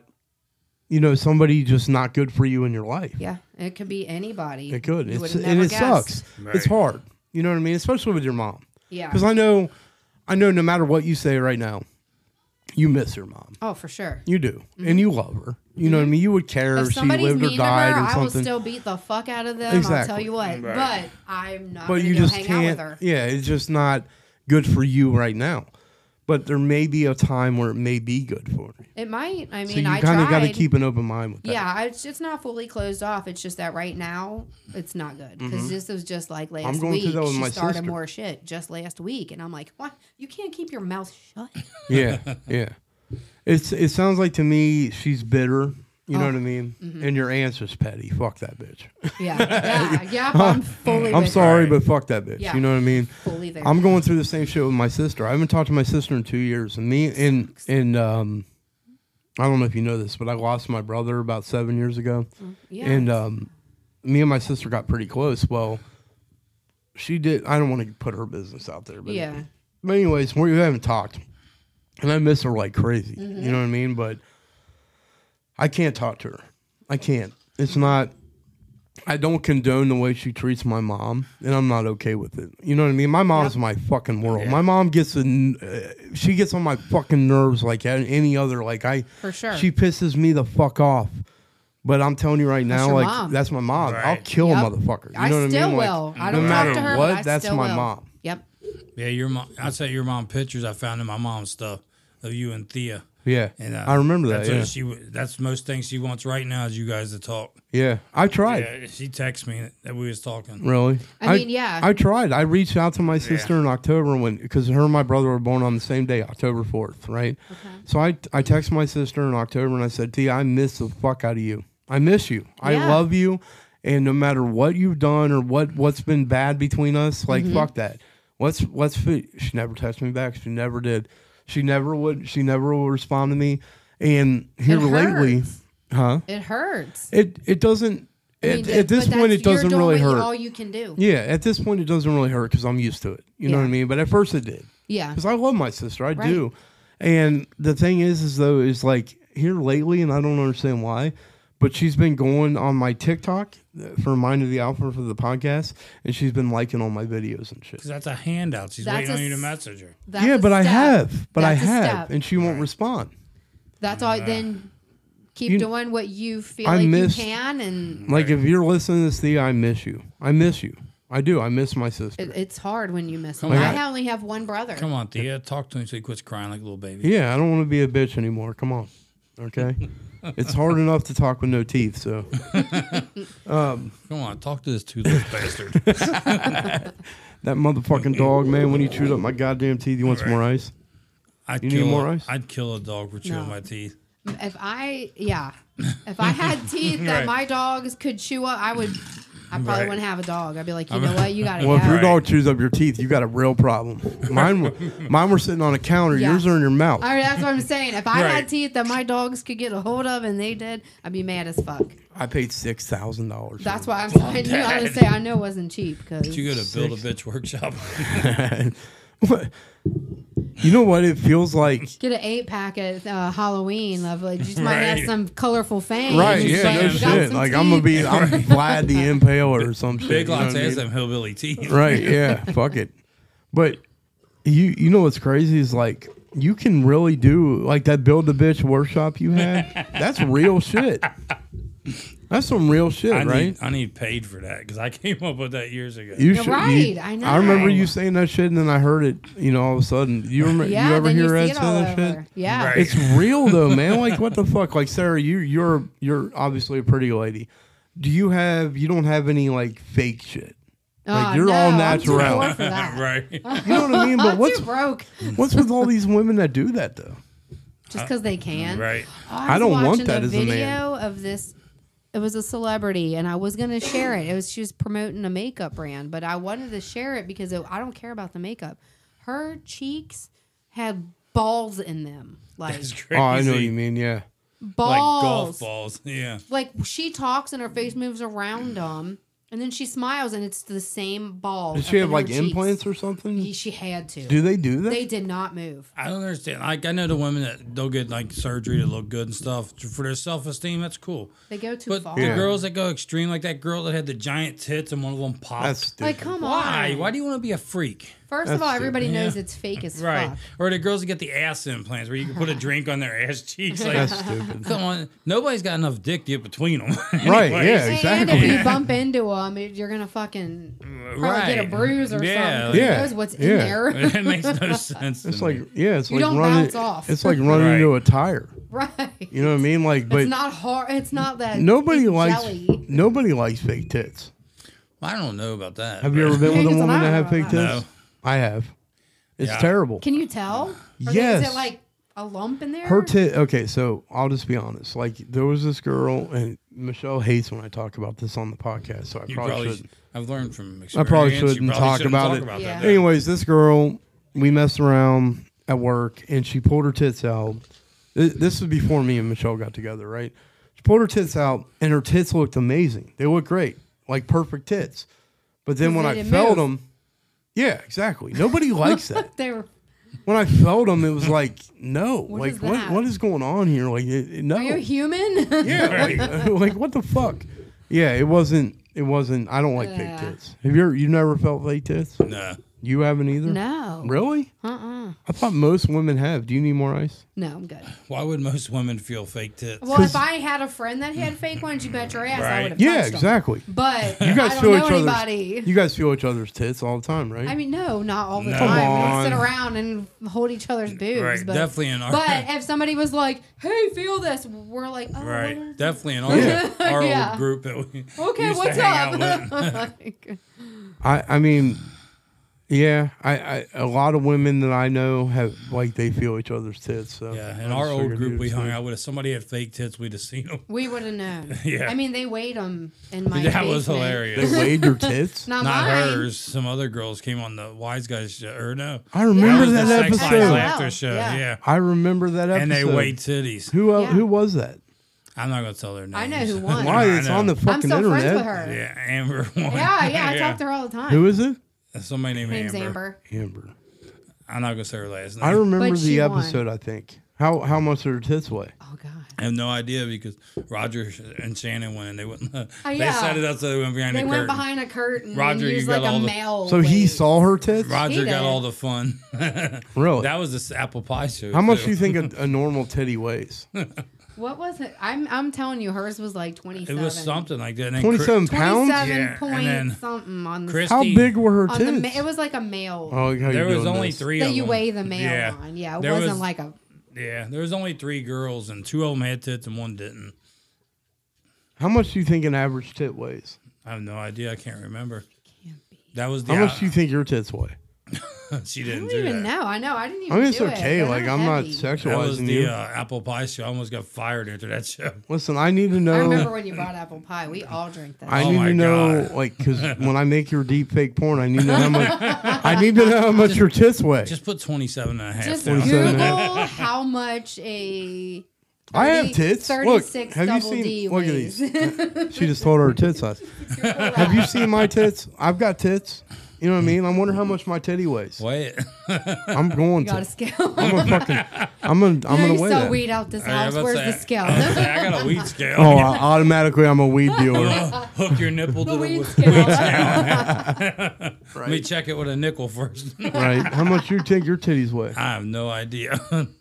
you know, somebody just not good for you in your life.
Yeah, it could be anybody.
It could.
You
It's,
would've
and
never
it sucks.
guessed.
It's hard. You know what I mean? Especially with your mom.
Yeah.
Because I know, I know. No matter what you say right now, you miss your mom.
Oh, for sure.
You do, and you love her. You know what I mean? You would care if,
Mm-hmm. If
she
somebody's
lived or
mean to her,
died or
I will
something.
still beat the fuck out of them. I'll tell
Exactly.
you what. But I'm not
but
going
you
to
just
hang out with
can't.
her.
Yeah, it's just not good for you right now. But there may be a time where it may be good for you.
It might. I
So
mean,
you
I
kind of got to
tried.
keep an open mind with that.
yeah, I- it's, it's not fully closed off. It's just that right now, it's not good. Because this was just like last
going through
week.
that with
she
my
started
sister.
more shit just last week. And I'm like, what? You can't keep your mouth shut.
Yeah, yeah. It's it sounds like to me she's bitter. You
Oh.
know what I mean?
Mm-hmm.
And your answer's petty. Fuck that bitch.
Yeah. Yeah. yeah I'm fully
I'm
with
sorry,
her.
but fuck that bitch.
Yeah.
You know what I mean?
Fully there.
I'm going through the same shit with my sister. I haven't talked to my sister in two years, and me and and um, I don't know if you know this, but I lost my brother about seven years ago,
Mm, yeah.
and um, me and my sister got pretty close. Well, she did. I don't want to put her business out there, but
Yeah.
But anyways, we haven't talked, and I miss her like crazy.
Mm-hmm.
You know what I mean? But I can't talk to her. I can't. It's not. I don't condone the way she treats my mom, and I'm not okay with it. You know what I mean? My mom's my fucking world. My mom gets an, uh, she gets on my fucking nerves like a- any other. Like I,
For sure.
she pisses me the fuck off. But I'm telling you right now,
your
like
mom.
that's my mom. I'll
Right.
kill a
Yep.
motherfucker. You
I
know what
still
I mean? Like,
will. I
no
don't
matter
talk to her,
what,
but I
that's
still
my
will.
mom.
Yep.
yeah, your mom. I sent your mom pictures I found in my mom's stuff of you and Thea.
Yeah,
And uh,
I remember that.
That's
Yeah.
what she. w- That's most things she wants right now is you guys to talk.
yeah, I tried.
Yeah, she texts me that we was talking.
Really?
I mean, yeah.
I tried. I reached out to my sister in October when because her and my brother were born on the same day, October fourth, right? So I I texted my sister in October and I said, "T, I miss the fuck out of you. I miss you. I
Yeah.
love you, and no matter what you've done or what what's been bad between us, like
Mm-hmm.
fuck that. Let's let's fi-" She never texted me back. She never did. She never would. She never will respond to me. And here
It
lately,
hurts.
huh?
It hurts.
It it doesn't.
I
At,
mean,
at this
but
point,
that's-
it doesn't
you're doing
really
what you-
hurt.
All you can do.
Yeah, at this point, it doesn't really hurt because I'm used to it. You know
Yeah.
what I mean? But at first, it did
Yeah.
because I love my sister. I
Right.
do. And the thing is, is though, is like here lately, and I don't understand why, but she's been going on my TikTok uh, for Mind of the Alpha for the podcast, and she's been liking all my videos and shit.
Because that's a handout. She's
That's
waiting
a
on you to
s-
message her.
That's
yeah,
a
but I
step.
have, but I
That's a
have,
step.
and she won't respond.
That's all. Then keep
You-
doing what you feel
I
like
missed-
you can, and
Like if you're listening to this, thing, I miss you. I miss you. I do. I miss my sister.
it, it's hard when you miss. Him.
on.
I only have one brother.
Come on, Thea. Talk to him so he quits crying like a little baby.
yeah, I don't want to be a bitch anymore. Come on, okay. it's hard enough to talk with no teeth. So
Come on, talk to this toothless bastard.
that motherfucking dog, man, when he chewed up my goddamn teeth, he wants more ice.
I'd
You need
kill
more
a-
ice?
I'd kill a dog for chewing
No.
my teeth.
If I, yeah, if I had teeth that
Right.
my dogs could chew up, I would. I probably
Right.
wouldn't have a dog. I'd be like, you know what, you gotta
Well, if
go.
your dog chews up your teeth, you got a real problem. Mine, were, mine were sitting on a counter.
Yeah.
Yours are in your mouth.
I mean, that's what I'm saying. If I
Right.
had teeth that my dogs could get a hold of and they did, I'd be mad as fuck.
I paid six thousand dollars.
That's why I'm telling you. I would say I know it wasn't cheap because
You go to build a bitch workshop.
You know what? It feels like
get an eight pack at uh, Halloween of like you just might have
Right.
some colorful fangs.
right.
You
yeah,
Yeah,
got
no
saying,
some
shit. Like I'm gonna
teeth.
be, I'm Vlad the Impaler or some shit.
Big
you know
Lots
what I
has
mean?
them hillbilly teeth.
Right? Yeah. Fuck it. But you, you know what's crazy is like you can really do like that build a bitch workshop you had. That's real shit. That's some real shit,
I need,
right?
I need paid for that because I came up with that years ago.
You
Yeah,
should, you-
right, I know.
remember you saying that shit, and then I heard it. You know, all of a sudden, you remember?
Yeah,
you ever
then
hear
you
Ed
see
say
it all
that
over.
shit?
Yeah.
Right.
It's real though, man. Like, what the fuck? Like, Sarah, you you're you're obviously a pretty lady. Do you have? You don't have any like fake shit. Like,
Oh,
you're all
no, I'm too
natural.
poor for that.
right.
You know what I mean? But
I'm
what's
too broke
what's with all these women that do that though?
just because they can.
Uh, Right.
Oh,
I
was
don't want
watching
that
a
as a
video
man.
of this. It was a celebrity, and I was gonna share it. It was she was promoting a makeup brand, but I wanted to share it because it, I don't care about the makeup. Her cheeks had balls in them, like
It's
Oh,
crazy.
I know what you mean. Yeah,
balls,
Like golf balls. Yeah.
like she talks and her face moves around them, and then she smiles, and it's the same ball.
did she have like implants or something?
She had to.
Do they do that?
they did not move.
I don't understand. Like I know the women that they'll get like surgery to look good and stuff for their self esteem. That's cool.
They go too
But
far.
the
Yeah.
girls that go extreme, like that girl that had the giant tits and one of them popped.
That's stupid.
Like, come
Why?
on.
Why do you want to be a freak?
First
That's
of all, everybody
stupid.
knows
Yeah.
it's fake as
Right.
fuck.
Or the girls that get the ass implants where you can put a drink on their ass cheeks. Like,
That's stupid.
come on. Nobody's got enough dick to get between them.
Right?
Anyways.
Yeah,
And
exactly.
if you bump into them, you're gonna fucking probably get
Right.
a bruise or
Yeah,
something. Yeah.
Yeah.
Who knows what's
Yeah.
in there?
it makes no sense.
It's
to
like
me.
yeah, it's
You
like
don't
running.
bounce off.
It's like running
Right.
into a tire.
right.
You know what I mean? Like, but
it's not hard. It's not that
Nobody
big
likes
jelly.
nobody likes fake tits.
I don't know about that.
Have you ever been
Yeah,
with a
that's
woman
what I
that had
don't
fake tits?
know.
No.
I have. It's
Yeah.
terrible.
Can you tell? Or Is
Yes.
it like a lump in there?
Her tit. Okay, so I'll just be honest. Like there was this girl, and Michelle hates when I talk about this on the podcast, so I
You
probably,
probably,
shouldn't.
I've learned from experience.
I probably
you
shouldn't talk
shouldn't
about it.
Yeah.
that.
Anyways, this girl, we messed around at work, and she pulled her tits out. Th- This was before me and Michelle got together, right? She pulled her tits out, and her tits looked amazing. They looked great, like perfect tits. But then when
they
I
didn't
felt
move.
them, yeah, exactly. Nobody likes that.
They were.
When I felt them, it was like, no, like
is
what,
that?
what is going on here? Like, it, it- no,
Are you human?
yeah, like, like, what the fuck? Yeah, it wasn't. It wasn't. I don't like
Yeah.
fake tits. Have you ever, you never felt fake tits?
No.
You haven't either.
no.
Really?
Uh. uh
I thought most women have. Do you need more ice?
No, I'm good.
Why would most women feel fake tits?
Well, if I had a friend that had fake ones, you bet your ass I
Right.
would have.
Yeah,
touched 'em.
exactly.
But
You guys
I don't
feel
know
each other's.
anybody.
You guys feel each other's tits all the time, right?
I mean, no, not all the
No.
time.
Come
We don't sit
on.
around and hold each other's boobs.
Right,
but,
definitely in our-
But if somebody was like, "Hey, feel this," we're like, "Oh,
Right,
what is-
definitely in our, our
Yeah.
old group that we
okay,
used to
what's
hang
up?"
out with.
Like,
I, I mean, yeah. I, I a lot of women that I know have like they feel each other's tits. So
Yeah,
I
in our
just
old
figured
group
you'd
we
say-
hung out with. If somebody had fake tits, we'd have seen them.
we would have known.
Yeah.
I mean, they weighed them in my.
that
basement.
was
They
hilarious.
weighed your tits.
Not,
Not
mine.
hers. Some other girls came on the Wise Guys show. Or no,
I remember
was
that
the Sex Lives
episode.
Laughter show.
Yeah.
Yeah,
I remember that episode.
and they weighed titties.
Who el-
Yeah.
who was that?
I'm not gonna tell their names.
I know who won.
Why
I
it's on the
know.
I'm
fucking
still
internet?
friends with her.
Yeah, Amber won.
Yeah, yeah, I talk to her all the time.
Who is it?
Somebody named
Her name's
Amber.
Amber.
Amber.
I'm not gonna say her last name.
I remember
But she
the
won.
episode. I think how how much her tits weigh.
Oh God.
I have no idea because Roger and Shannon went and they wouldn't. they
Oh, yeah.
sat it up so they went behind
They
the
went
curtain.
behind a curtain
Roger,
and
you
used
got
like a
all the-
male.
So he
weight.
saw her tits.
Roger
He
got
did.
all the fun.
Really?
That was this apple pie show.
How much
too.
do you think a, a normal titty weighs?
Hmm,
What was it? I'm I'm telling you, hers was like twenty
It
seven.
was something like that. And then
Twenty seven
Chris-
pounds.
Twenty-seven
Yeah,
point
and then
something on the
Chris-
How big were her
on the ma- it
tits?
was like a male
Oh, how you
There was
doing
only
this?
three.
that
of
you
them.
weigh the male
yeah.
on. Yeah, it
There
wasn't
was-
like a
Yeah, there was only three girls and two of them had tits and one didn't.
How much do you think an average tit weighs?
I have no idea. I can't remember.
can't be.
That was the.
How much do you think your tits weigh?
she
I
didn't
don't
do
even
that.
know. I know. I didn't
I
even.
mean, it's
do It.
okay.
They're
like
not
I'm not
heavy.
That was
sexualizing
the
you.
uh, apple pie show. I almost got fired after that show.
Listen, I need to know.
I remember when you brought apple pie. We all drank that.
I
Oh
need
my
to know,
God.
like 'cause like, because when I make your deep fake porn, I need to know how much. I need to know how much your tits weigh.
Just put 27 and a half.
Just
down.
Forty-seven.
Google how much a.
I have
30
tits. Look,
36
have you
double
seen?
D
Look at
weighs.
these. she just told her tit size. have you seen my tits? I've got tits. You know what I mean? I wonder how much my titty weighs.
Wait.
I'm going
You got a
to.
scale.
I'm gonna fucking. I'm gonna. I'm
you
gonna weigh
know, you sell
that.
weed out this
I
house.
was about
Where's
to
the
say-
scale?
I, was about to say, I got a weed scale.
Oh, I, automatically, I'm a weed dealer.
Hook your nipple to
the
the
weed
wood.
scale.
Let me check it with a nickel first.
right? How much you think your titties weigh?
I have no idea.
Ah,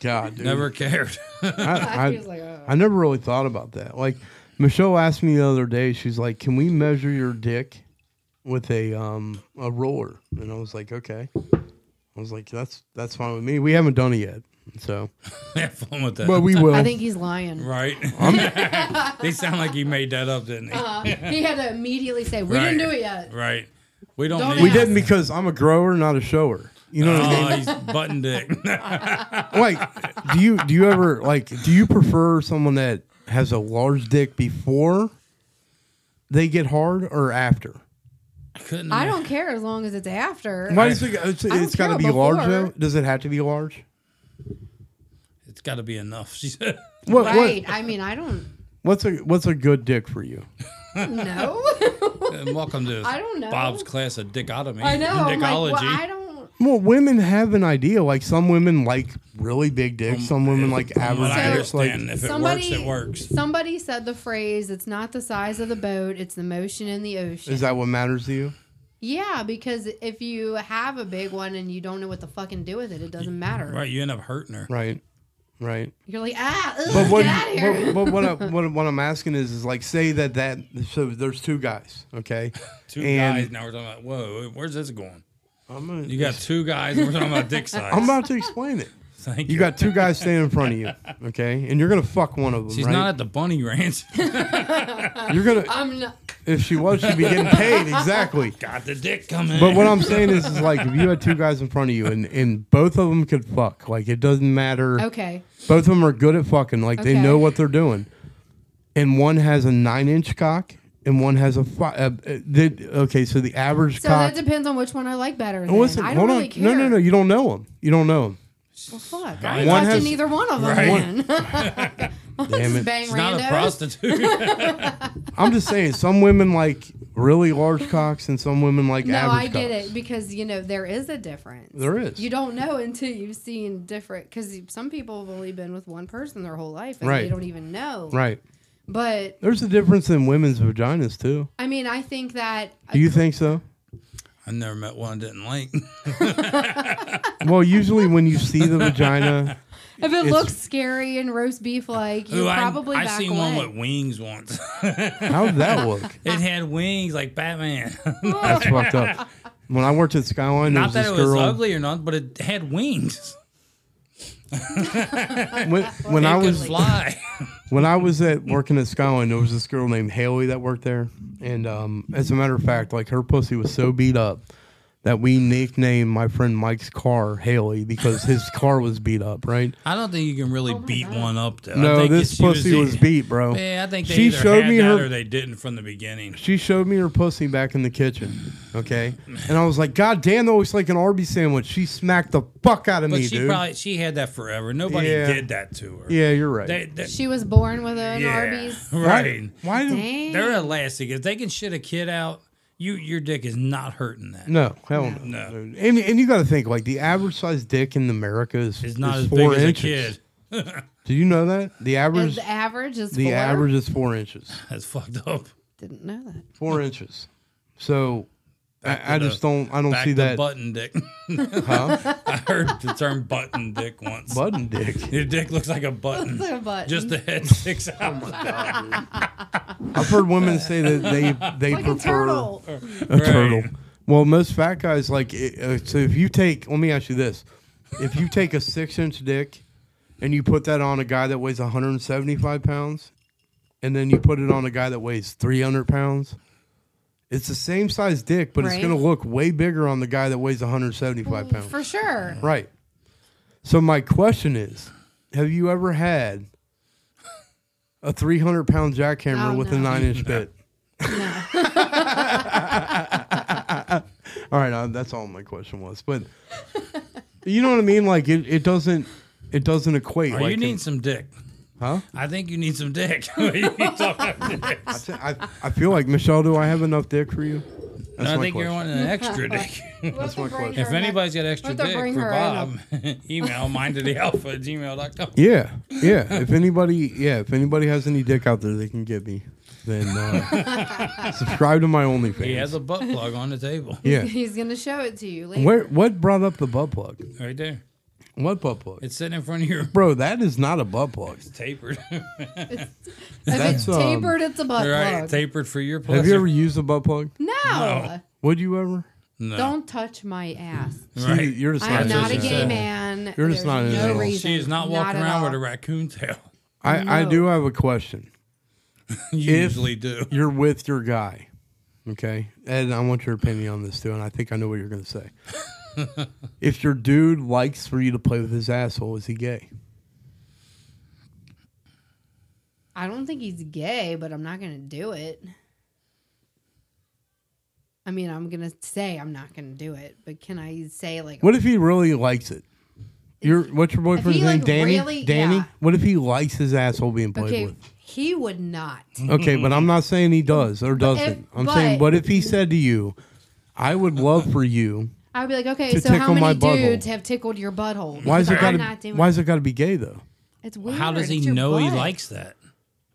God, dude.
Never cared.
I,
He was
I,
like, oh.
I never really thought about that. Like Michelle asked me the other day, she's like, "Can we measure your dick with a um a roller?" And I was like, "Okay." I was like, "That's that's fine with me. We haven't done it yet, so
Have fun with that.
but we will."
I think he's lying.
right? they sound like he made that up, didn't he?
He had to immediately say, "We
Right.
didn't do it yet."
Right. We don't,
Don't
need
we didn't because I'm a grower, not a shower. You know what I mean?
Oh, he's button dick.
Like, do you do you ever like do you prefer someone that has a large dick before they get hard or after?
Couldn't
I don't care as long as it's after.
Why does it? uh, It's,
don't
it's got to
care
be large
before.
though. Does it have to be large?
It's got to be enough. She said.
What,
Right?
what
I mean, I don't
what's a what's a good dick for you?
know.
And welcome to
I don't know.
Bob's class of dickotomy.
I know. I'm like, well,
Dickology.
I don't.
Well, women have an idea. Like some women like really big dicks. Some women like
From
average
what I
dicks. Like
understand, if it
Somebody,
works, it works.
somebody said the phrase, "It's not the size of the boat; it's the motion in the ocean."
is that what matters to you?
Yeah, because if you have a big one and you don't know what to fucking do with it, it doesn't matter.
Right, you end up hurting her.
Right, right.
You're like, ah, ugh,
But what
get out of here.
but, but what, I, what what I'm asking is is like say that that so there's two guys. Okay,
Two guys. Now we're talking about whoa. Where's this going?
I'm gonna,
You got two guys. and We're talking about dick size.
I'm about to explain it.
Thank you.
You got two guys standing in front of you. Okay, and you're gonna fuck one of them.
She's
right?
not at the bunny ranch.
You're gonna.
I'm not.
If she was, she'd be getting paid. Exactly.
got the dick coming.
But what I'm saying is, is like if you had two guys in front of you and, and both of them could fuck, like it doesn't matter.
Okay.
Both of them are good at fucking, like they
Oh. Okay.
know what they're doing. And one has a nine inch cock and one has a five. Uh, uh, they, okay, so the average
So
cock.
that depends on which one I like better.
Oh,
Then.
listen,
I don't
hold
really
on.
care.
No, no, no. You don't know them. You don't know them.
Well, fuck. I
One
ain't watching
has-
neither one of them.
Right.
Then.
Damn it.
Bang
She's not a
randos.
prostitute.
I'm just saying, some women like really large cocks and some women like
No,
average
I get
cocks.
it because you know there is a difference.
There is.
You don't know until you've seen different. Because some people have only been with one person their whole life and
Right.
they don't even know.
Right.
But
There's a difference in women's vaginas, too.
I mean, I think that
Do you think so?
I never met one I didn't like.
Well, usually when you see the vagina,
if it looks scary and roast beef like, you
Ooh, I-
probably
I,
back
seen
away.
one with wings once.
how'd that look?
it had wings like Batman.
That's fucked up. When I worked at Skyline, there
not
was
that
this
it was
girl.
ugly or not, but it had wings.
When, when I
it could
was
fly.
when I was at working at Skyline, there was this girl named Haley that worked there, and um, as a matter of fact, like her pussy was so beat up that we nicknamed my friend Mike's car Haley because his car was beat up. Right?
I don't think you can really
Oh
beat one up though. I
No,
think
this
that she
pussy was,
the-
beat, bro.
Yeah, I think they
She
either
showed
had
me
that
her-
or they didn't from the beginning.
She showed me her pussy back in the kitchen, okay, and I was like, "God damn, that looks like an Arby sandwich." She smacked the fuck out of
But
me,
she
dude.
probably she had that forever. Nobody
Yeah.
did that to her.
yeah, you're right.
They, they,
She was born with an
yeah.
Arby's.
Right.
Why? why do-
Dang.
They're elastic. If they can shit a kid out, you your dick is not hurting that.
No, hell no.
No.
dude. And, and you got to think like the average size dick in America is,
It's not
is
as big
four
as a
inches.
kid.
Do you know that the
Is
average
the average is
the
four?
average is four inches,
That's fucked up.
Didn't know that.
four inches. So I, I
to
just
the-
don't I don't
Back
see
to
that
button dick.
huh?
I heard the term button dick once.
button dick.
Your dick looks like a button.
It's a button.
Just the head sticks
Oh
out.
I've heard women say that they they
like a
prefer
turtle.
a turtle. Well, most fat guys like it, uh, so. If you take, let me ask you this: if you take a six-inch dick and you put that on a guy that weighs 175 pounds, and then you put it on a guy that weighs 300 pounds, it's the same size dick, but
Right.
it's going to look way bigger on the guy that weighs 175 pounds.
Mm, For sure.
Right. So my question is, have you ever had a 300 pound jackhammer
Oh,
with a
no.
nine inch bit? all right, uh, that's all my question was. But you know what I mean? Like it, it doesn't, it doesn't equate.
Or
like
you need some dick.
huh?
I think you need some dick. You talking about dicks.
I, I feel like Michelle. Do I have enough dick for you?
No, I
my
think you're
question.
wanting an extra dick.
That's
my question.
If anybody's got extra
We'll have to
dick
bring
for
her in
Bob, email mind to the alpha at gmail.com.
Yeah, yeah. If anybody, yeah, if anybody has any dick out there, they can get me. Then uh, subscribe to my OnlyFans.
He has a butt plug on the table
yeah.
He's gonna show it to you later.
Where what brought up the butt plug?
right there.
What butt plug?
It's sitting in front of your
Bro, that is not a butt plug.
tapered.
if it's
That's, um,
tapered, it's a butt
right,
plug.
tapered for your pleasure.
Have you ever used a butt plug?
no,
Would you ever?
no.
don't touch my ass.
See,
Right.
you're just
I'm not
what
a gay
she said.
man.
You're just
There's
not into
no
it.
reason.
She is not walking
at
around with a
all.
raccoon tail.
I, I
No.
do have a question.
You
If-
usually do.
You're with your guy. Okay. And I want your opinion on this too, and I think I know what you're gonna say. if your dude likes for you to play with his asshole, is he gay?
I don't think he's gay, but I'm not gonna do it. I mean, I'm gonna say I'm not gonna do it, but can I say like
What if he really likes it? Your what's your boyfriend's
he,
name?
like,
Danny?
really-
Danny?
yeah.
What if he likes his asshole being played
okay?
with?
He would not.
Okay, but I'm not saying he does or doesn't. I'm saying,
but-
what if he said to you, I would love for you.
I'd be like, okay,
To
so how
tickle my
many
butthole.
dudes have tickled your butthole?
Why is it
I'm
gotta
not doing
why is it gotta be gay though?
It's weird.
How does he
It's your
know he
butt.
likes that?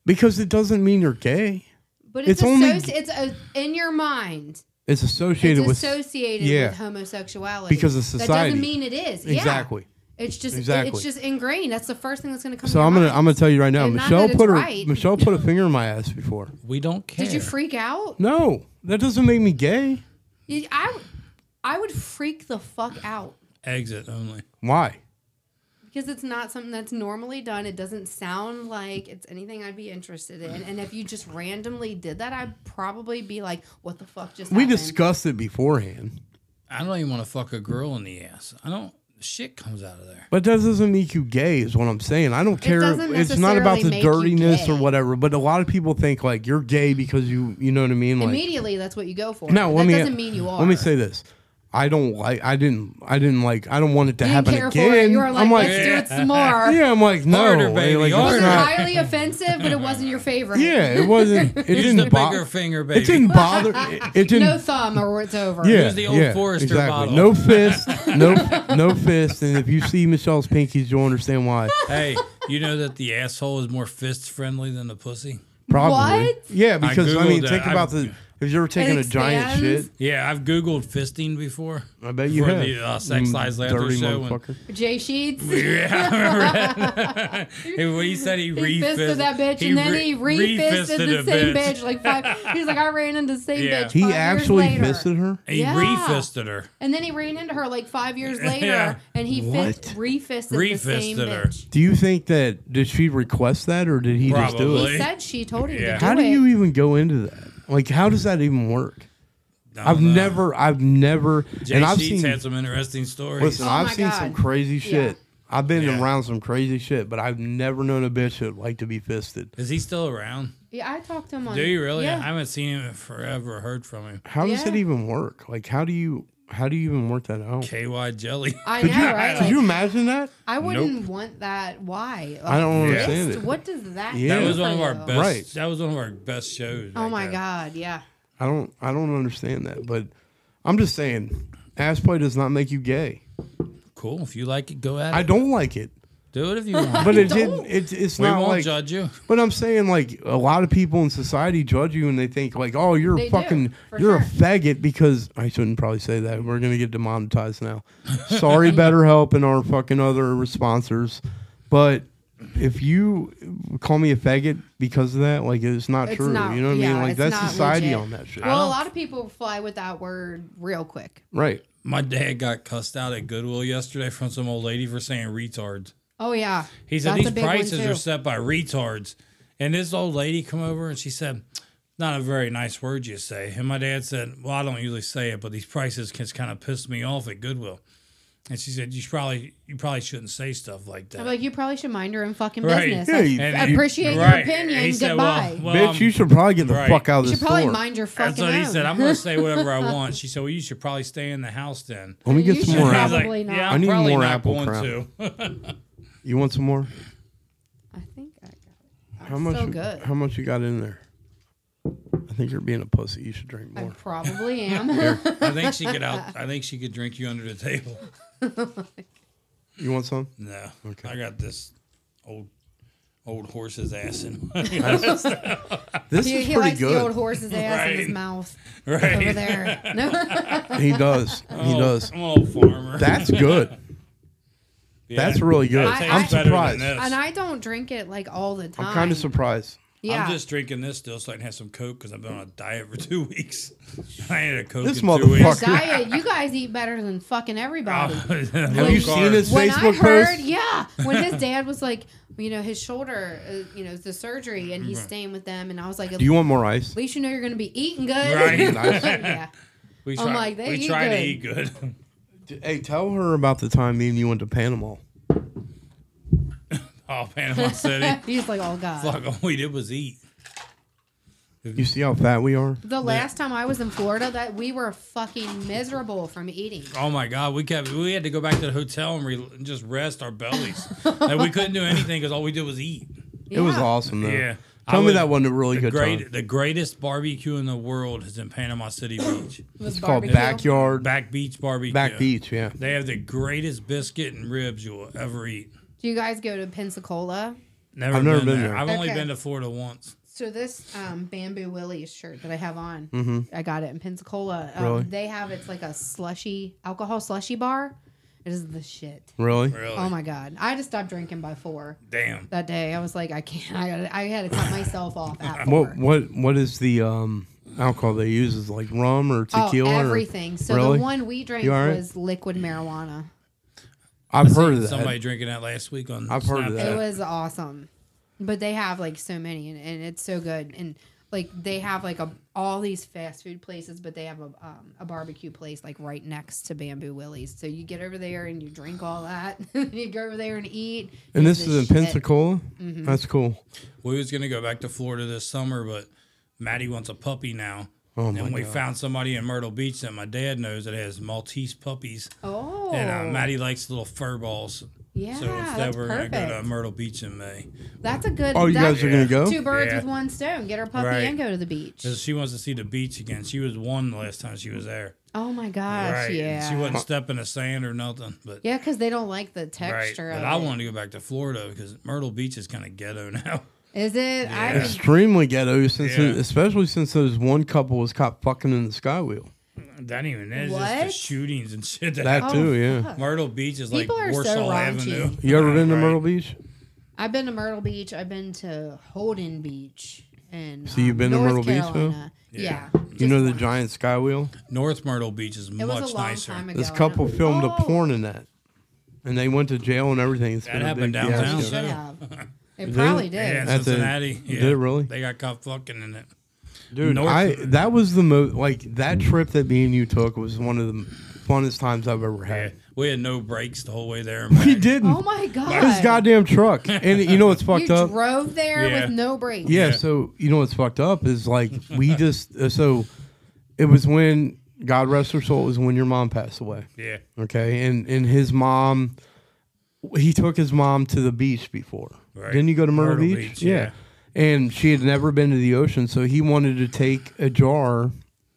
Because it doesn't mean you're gay.
But it's,
It's only-
associ- it's a, in your mind.
It's associated
it's
with
associated
yeah.
with homosexuality
Because of
That
society.
doesn't mean it is. Yeah.
Exactly.
It's just
Exactly.
it's just ingrained. That's the first thing that's going to come.
So
to your
I'm gonna
mind.
I'm gonna tell you right now,
And not
Michelle
that it's
put her
right.
Michelle put a finger in my ass before.
We don't care.
Did you freak out?
No, that doesn't make me gay.
You- I I would freak the fuck out
Exit only.
Why?
because it's not something that's normally done. It doesn't sound like it's anything I'd be interested in. And if you just randomly did that, I'd probably be like, "What the fuck just?"
We
happened?
discussed it beforehand.
I don't even want to fuck a girl in the ass. I don't. Shit comes out of there.
But that doesn't make you gay, is what I'm saying. I don't care.
doesn't
it's not about
necessarily
the
make you
dirtiness or
gay.
whatever. But a lot of people think like you're gay because you you know what I mean. Like
immediately. That's what you go for.
No,
that
let me.
doesn't mean you are.
Let me say this. I don't like. I didn't. I didn't like. I don't want it to
you didn't
happen
care
again.
for it. You were like,
I'm like,
"Let's
yeah.
do it some more."
I'm like, no,
Harder,
eh,
baby,
like, it's
harder.
It was
not-
highly offensive, but it wasn't your favorite.
yeah, it wasn't. It
Here's the
didn't
bigger
bother.
finger, baby.
It didn't bother. It, it didn't.
No thumb, or it's over.
yeah,
Here's the old
yeah,
Forrester
exactly.
bottle.
No fist, no, no fist. And if you see Michelle's pinkies, you'll understand why.
hey, you know that the asshole is more fist friendly than the pussy?
Probably.
What?
Yeah, because I,
Googled
mean,
that.
think
I-
about the. Have you ever taken a giant
expands.
shit?
Yeah, I've Googled fisting before.
I bet you
for
have.
the uh, Sex
Mm,
Lies Laughter
dirty
show. when-
motherfucker.
Jay Sheets.
yeah, I remember that. Hey, what he said, he,
He
refisted
fisted that bitch, and then he refisted the
a
same bitch. like five. He's like, I ran into the same
Yeah.
bitch.
He
five
actually
years later.
fisted her.
He
Yeah.
refisted her.
and then he ran into her like five years later,
Yeah.
and he
What?
fist, refisted, the same
Refisted her.
bitch.
Do you think that did she request that or did he just do
Probably.
it?
He said she told him
Yeah.
to do
How do
it.
you even go into that? Like, how does that even work?
I
I've
don't know.
never, I've never,
Jay
and I've
Sheets
seen.
uh, had some interesting stories.
Listen,
Oh
I've
my
seen some
God.
crazy shit. I've been
Yeah.
around some crazy shit, but I've never known a bitch that like to be fisted.
Is he still around?
yeah, I talked to him on.
Do you really? I
Yeah.
haven't seen him in forever. Heard from him.
How does
Yeah.
it even work? Like, how do you, how do you even work that out?
KY Jelly.
I
Could
know,
you,
right?
could
Like,
you imagine that?
I wouldn't want that. Why?
I don't
Yeah.
understand
Fist?
it.
What does that?
Yeah.
do
That was
for
one of our
you?
best.
Right.
That was one of our best shows.
Oh
right
my
there.
god! Yeah.
I don't I don't understand that, but I'm just saying, ass play does not make you gay.
Cool. If you like it, go at it.
I don't like it,
Do it if you want.
but it did. It, it's
we
not
won't
like.
judge you.
But I'm saying like a lot of people in society judge you and they think like, oh, you're
They do,
fucking,
for
you're a
sure.
faggot because I shouldn't probably say that. We're gonna get demonetized now. Sorry, BetterHelp and our fucking other sponsors, but if you call me a faggot because of that, like it's not
It's
true.
not-
you know what I mean?
yeah,
Like
it's
that's
not
society
legit.
on that shit,
Well,
don't-
a lot of people fly with that word real quick.
right?
My dad got cussed out at Goodwill yesterday from some old lady for saying retards.
Oh yeah,
He said
That's a
these
big one,
prices
too.
are set by retards. And this old lady come over and she said, "Not a very nice word you say." And my dad said, "Well, I don't usually say it, but these prices just kind of pissed me off at Goodwill." And she said, "You should probably you probably shouldn't say stuff like that."
I'm like, you probably should mind your own fucking
Right.
business.
Yeah,
I-
you-
I appreciate your
right.
opinion.
He said,
Goodbye.
well, well,
Bitch,
um,
you should probably get the
right.
fuck out of
you
this
should probably
store.
mind your fucking.
That's what he
own.
said. I'm going to say whatever I want. She said, "Well, you should probably stay in the house then."
Let me
You
get some
should
more.
He's
Apple.
like,
Probably not.
"Yeah,
I
I'm
need
probably
more
not
apple
going
crap."
to."
You want some more?
I think I got it.
How
I'm
much?
So good.
How much you got in there? I think you're being a pussy. You should drink
I
more.
probably am.
I think she could out. I think she could drink you under the table.
You want some?
No,
Okay.
I got this old old horse's ass in. my-
This
he
is
he
pretty
likes the
good.
old horse's ass in his
Right.
mouth over
right,
there. No,
he does. He
Oh,
does.
I'm an old farmer.
That's good.
Yeah.
That's really good.
It
I-
tastes
I'm
better than
surprised.
this.
and I don't drink it like all the time.
I'm kind of surprised.
Yeah,
I'm just drinking this still, so I can have some coke because I've been on a diet for two weeks. I ain't a coke
This
in two weeks.
Your
motherfucker.
diet. You guys eat better than fucking everybody.
have
Have you seen his
when
Facebook
I heard,
post?
yeah, when his dad was like, you know, his shoulder, uh, you know, the surgery, and he's staying with them, and I was like, at
Do you want more ice?
least you know you're gonna be eating good.
Right.
Nice.
yeah.
We
I'm
try,
like, they
we
eat
try to
good.
eat good.
Hey, tell her about the time me and you went to Panama.
oh, Panama City.
He's like, oh god.
Fuck, all we did was eat.
You see how fat we are?
The last time I was in Florida, that we were fucking miserable from eating.
Oh my God, we kept we had to go back to the hotel and, re, and just rest our bellies. like we couldn't do anything because all we did was eat.
It was
Yeah.
awesome though.
Yeah. I
Tell me
would-
that wasn't a really
The
good
great,
time.
the greatest barbecue in the world is in Panama City Beach,
It was
It's called
barbecue.
backyard,
Back Beach Barbecue.
back beach. Yeah.
They have the greatest biscuit and ribs you'll ever eat.
Do you guys go to Pensacola?
Never
I've
been,
never been
there.
there.
I've only
Okay.
been to Florida once.
So this um, Bamboo Willie's shirt that I have on, I got it in Pensacola. Um,
Mm-hmm. Really?
They have it's like a slushy alcohol slushy bar. It is the shit.
Really?
Really?
Oh my god! I had to stop drinking by four
Damn.
that day. I was like, I can't. I got. I had to cut myself off at four.
What what what is the um alcohol they use? Is it like rum or tequila?
oh,
or-
everything. So
Really?
the one we drank
You all right?
was liquid marijuana.
I've heard of that.
Somebody drinking that last week on.
I've heard of
Snapchat.
that.
It was awesome. But they have like so many and, and it's so good. And like they have like a all these fast food places, but they have a um, a barbecue place like right next to Bamboo Willie's. So you get over there and you drink all that. you go over there and eat.
and
It's
this is in
the shit. Mm-hmm.
Pensacola. That's cool.
We was gonna go back to Florida this summer, but Maddie wants a puppy now.
Oh,
and
my
we found somebody in Myrtle Beach that my dad knows that has Maltese puppies.
Oh,
And uh, Maddie likes little fur balls.
yeah,
so instead
that's
we're
perfect.
gonna go to Myrtle Beach in May.
that's a good.
Oh, you
that's
guys are gonna go?
Two birds
Yeah.
with one stone. Get her puppy
Right.
and go to the beach.
'Cause she wants to see the beach again. She was one the last time she was there.
Oh my gosh,
right.
yeah,
And she wouldn't step in the sand or nothing. But
yeah, because they don't like the
right.
texture of
But I
it.
wanted to go back to Florida because Myrtle Beach is kind of ghetto now.
Is it? I would
extremely ghetto since
Yeah.
especially since those one couple was caught fucking in the skywheel.
that even is just the
What?
shootings and shit. That,
That
Oh,
too, yeah.
fuck.
Myrtle Beach is like
People are so
Warsaw
raunchy.
Avenue.
You ever been to
Right.
Myrtle Beach?
I've been to Myrtle Beach. I've been to Holden Beach. And
So you've
um,
been to
North
Myrtle Beach, though?
Carolina. Yeah.
You know the giant skywheel?
North Myrtle Beach is
It was
much
a long
nicer.
time ago.
This
and
couple
I-
filmed a
Oh,
porn in that. And they went to jail and everything. It's
That
been a
happened
big
they
downtown.
fiasco.
should
too.
have. It probably did.
Yeah, in
That's it.
Cincinnati.
You
yeah.
did, really?
They got caught fucking in it.
Dude,
North-
I that was the most like that trip that me and you took was one of the funnest times I've ever
Yeah.
had.
We had no breaks the whole way there.
We
man.
didn't.
Oh my god.
This goddamn truck. And you know what's fucked
you
up?
drove there
Yeah.
with no brakes.
yeah,
Yeah.
so you know what's fucked up is like we just uh, so it was when God rest her soul it was when your mom passed away.
Yeah.
Okay, and and his mom, he took his mom to the beach before.
Right.
Didn't you go to Myrtle,
Myrtle
Beach?
Beach, yeah.
And she had never been to the ocean, so he wanted to take a jar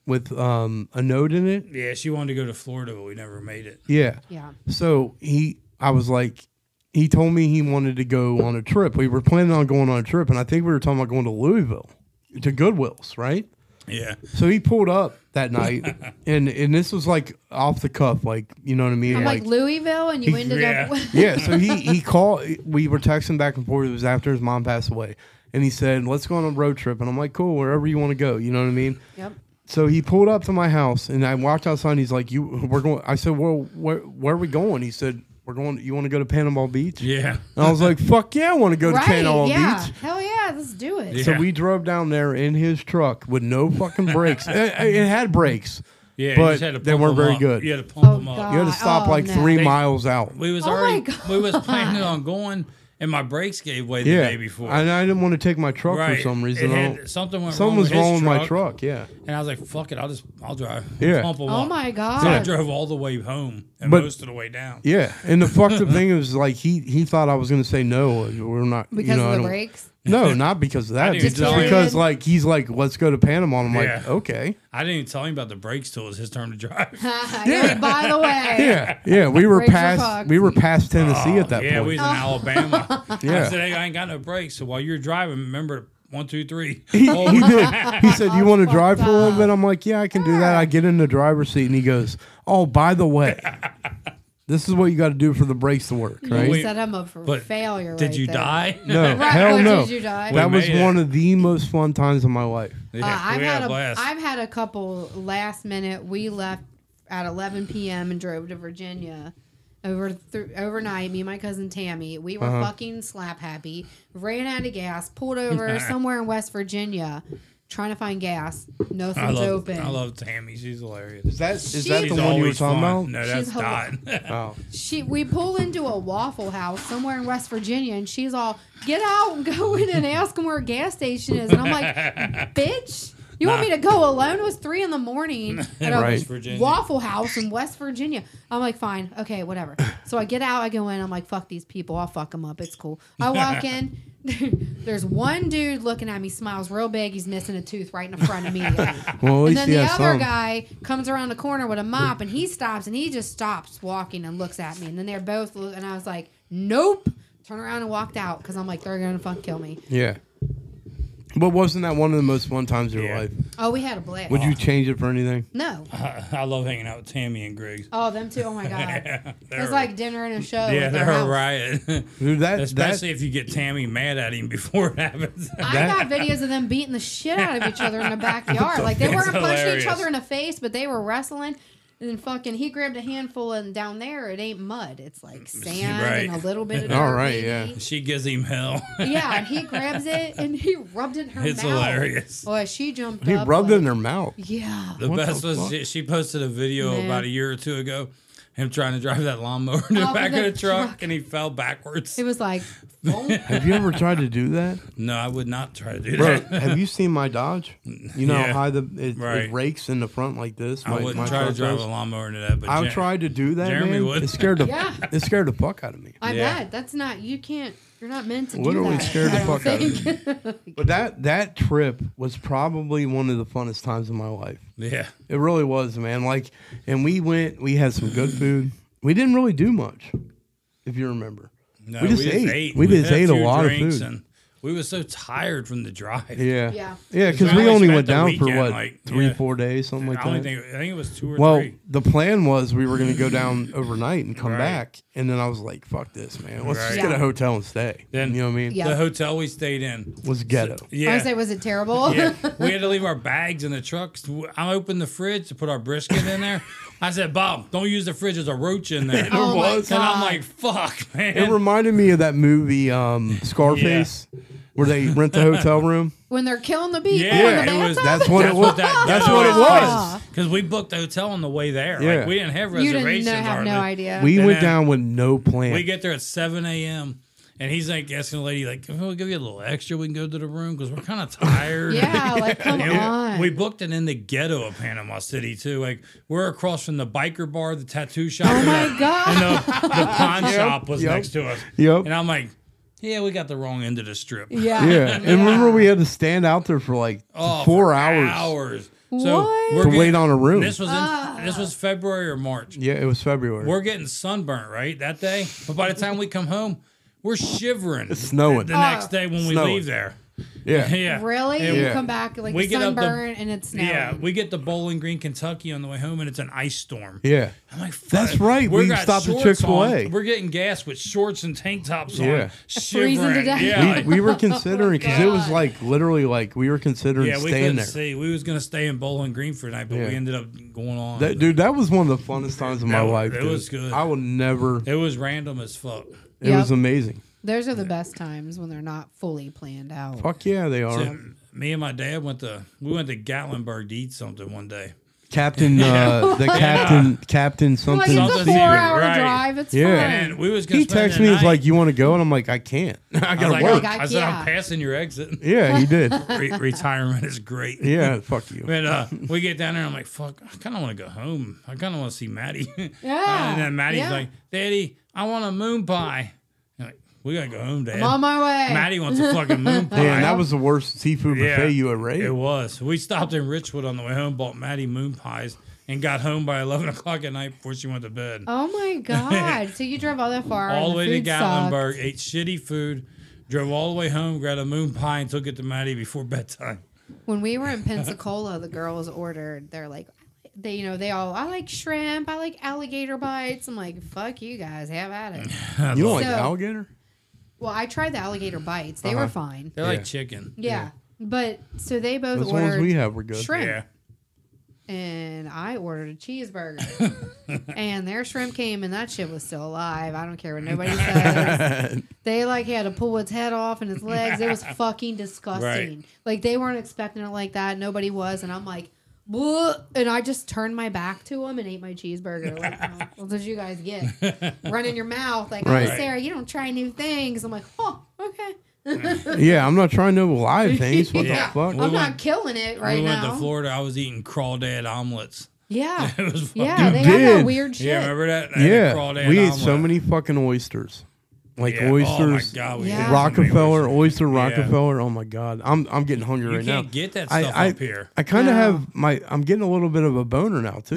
with um, a note in it.
Yeah, she wanted to go to Florida, but we never made it.
Yeah.
Yeah.
So he, I was like, he told me he wanted to go on a trip. We were planning on going on a trip, and I think we were talking about going to Louisville to Goodwill's, right?
Yeah,
So he pulled up that night, and and this was like off the cuff, like you know what I mean?
I'm like, Louisville, and you ended up.
yeah.
yeah. So he he called. We were texting back and forth. It was after his mom passed away, and he said, "Let's go on a road trip." And I'm like, "Cool, wherever you want to go." You know what I mean?
yep.
So he pulled up to my house, and I walked outside. and He's like, "You, we're going." I said, "Well, where where are we going?" He said, "We're going. You want to go to Panama Beach?"
yeah.
And I was like, "Fuck yeah, I want to go to
Right.
Panama
Yeah.
Beach."
Hell yeah. Let's do it.
Yeah.
So we drove down there in his truck with no fucking brakes. it, it had brakes.
Yeah, you
But
just had to
they
pump
weren't
'em
very
up.
good.
You had to pump
Oh,
them up.
God.
You had to stop
Oh,
like
no.
three
They-
miles out.
We was
Oh, my
already
God.
we was planning on going, and my brakes gave way the
Yeah,
day before.
and I didn't want to take my truck
Right.
for some
It
reason. I
had-
don't-
something went
Something
wrong
was
with his
wrong with
truck,
my truck. Yeah.
and I was like, "Fuck it, I'll just I'll drive."
Yeah.
Pump 'em
Oh
up.
my
So I
god.
drove all the way home and
But-
most of the way down.
Yeah, and the fucked up thing was like he he thought I was gonna say no. We're not you
Because
know, I
of the
don't-
brakes.
No, not because of that.
dude,
but Just
sorry.
because like he's like, let's go to Panama. And I'm
Yeah.
like, okay,
I didn't even tell him about the brakes till it was his turn to drive.
yeah. By the way.
yeah, yeah. We were
Brakes are
past
fucked.
we were past Tennessee
Oh,
at that
yeah, we
point.
was in Alabama.
Yeah.
I said, hey, I ain't got no brakes. So while you're driving, remember one, two, three.
He,
Oh,
he did. He said, "You want to drive for a little
up.
bit?" I'm like, "Yeah, I can do that." I get in the driver's seat, and he goes, "Oh, by the way, this is what you got to do for the brakes to work, right?"
You
Wait,
set him up for
but
failure.
Did
right
you
there. Uh,
die?
No,
Right,
hell
but
no.
did you die?
That
We
was
made it.
one of the most fun times of my life.
Yeah,
Uh, I've
we had
had
a
a
blast.
have had a couple last minute. We left at 11 p.m. and drove to Virginia over th- overnight. Me and my cousin Tammy, we were
Uh-huh.
fucking slap happy. Ran out of gas, pulled over somewhere in West Virginia, trying to find gas.
I
Nothing's
love,
open.
I love Tammy. She's hilarious.
Is that is
She-
that the one you
She's
were
always
talking
fun.
about?
No,
She's
that's not.
Oh.
she we pull into a waffle house somewhere in West Virginia and she's all get out and go in and ask them where a gas station is and I'm like bitch you want me to go alone it was three in the morning at a
Right.
Virginia.
waffle house in West Virginia I'm like fine okay whatever so I get out I go in I'm like fuck these people I'll fuck them up it's cool I walk in there's one dude looking at me smiles real big he's missing a tooth right in front of me
Well, at
and
least
then
he
the
has
other
some.
guy comes around the corner with a mop and he stops and he just stops walking and looks at me. And then they're both, lo- and I was like, nope. Turn around and walked out because I'm like, they're going to fuck kill me.
Yeah. But wasn't that one of the most fun times of your
Yeah.
life?
Oh, we had a blast.
Would you change it for anything?
No.
I love hanging out with Tammy and Griggs.
Oh, them two. Oh my God.
They're-
It's like dinner and a show.
Oh,
yeah,
at their
they're a
house.
riot.
Dude, that,
Especially if you get Tammy mad at him before it happens.
I got videos of them beating the shit out of each other in the backyard. like they
fuck?
weren't
That's
punching each
hilarious.
other in the face, but they were wrestling. And then fucking, he grabbed a handful, and down there it ain't mud; it's like sand and
Right.
a little bit of
All
dirt,
right, yeah.
maybe.
she gives him hell.
Yeah, and he grabs it and he rubbed it in her
It's
mouth.
hilarious.
Boy, she jumped
he
up.
rubbed it
like,
in her mouth.
Yeah.
The
What the
best was
fuck?
she, she posted a video
Man.
about a year or two ago, him trying to drive that lawnmower in the
Oh,
Off of
back of
the
the truck,
truck.
and he fell backwards.
It was like, oh, boom.
Have you ever tried to do that?
No, I would not try to do
Bro,
that.
have you seen my Dodge? You know
Yeah.
how high the it,
Right.
it rakes in the front like this.
I
my-
wouldn't
my
try to
truck
drive
does?
a lawnmower into that. But
I
Jan-
tried to do that.
Jeremy
man.
would.
It scared the
Yeah.
it scared the fuck out of me.
I
Yeah.
bet. That's not, you can't, you're not meant to do that.
Literally scared the
I don't
fuck out of
think.
me. But that that trip was probably one of the funnest times of my life.
Yeah,
It really was, man. Like, and we went. We had some good food. We didn't really do much, if you remember.
no,
We just ate. We just
had
ate a
few
lot of
drinks,
food.
And we were so tired from the drive.
Yeah,
Yeah.
yeah. Because
We
we only
only spent
went
the
down for
weekend,
what
like,
three,
yeah.
four days, something like
I
that.
only think I think it was two or
Well,
three.
the plan was we were going to go down overnight and come
Right.
back, and then I was like, "Fuck this, man! Let's just
Right.
get a
Yeah.
hotel and stay."
Then-
you know what I mean?
Yeah.
The hotel we stayed in.
Was ghetto.
I
Yeah.
would say, was it terrible?
yeah. We had to leave our bags in the trucks. I opened the fridge to put our brisket in there. I said, Bob, don't use the fridge. There's a roach in there.
Oh my
was.
And I'm
God.
like, fuck, man.
It reminded me of that movie um, Scarface, where they rent the hotel room.
when they're killing the beat.
Yeah,
oh, in the
it was-
bathtub?
That's what it was. That's what it was.
Because we booked the hotel on the way there.
Yeah.
Like, we didn't have
You didn't
reservations.
know, have
hardly.
no idea.
We
And
went
then-
down with no plan.
We get there at 7 a.m. And he's like asking the lady, like, "Can we give you a little extra? We can go to the room because we're kind of tired.
yeah, like, come
And
on.
We booked it in the ghetto of Panama City too. Like we're across from the biker bar, the tattoo shop.
oh
and
my
the-
God.
And uh, the, the pawn shop was
yep.
next to us.
Yep.
And I'm like, yeah, we got the wrong end of the strip.
Yeah.
yeah, and remember we had to stand out there for like
Oh,
four
for
hours.
Hours. So
What?
we're
to
getting-
wait on a room. Ah.
This was in, this was February or March.
yeah, it was February.
We're getting sunburnt right that day, but by the time we come home, we're shivering.
It's snowing.
the next day when we
Snowing.
leave there.
yeah.
Yeah,
Really?
Yeah.
You
Yeah.
come back like
We get up the-
sunburn and it's snowing.
Yeah, we get to Bowling Green, Kentucky on the way home, and it's an ice storm.
Yeah.
I'm like, fuck,
That's right,
we're
we
got
stopped at
shorts
Chick-fil-A.
on, We're getting gas with shorts and tank tops
Yeah.
on. Shivering.
to death.
Yeah, like- oh
we, we were considering because it was like literally like we were considering
yeah, we
staying
couldn't
there.
see. We was gonna stay in Bowling Green for the night, but
Yeah.
we ended up going on.
That, dude, that was one of the funnest times of my
That was-
life.
it
dude.
was good.
I will never. It,
it was random as fuck.
Yep.
was amazing.
Those are the best times when they're not fully planned out.
Fuck yeah, they are.
So, me and my dad went to we went to Gatlinburg to eat something one day.
Captain, uh, the captain, captain
Like
something.
it's a
Something
four
here,
hour
right.
drive. It's
Yeah.
fine.
And we was gonna
he
spend
texted
the
me. He's
night.
like, "You want to go?" And I'm like, "I can't. I
I was
gotta
like, oh,
work."
I said,
Ikea.
I'm passing your exit.
yeah, he did.
Re- retirement is great.
Yeah, fuck you.
But uh, we get down there, and I'm like, fuck, I kind of want to go home. I kind of want to see Maddie.
Yeah,
and then Maddie's
yeah.
like, Daddy, I want a moon pie. I'm like, we got to go home, Dad.
I'm on my way.
Maddie wants a fucking moon pie.
Man, that was the worst seafood buffet
Yeah.
you ever ate.
It was. We stopped in Richwood on the way home, bought Maddie moon pies, and got home by 11 o'clock at night before she went to bed.
Oh my god! so you drove all that far,
all
and
the way to
food sucked.
Gatlinburg, ate shitty food, drove all the way home, grabbed a moon pie, and took it to Maddie before bedtime.
When we were in Pensacola, the girls ordered. They're like, they you know they all I like shrimp, I like alligator bites. I'm like, fuck you guys, have at it.
you don't like
So-
alligator?
Well, I tried the alligator bites. They
Uh-huh.
were fine.
They're
Yeah.
like chicken.
Yeah. But so they both
Those
ordered
ones we have were good.
shrimp,
Yeah.
and I ordered a cheeseburger, and their shrimp came, and that shit was still alive. I don't care what nobody says. they like had to pull its head off and its legs. It was fucking disgusting.
Right.
Like they weren't expecting it like that. Nobody was, and I'm like, "Bleh," and I just turned my back to them and ate my cheeseburger. Like, "Oh, what did you guys get? Run in your mouth, like,
Right.
oh, Sarah, you don't try new things. I'm like, oh, okay.
yeah, I'm not trying to live things. What
Yeah.
the fuck?
I'm
We
not
went-
killing it right
we went
now.
to Florida. I was eating crawdad omelets.
Yeah.
It was fucking.
Yeah,
You
they have that
did.
weird shit.
Yeah, remember that? I had a
yeah,
crawdad
we ate
omelet.
so many fucking oysters, like
Yeah. Oh my
oysters.
god, we
Yeah.
ate so many
Rockefeller,
oysters.
oyster
Yeah.
Rockefeller. Oh my God, I'm I'm getting hungry
You
right
can't
now.
get that
I-
stuff
I,
up here.
I kind of
No.
have my. I'm getting a little bit of a boner now too.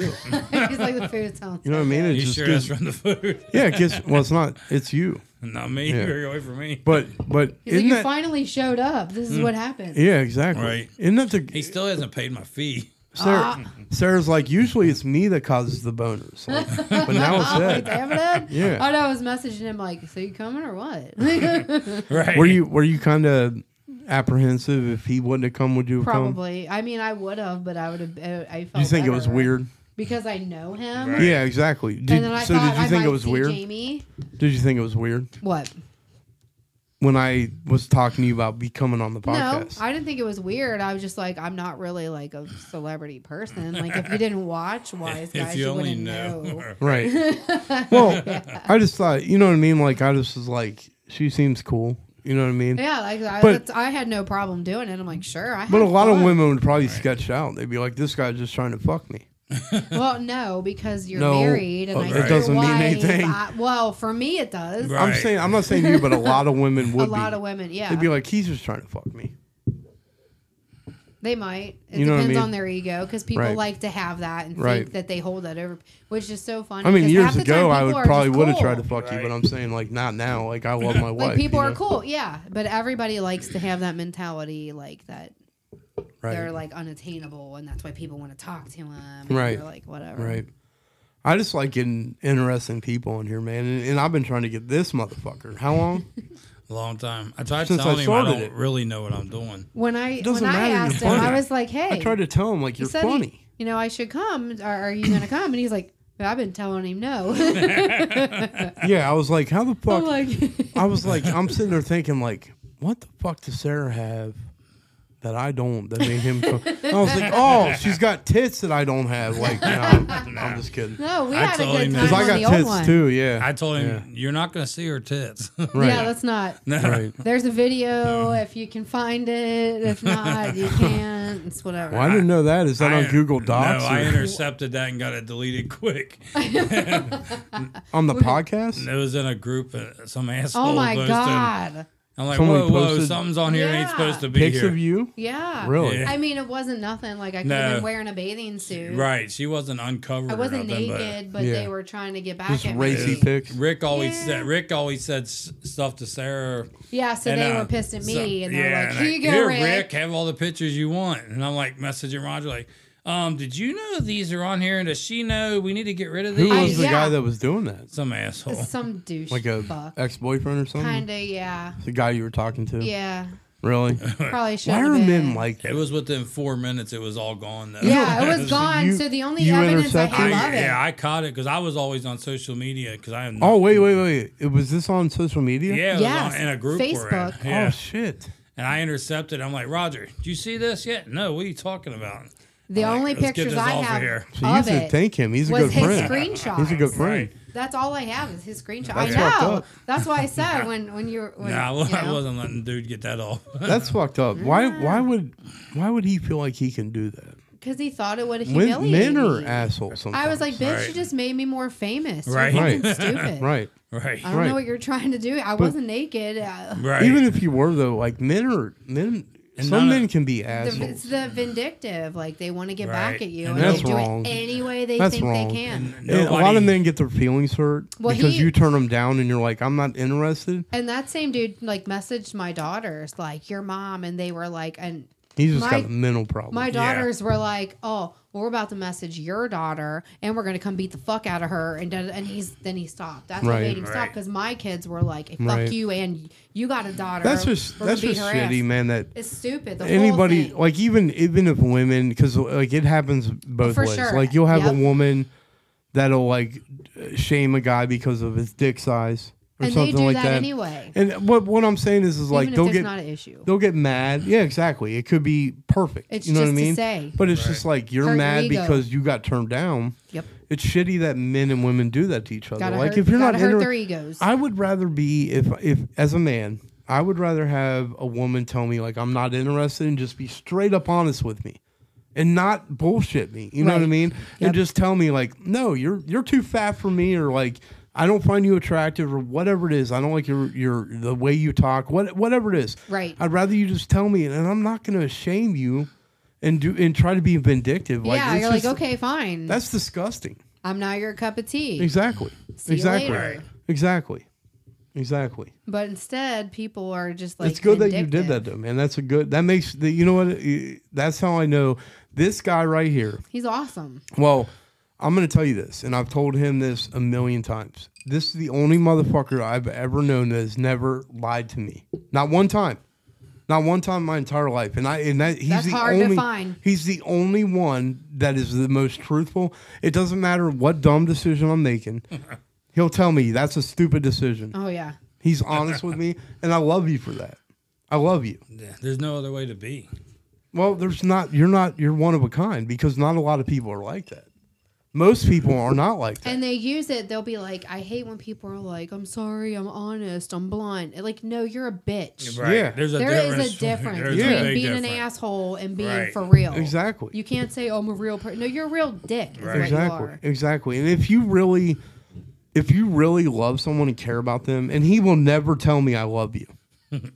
He's like the food sounds.
You know what I mean? It
You
just
sure
gives-
that's from the food?
yeah, it gets. Well, it's not. It's you.
Not me.
Yeah.
You're away from me.
But but
He's like,
isn't
you
that? Mm.
finally showed up. This is what happened.
yeah, exactly.
Right.
Isn't that the?
He still hasn't paid my fee.
Sarah,
Ah.
Sarah's like usually it's me that causes the boners, like, but now
Oh,
it's that.
damn it.
Yeah.
Oh, no, I was messaging him like, so you coming or what?
Right.
Were you were you kind of apprehensive if he wouldn't have come? Would you have come?
Probably. I mean, I would have, but I would have. I felt.
You think it
better
was weird?
because I know him.
Right.
Yeah, exactly. Did,
And then I
so
thought
did you
I
think
might
it was
see
weird?
Jamie,
Did you think it was weird
what?
when I was talking to you about becoming on the podcast?
No, I didn't think it was weird. I was just like, I'm not really like a celebrity person. Like, if you didn't watch Wise Guys,
If
you,
you only
wouldn't
know.
know.
right. well, I just thought, you know what I mean? Like I just was like, she seems cool. You know what I mean?
Yeah, like I,
But-
that's, I had no problem doing it. I'm like, sure. I
But a
had
lot of
fun.
women would probably sketch out. They'd be like, "This guy's just trying to fuck me."
Well, no, because you're
No,
married, and
oh,
I
it
think
doesn't
your
mean
wife,
anything.
I- well, for me, it does.
Right.
I'm saying, I'm not saying you, but a lot of women
A
would.
lot
be.
of women, yeah,
They'd be like, "He's just trying to fuck me."
they might. It
You know what I
depends
mean?
on their ego, because people
Right.
like to have that and
Right.
think that they hold that over, which is so funny.
I mean,
'cause
years
half the
ago,
time
I
people
would
are
probably
just
would have
cool.
tried to fuck you, but I'm saying like not now. Like I love my wife.
Like people
you
are
know?
cool, yeah, but everybody likes to have that mentality, like that
Right.
they're like unattainable, and that's why people want to talk to them. and
Right.
they're like whatever.
Right. I just like getting interesting people in here, man. And, and I've been trying to get this motherfucker. How long?
Long time. I tried
Since I
telling him I
started
don't
it.
really know what I'm doing.
When I
doesn't
when I
matter, you're
asked him,
funny.
I was like, hey,
I tried to tell him like
he
you're
said,
funny.
He, you know, I should come. Are, are you going to come? And he's like, I've been telling him no.
yeah, I was like, how the fuck?
I'm like,
I was like, I'm sitting there thinking like, what the fuck does Sarah have? That I don't, that made him. Come? I was like, oh, she's got tits that I don't have. Like, no, I'm, I'm just kidding.
no, we
I
had a
told
good time
him that.
Because
on
I got
the old
tits
one.
too. Yeah.
I told him, You're not going to see her tits.
right.
Yeah, that's not.
right.
There's a video if you can find it. If not, you can't. It's whatever.
Well, I didn't know that. Is that on
I-
Google Docs?
No,
or
I intercepted that and got it deleted quick.
on the podcast?
It was in a group. Uh, some asshole
Oh my
posted.
god!
I'm like,
Someone
whoa, whoa,
posted
something's on here ain't
Yeah.
supposed to be
Pics
here.
of you?
Yeah.
Really?
Yeah.
I mean, it wasn't nothing. Like I could
No.
have been wearing a bathing suit.
Right. She wasn't uncovered.
I wasn't
or nothing, but-
naked, but
Yeah.
they were trying to get back
Just
at
racy
me.
pics.
Rick always
Yeah.
said Rick always said s- stuff to Sarah.
Yeah, so
and,
they
uh,
were pissed at me,
so-
and they're
yeah,
like,
and
"Here you go, Rick."
Have all the pictures you want." And I'm like messaging Roger like, "Um, did you know these are on here? And does she know we need to get rid of
Who
these?"
I-
was the
yeah.
guy that was doing that?
Some asshole.
Some douche,
Like a
fuck,
ex boyfriend or something?
kind of, yeah,
The guy you were talking to?
yeah.
Really?
Probably should.
Why are men like that?
It was within four minutes. It was all gone. Though.
Yeah, it was
So
gone.
you-
so the only
you
evidence I
intercepted
have
I,
it?
of it.
yeah, I caught it because I was always on social media because I am.
Oh, wait, wait, wait. It was this on social media?
yeah, it was
Yes,
on, in a group we're in.
Facebook.
Yeah.
Oh shit.
and I intercepted. I'm like, Roger, did you see this yet? No, what are you talking about?
the
Like,
only
let's get
pictures
this
I
off of
have
here.
So you
of
should
it
thank him. He's a
was
good
his
friend.
screenshots.
He's a good friend.
Right.
That's all I have is his screenshot.
That's
I
fucked
know.
up.
That's why I said when when you're when,
Nah, I wa-
you
I
know.
wasn't letting dude get that off.
That's fucked up. Why? Why would? Why would he feel like he can do that?
Because he thought it would humiliate
When, men are
me.
assholes. Sometimes.
I was like, bitch, you
Right.
just made me more famous.
Right.
You're fucking
Right.
stupid.
right.
right.
I don't
Right.
know what you're trying to do. I wasn't naked. Uh,
Right.
Even if you were though, like men are men.
And
some
none of-
men can be
the,
assholes.
it's the vindictive. Like they want to get
Right.
back at you,
And
and,
that's
they do
wrong.
it any way they
That's
think
wrong.
they can.
And a lot of
Nobody-
men get their feelings hurt
Well,
because
he-
you turn them down and you're like, I'm not interested.
And that same dude like messaged my daughters, like your mom, and they were like, and
He's just
My-
got a mental problem.
my daughters were like, oh, well, we're about to message your daughter, and we're gonna come beat the fuck out of her, and da- and he's then he stopped. That's what
Right.
made him stop
Right.
because my kids were like, fuck
Right.
you, and you got a daughter.
that's just
We're gonna
that's
beat
just
her ass."
shitty, man. That
It's stupid. The whole
anybody
thing.
like even even if women because like it happens both
for
ways
sure.
like you'll have
Yep.
a woman that'll like shame a guy because of his dick size or
And they
something
do
like
that
that,
anyway.
and what what i'm saying is is like
even if
they'll
it's
get
not an issue.
they'll get mad yeah exactly it could be perfect
It's
you know
just
what
to
i mean
say.
but it's just like you're
Hurt your
mad
ego.
because you got turned down
Yep.
it's shitty that men and women do that to each other
Gotta
like
hurt-
if you're
gotta
not
hurt
inter-
their egos.
i would rather be if if as a man i would rather have a woman tell me like i'm not interested and just be straight up honest with me and not bullshit me you know what i
Right.
mean
Yep.
and just tell me like no you're you're too fat for me or like I don't find you attractive or whatever it is. I don't like your your the way you talk. What whatever it is.
Right.
I'd rather you just tell me, and I'm not going to shame you, and do and try to be vindictive. Like,
yeah,
it's
you're like,
just-
okay, fine.
That's disgusting.
I'm now your cup of tea.
Exactly.
See you
exactly.
later.
Exactly. Exactly.
But instead, people are just like,
it's good that you
vindictive.
did that though, man. That's a good. That makes the. You know what? eh, That's how I know this guy right here.
He's awesome.
Well, I'm going to tell you this, and I've told him this a million times. This is the only motherfucker I've ever known that has never lied to me. Not one time. Not one time in my entire life. And I and that he's
That's
the
hard to
only
find.
he's the only one that is the most truthful. It doesn't matter what dumb decision I'm making. He'll tell me that's a stupid decision.
Oh yeah.
He's honest with me, and I love you for that. I love you.
Yeah, There's no other way to be.
Well, there's not. You're not. You're one of a kind because not a lot of people are like that. Most people are not like that.
And they use it. They'll be like, I hate when people are like, I'm sorry, I'm honest, I'm blunt. Like, no, you're a bitch.
Yeah.
There's a
There is
difference.
a difference
There's
between
big
being an
difference.
asshole and being
Right.
for real.
Exactly.
You can't say, oh, I'm a real person. No, you're a real dick. Is
Right.
what You
exactly.
are.
Exactly. And if you really, if you really love someone and care about them, and he will never tell me I love you.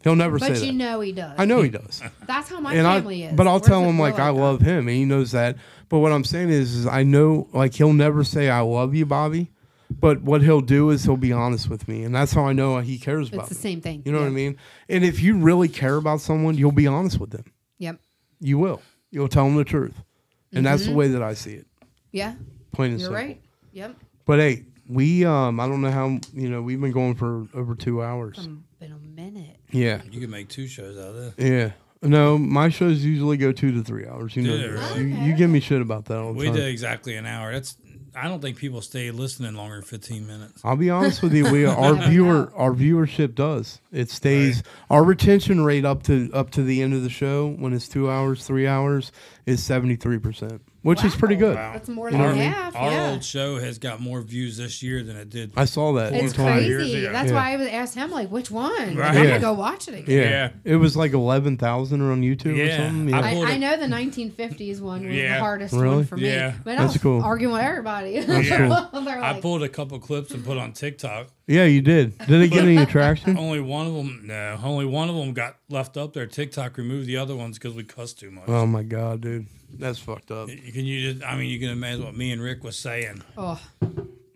He'll never
But
say
you
that.
know he does.
I know he does.
That's how my
and I,
family is.
but I'll
We're
tell
just-
him
we're
like I
that.
love him, and he knows that. But what I'm saying is, is I know like he'll never say I love you, Bobby. But what he'll do is he'll be honest with me, and that's how I know he cares about.
It's the
me.
same thing.
You know what I
Yep.
mean? And if you really care about someone, you'll be honest with them.
Yep.
You will. You'll tell them the truth, and that's the way that I see it.
Yeah.
Plain and
Mm-hmm. You're
simple.
right. Yep.
But hey, we um I don't know how you know we've been going for over two hours.
Been a minute.
yeah,
You can make two shows out of this.
yeah. No, my shows usually go two to three hours. You know,
Do they
this.
really?
you, you give me shit about that all the
We
time.
did exactly an hour. That's. I don't think people stay listening longer than 15 minutes.
I'll be honest with you, we our viewer our viewership does. It stays our retention rate up to up to the end of the show when it's two hours, three hours is seventy three percent. which is pretty good.
Wow.
That's more
Our,
than half.
our
yeah.
old show has got more views this year than it did.
I saw that.
It's
you told me.
years
crazy.
ago.
That's
Yeah.
why I was asked him like, which one?
Right.
I'm gonna
Yeah.
go watch it again.
Yeah.
Yeah.
it was like eleven thousand on YouTube or
Yeah.
something. Yeah.
I-
I,
pulled
I
it.
know the 1950s one was
Yeah.
the hardest
Really?
one for me.
Yeah.
But I
That's
was
cool.
arguing with everybody.
Yeah.
They're
I
like,
pulled a couple clips and put on TikTok.
yeah, you did. Did it get any traction?
Only one of them, no, only one of them got left up there. TikTok removed the other ones because we cussed too much.
Oh my god, dude, that's fucked up.
You can you just, I mean, you can imagine what me and Rick was saying.
oh,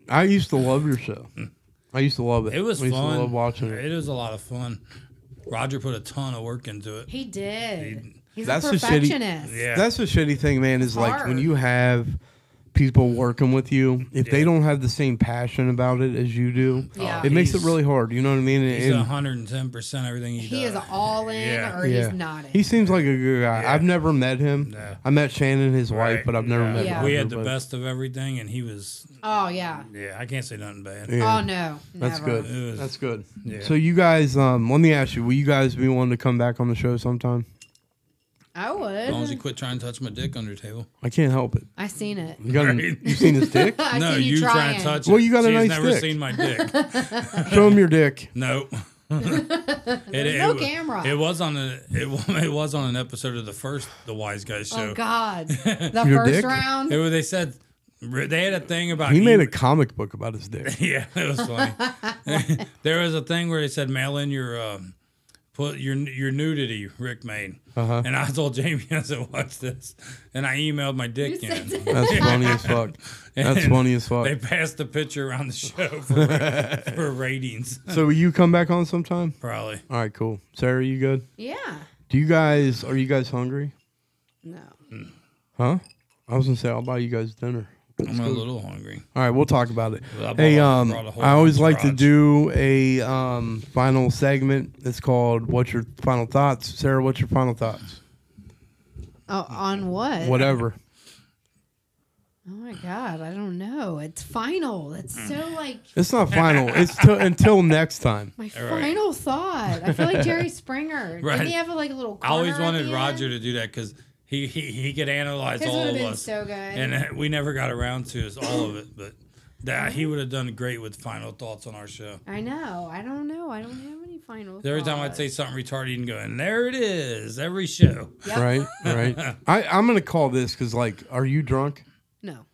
I used to love your show. I used to love it.
Hmm. It was
I used
fun.
to love watching it.
It was a lot of fun. Roger put a ton of work into it.
he did. He's
That's
a
the shitty-
perfectionist.
Yeah.
That's the shitty thing, man. Is like when
hard.
you have people working with you, if they don't have the same passion about it as you do,
Yeah.
it makes it
He's-
really hard. You know what I mean?
He's
And-
hundred and ten percent everything he,
He
does.
is all in
Yeah.
or
yeah.
he's not in.
He seems like a good guy. I've never met him.
No.
I met Shannon, his wife,
Right.
but I've never
Yeah.
met.
Yeah.
Roger,
We had the
but-
best of everything, and he was.
oh yeah.
Yeah, I can't say nothing bad.
Yeah.
Oh no.
That's
never.
good.
It was-
That's good.
Yeah.
So you guys, um, let me ask you: Will you guys be wanting to come back on the show sometime?
I
As long as you
would.
quit trying to touch my dick under the table.
I can't help it.
I seen it.
You got
Right.
you seen his dick?
I
no,
seen you,
you
trying.
try and touch it.
Well, you got a
She's
nice
never
dick.
seen my dick.
Show him your dick.
No. it, it,
no
wa-
camera.
It was on a it, wa- it was on an episode of the first The Wise Guys show.
Oh God. The
Your
first
dick?
round.
It was- they said they had a thing about
He made a
email-
comic book about his dick.
yeah, it was funny. there was a thing where they said mail in your um, put your your nudity, Rick made,
Uh-huh.
and I told Jamie I said watch this, and I emailed my dick
You
in.
said
That's funny as fuck. That's
And
funny as fuck.
They passed the picture around the show for, for ratings,
So will you come back on sometime?
probably.
All right, cool. Sarah, you good?
Yeah.
Do you guys are you guys hungry?
No.
Huh? I was gonna say I'll buy you guys dinner.
I'm a little hungry.
All right, we'll talk about it.
Well, I brought
Hey,
a-
um,
brought a whole
I always like to
entourage.
do a um, final segment. It's called "What's Your Final Thoughts?" Sarah, what's your final thoughts?
Oh, on what?
Whatever.
Oh my God. I don't know. It's final. That's so like
It's not final. It's t- until next time.
my
right.
final thought. I feel like Jerry Springer.
Right.
Didn't he have a, like a little?
I always
corner at
wanted
the
Roger
end?
to do that because he, he he could analyze
His
all
would
of
have been
us,
so good.
and uh, we never got around to is all of it. But that he would have done great with final thoughts on our show.
I know. I don't know. I don't have any final.
Every time I'd
thoughts.
say something retarded, and go, and there it is, every show.
Yep.
Right. Right. I, I'm gonna call this because, like, are you drunk?
no.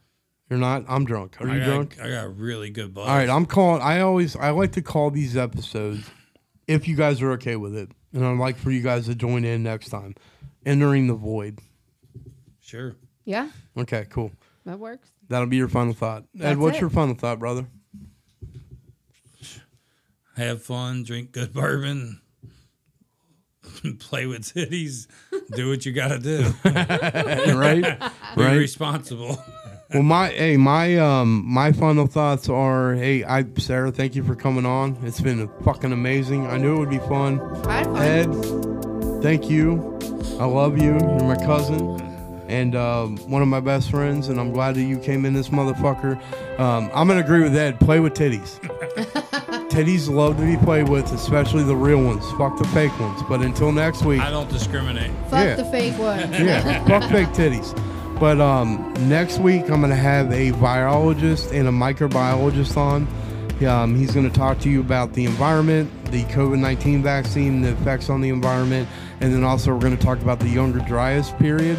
You're not. I'm drunk. Are
I
you
got,
drunk?
I got a really good buzz.
All right. I'm calling. I always I like to call these episodes if you guys are okay with it, and I'd like for you guys to join in next time. Entering the void.
sure.
Yeah,
Okay. Cool.
that works.
That'll be your final thought. Ed,
That's
what's
it.
your final thought, brother?
Have fun, drink good bourbon, play with titties, do what you gotta do,
right?
be
Right.
responsible.
Well, my hey, my um, my final thoughts are, hey, I Sarah, thank you for coming on. It's been fucking amazing. I knew it would be fun.
I had fun.
Ed, thank you. I love you. You're my cousin and um, one of my best friends, and I'm glad that you came in this motherfucker. Um, I'm gonna agree with Ed. Play with titties. titties love to be played with, especially the real ones. Fuck the fake ones. But until next week.
I don't discriminate.
Fuck
yeah.
the fake one.
Yeah, fuck fake titties. But um, next week I'm gonna have a virologist and a microbiologist on. Um, he's gonna talk to you about the environment, the COVID-19 vaccine, the effects on the environment, and then also we're gonna talk about the younger dryas period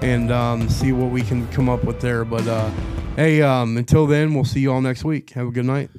and um, see what we can come up with there. But uh, hey, um, until then, we'll see you all next week. Have a good night.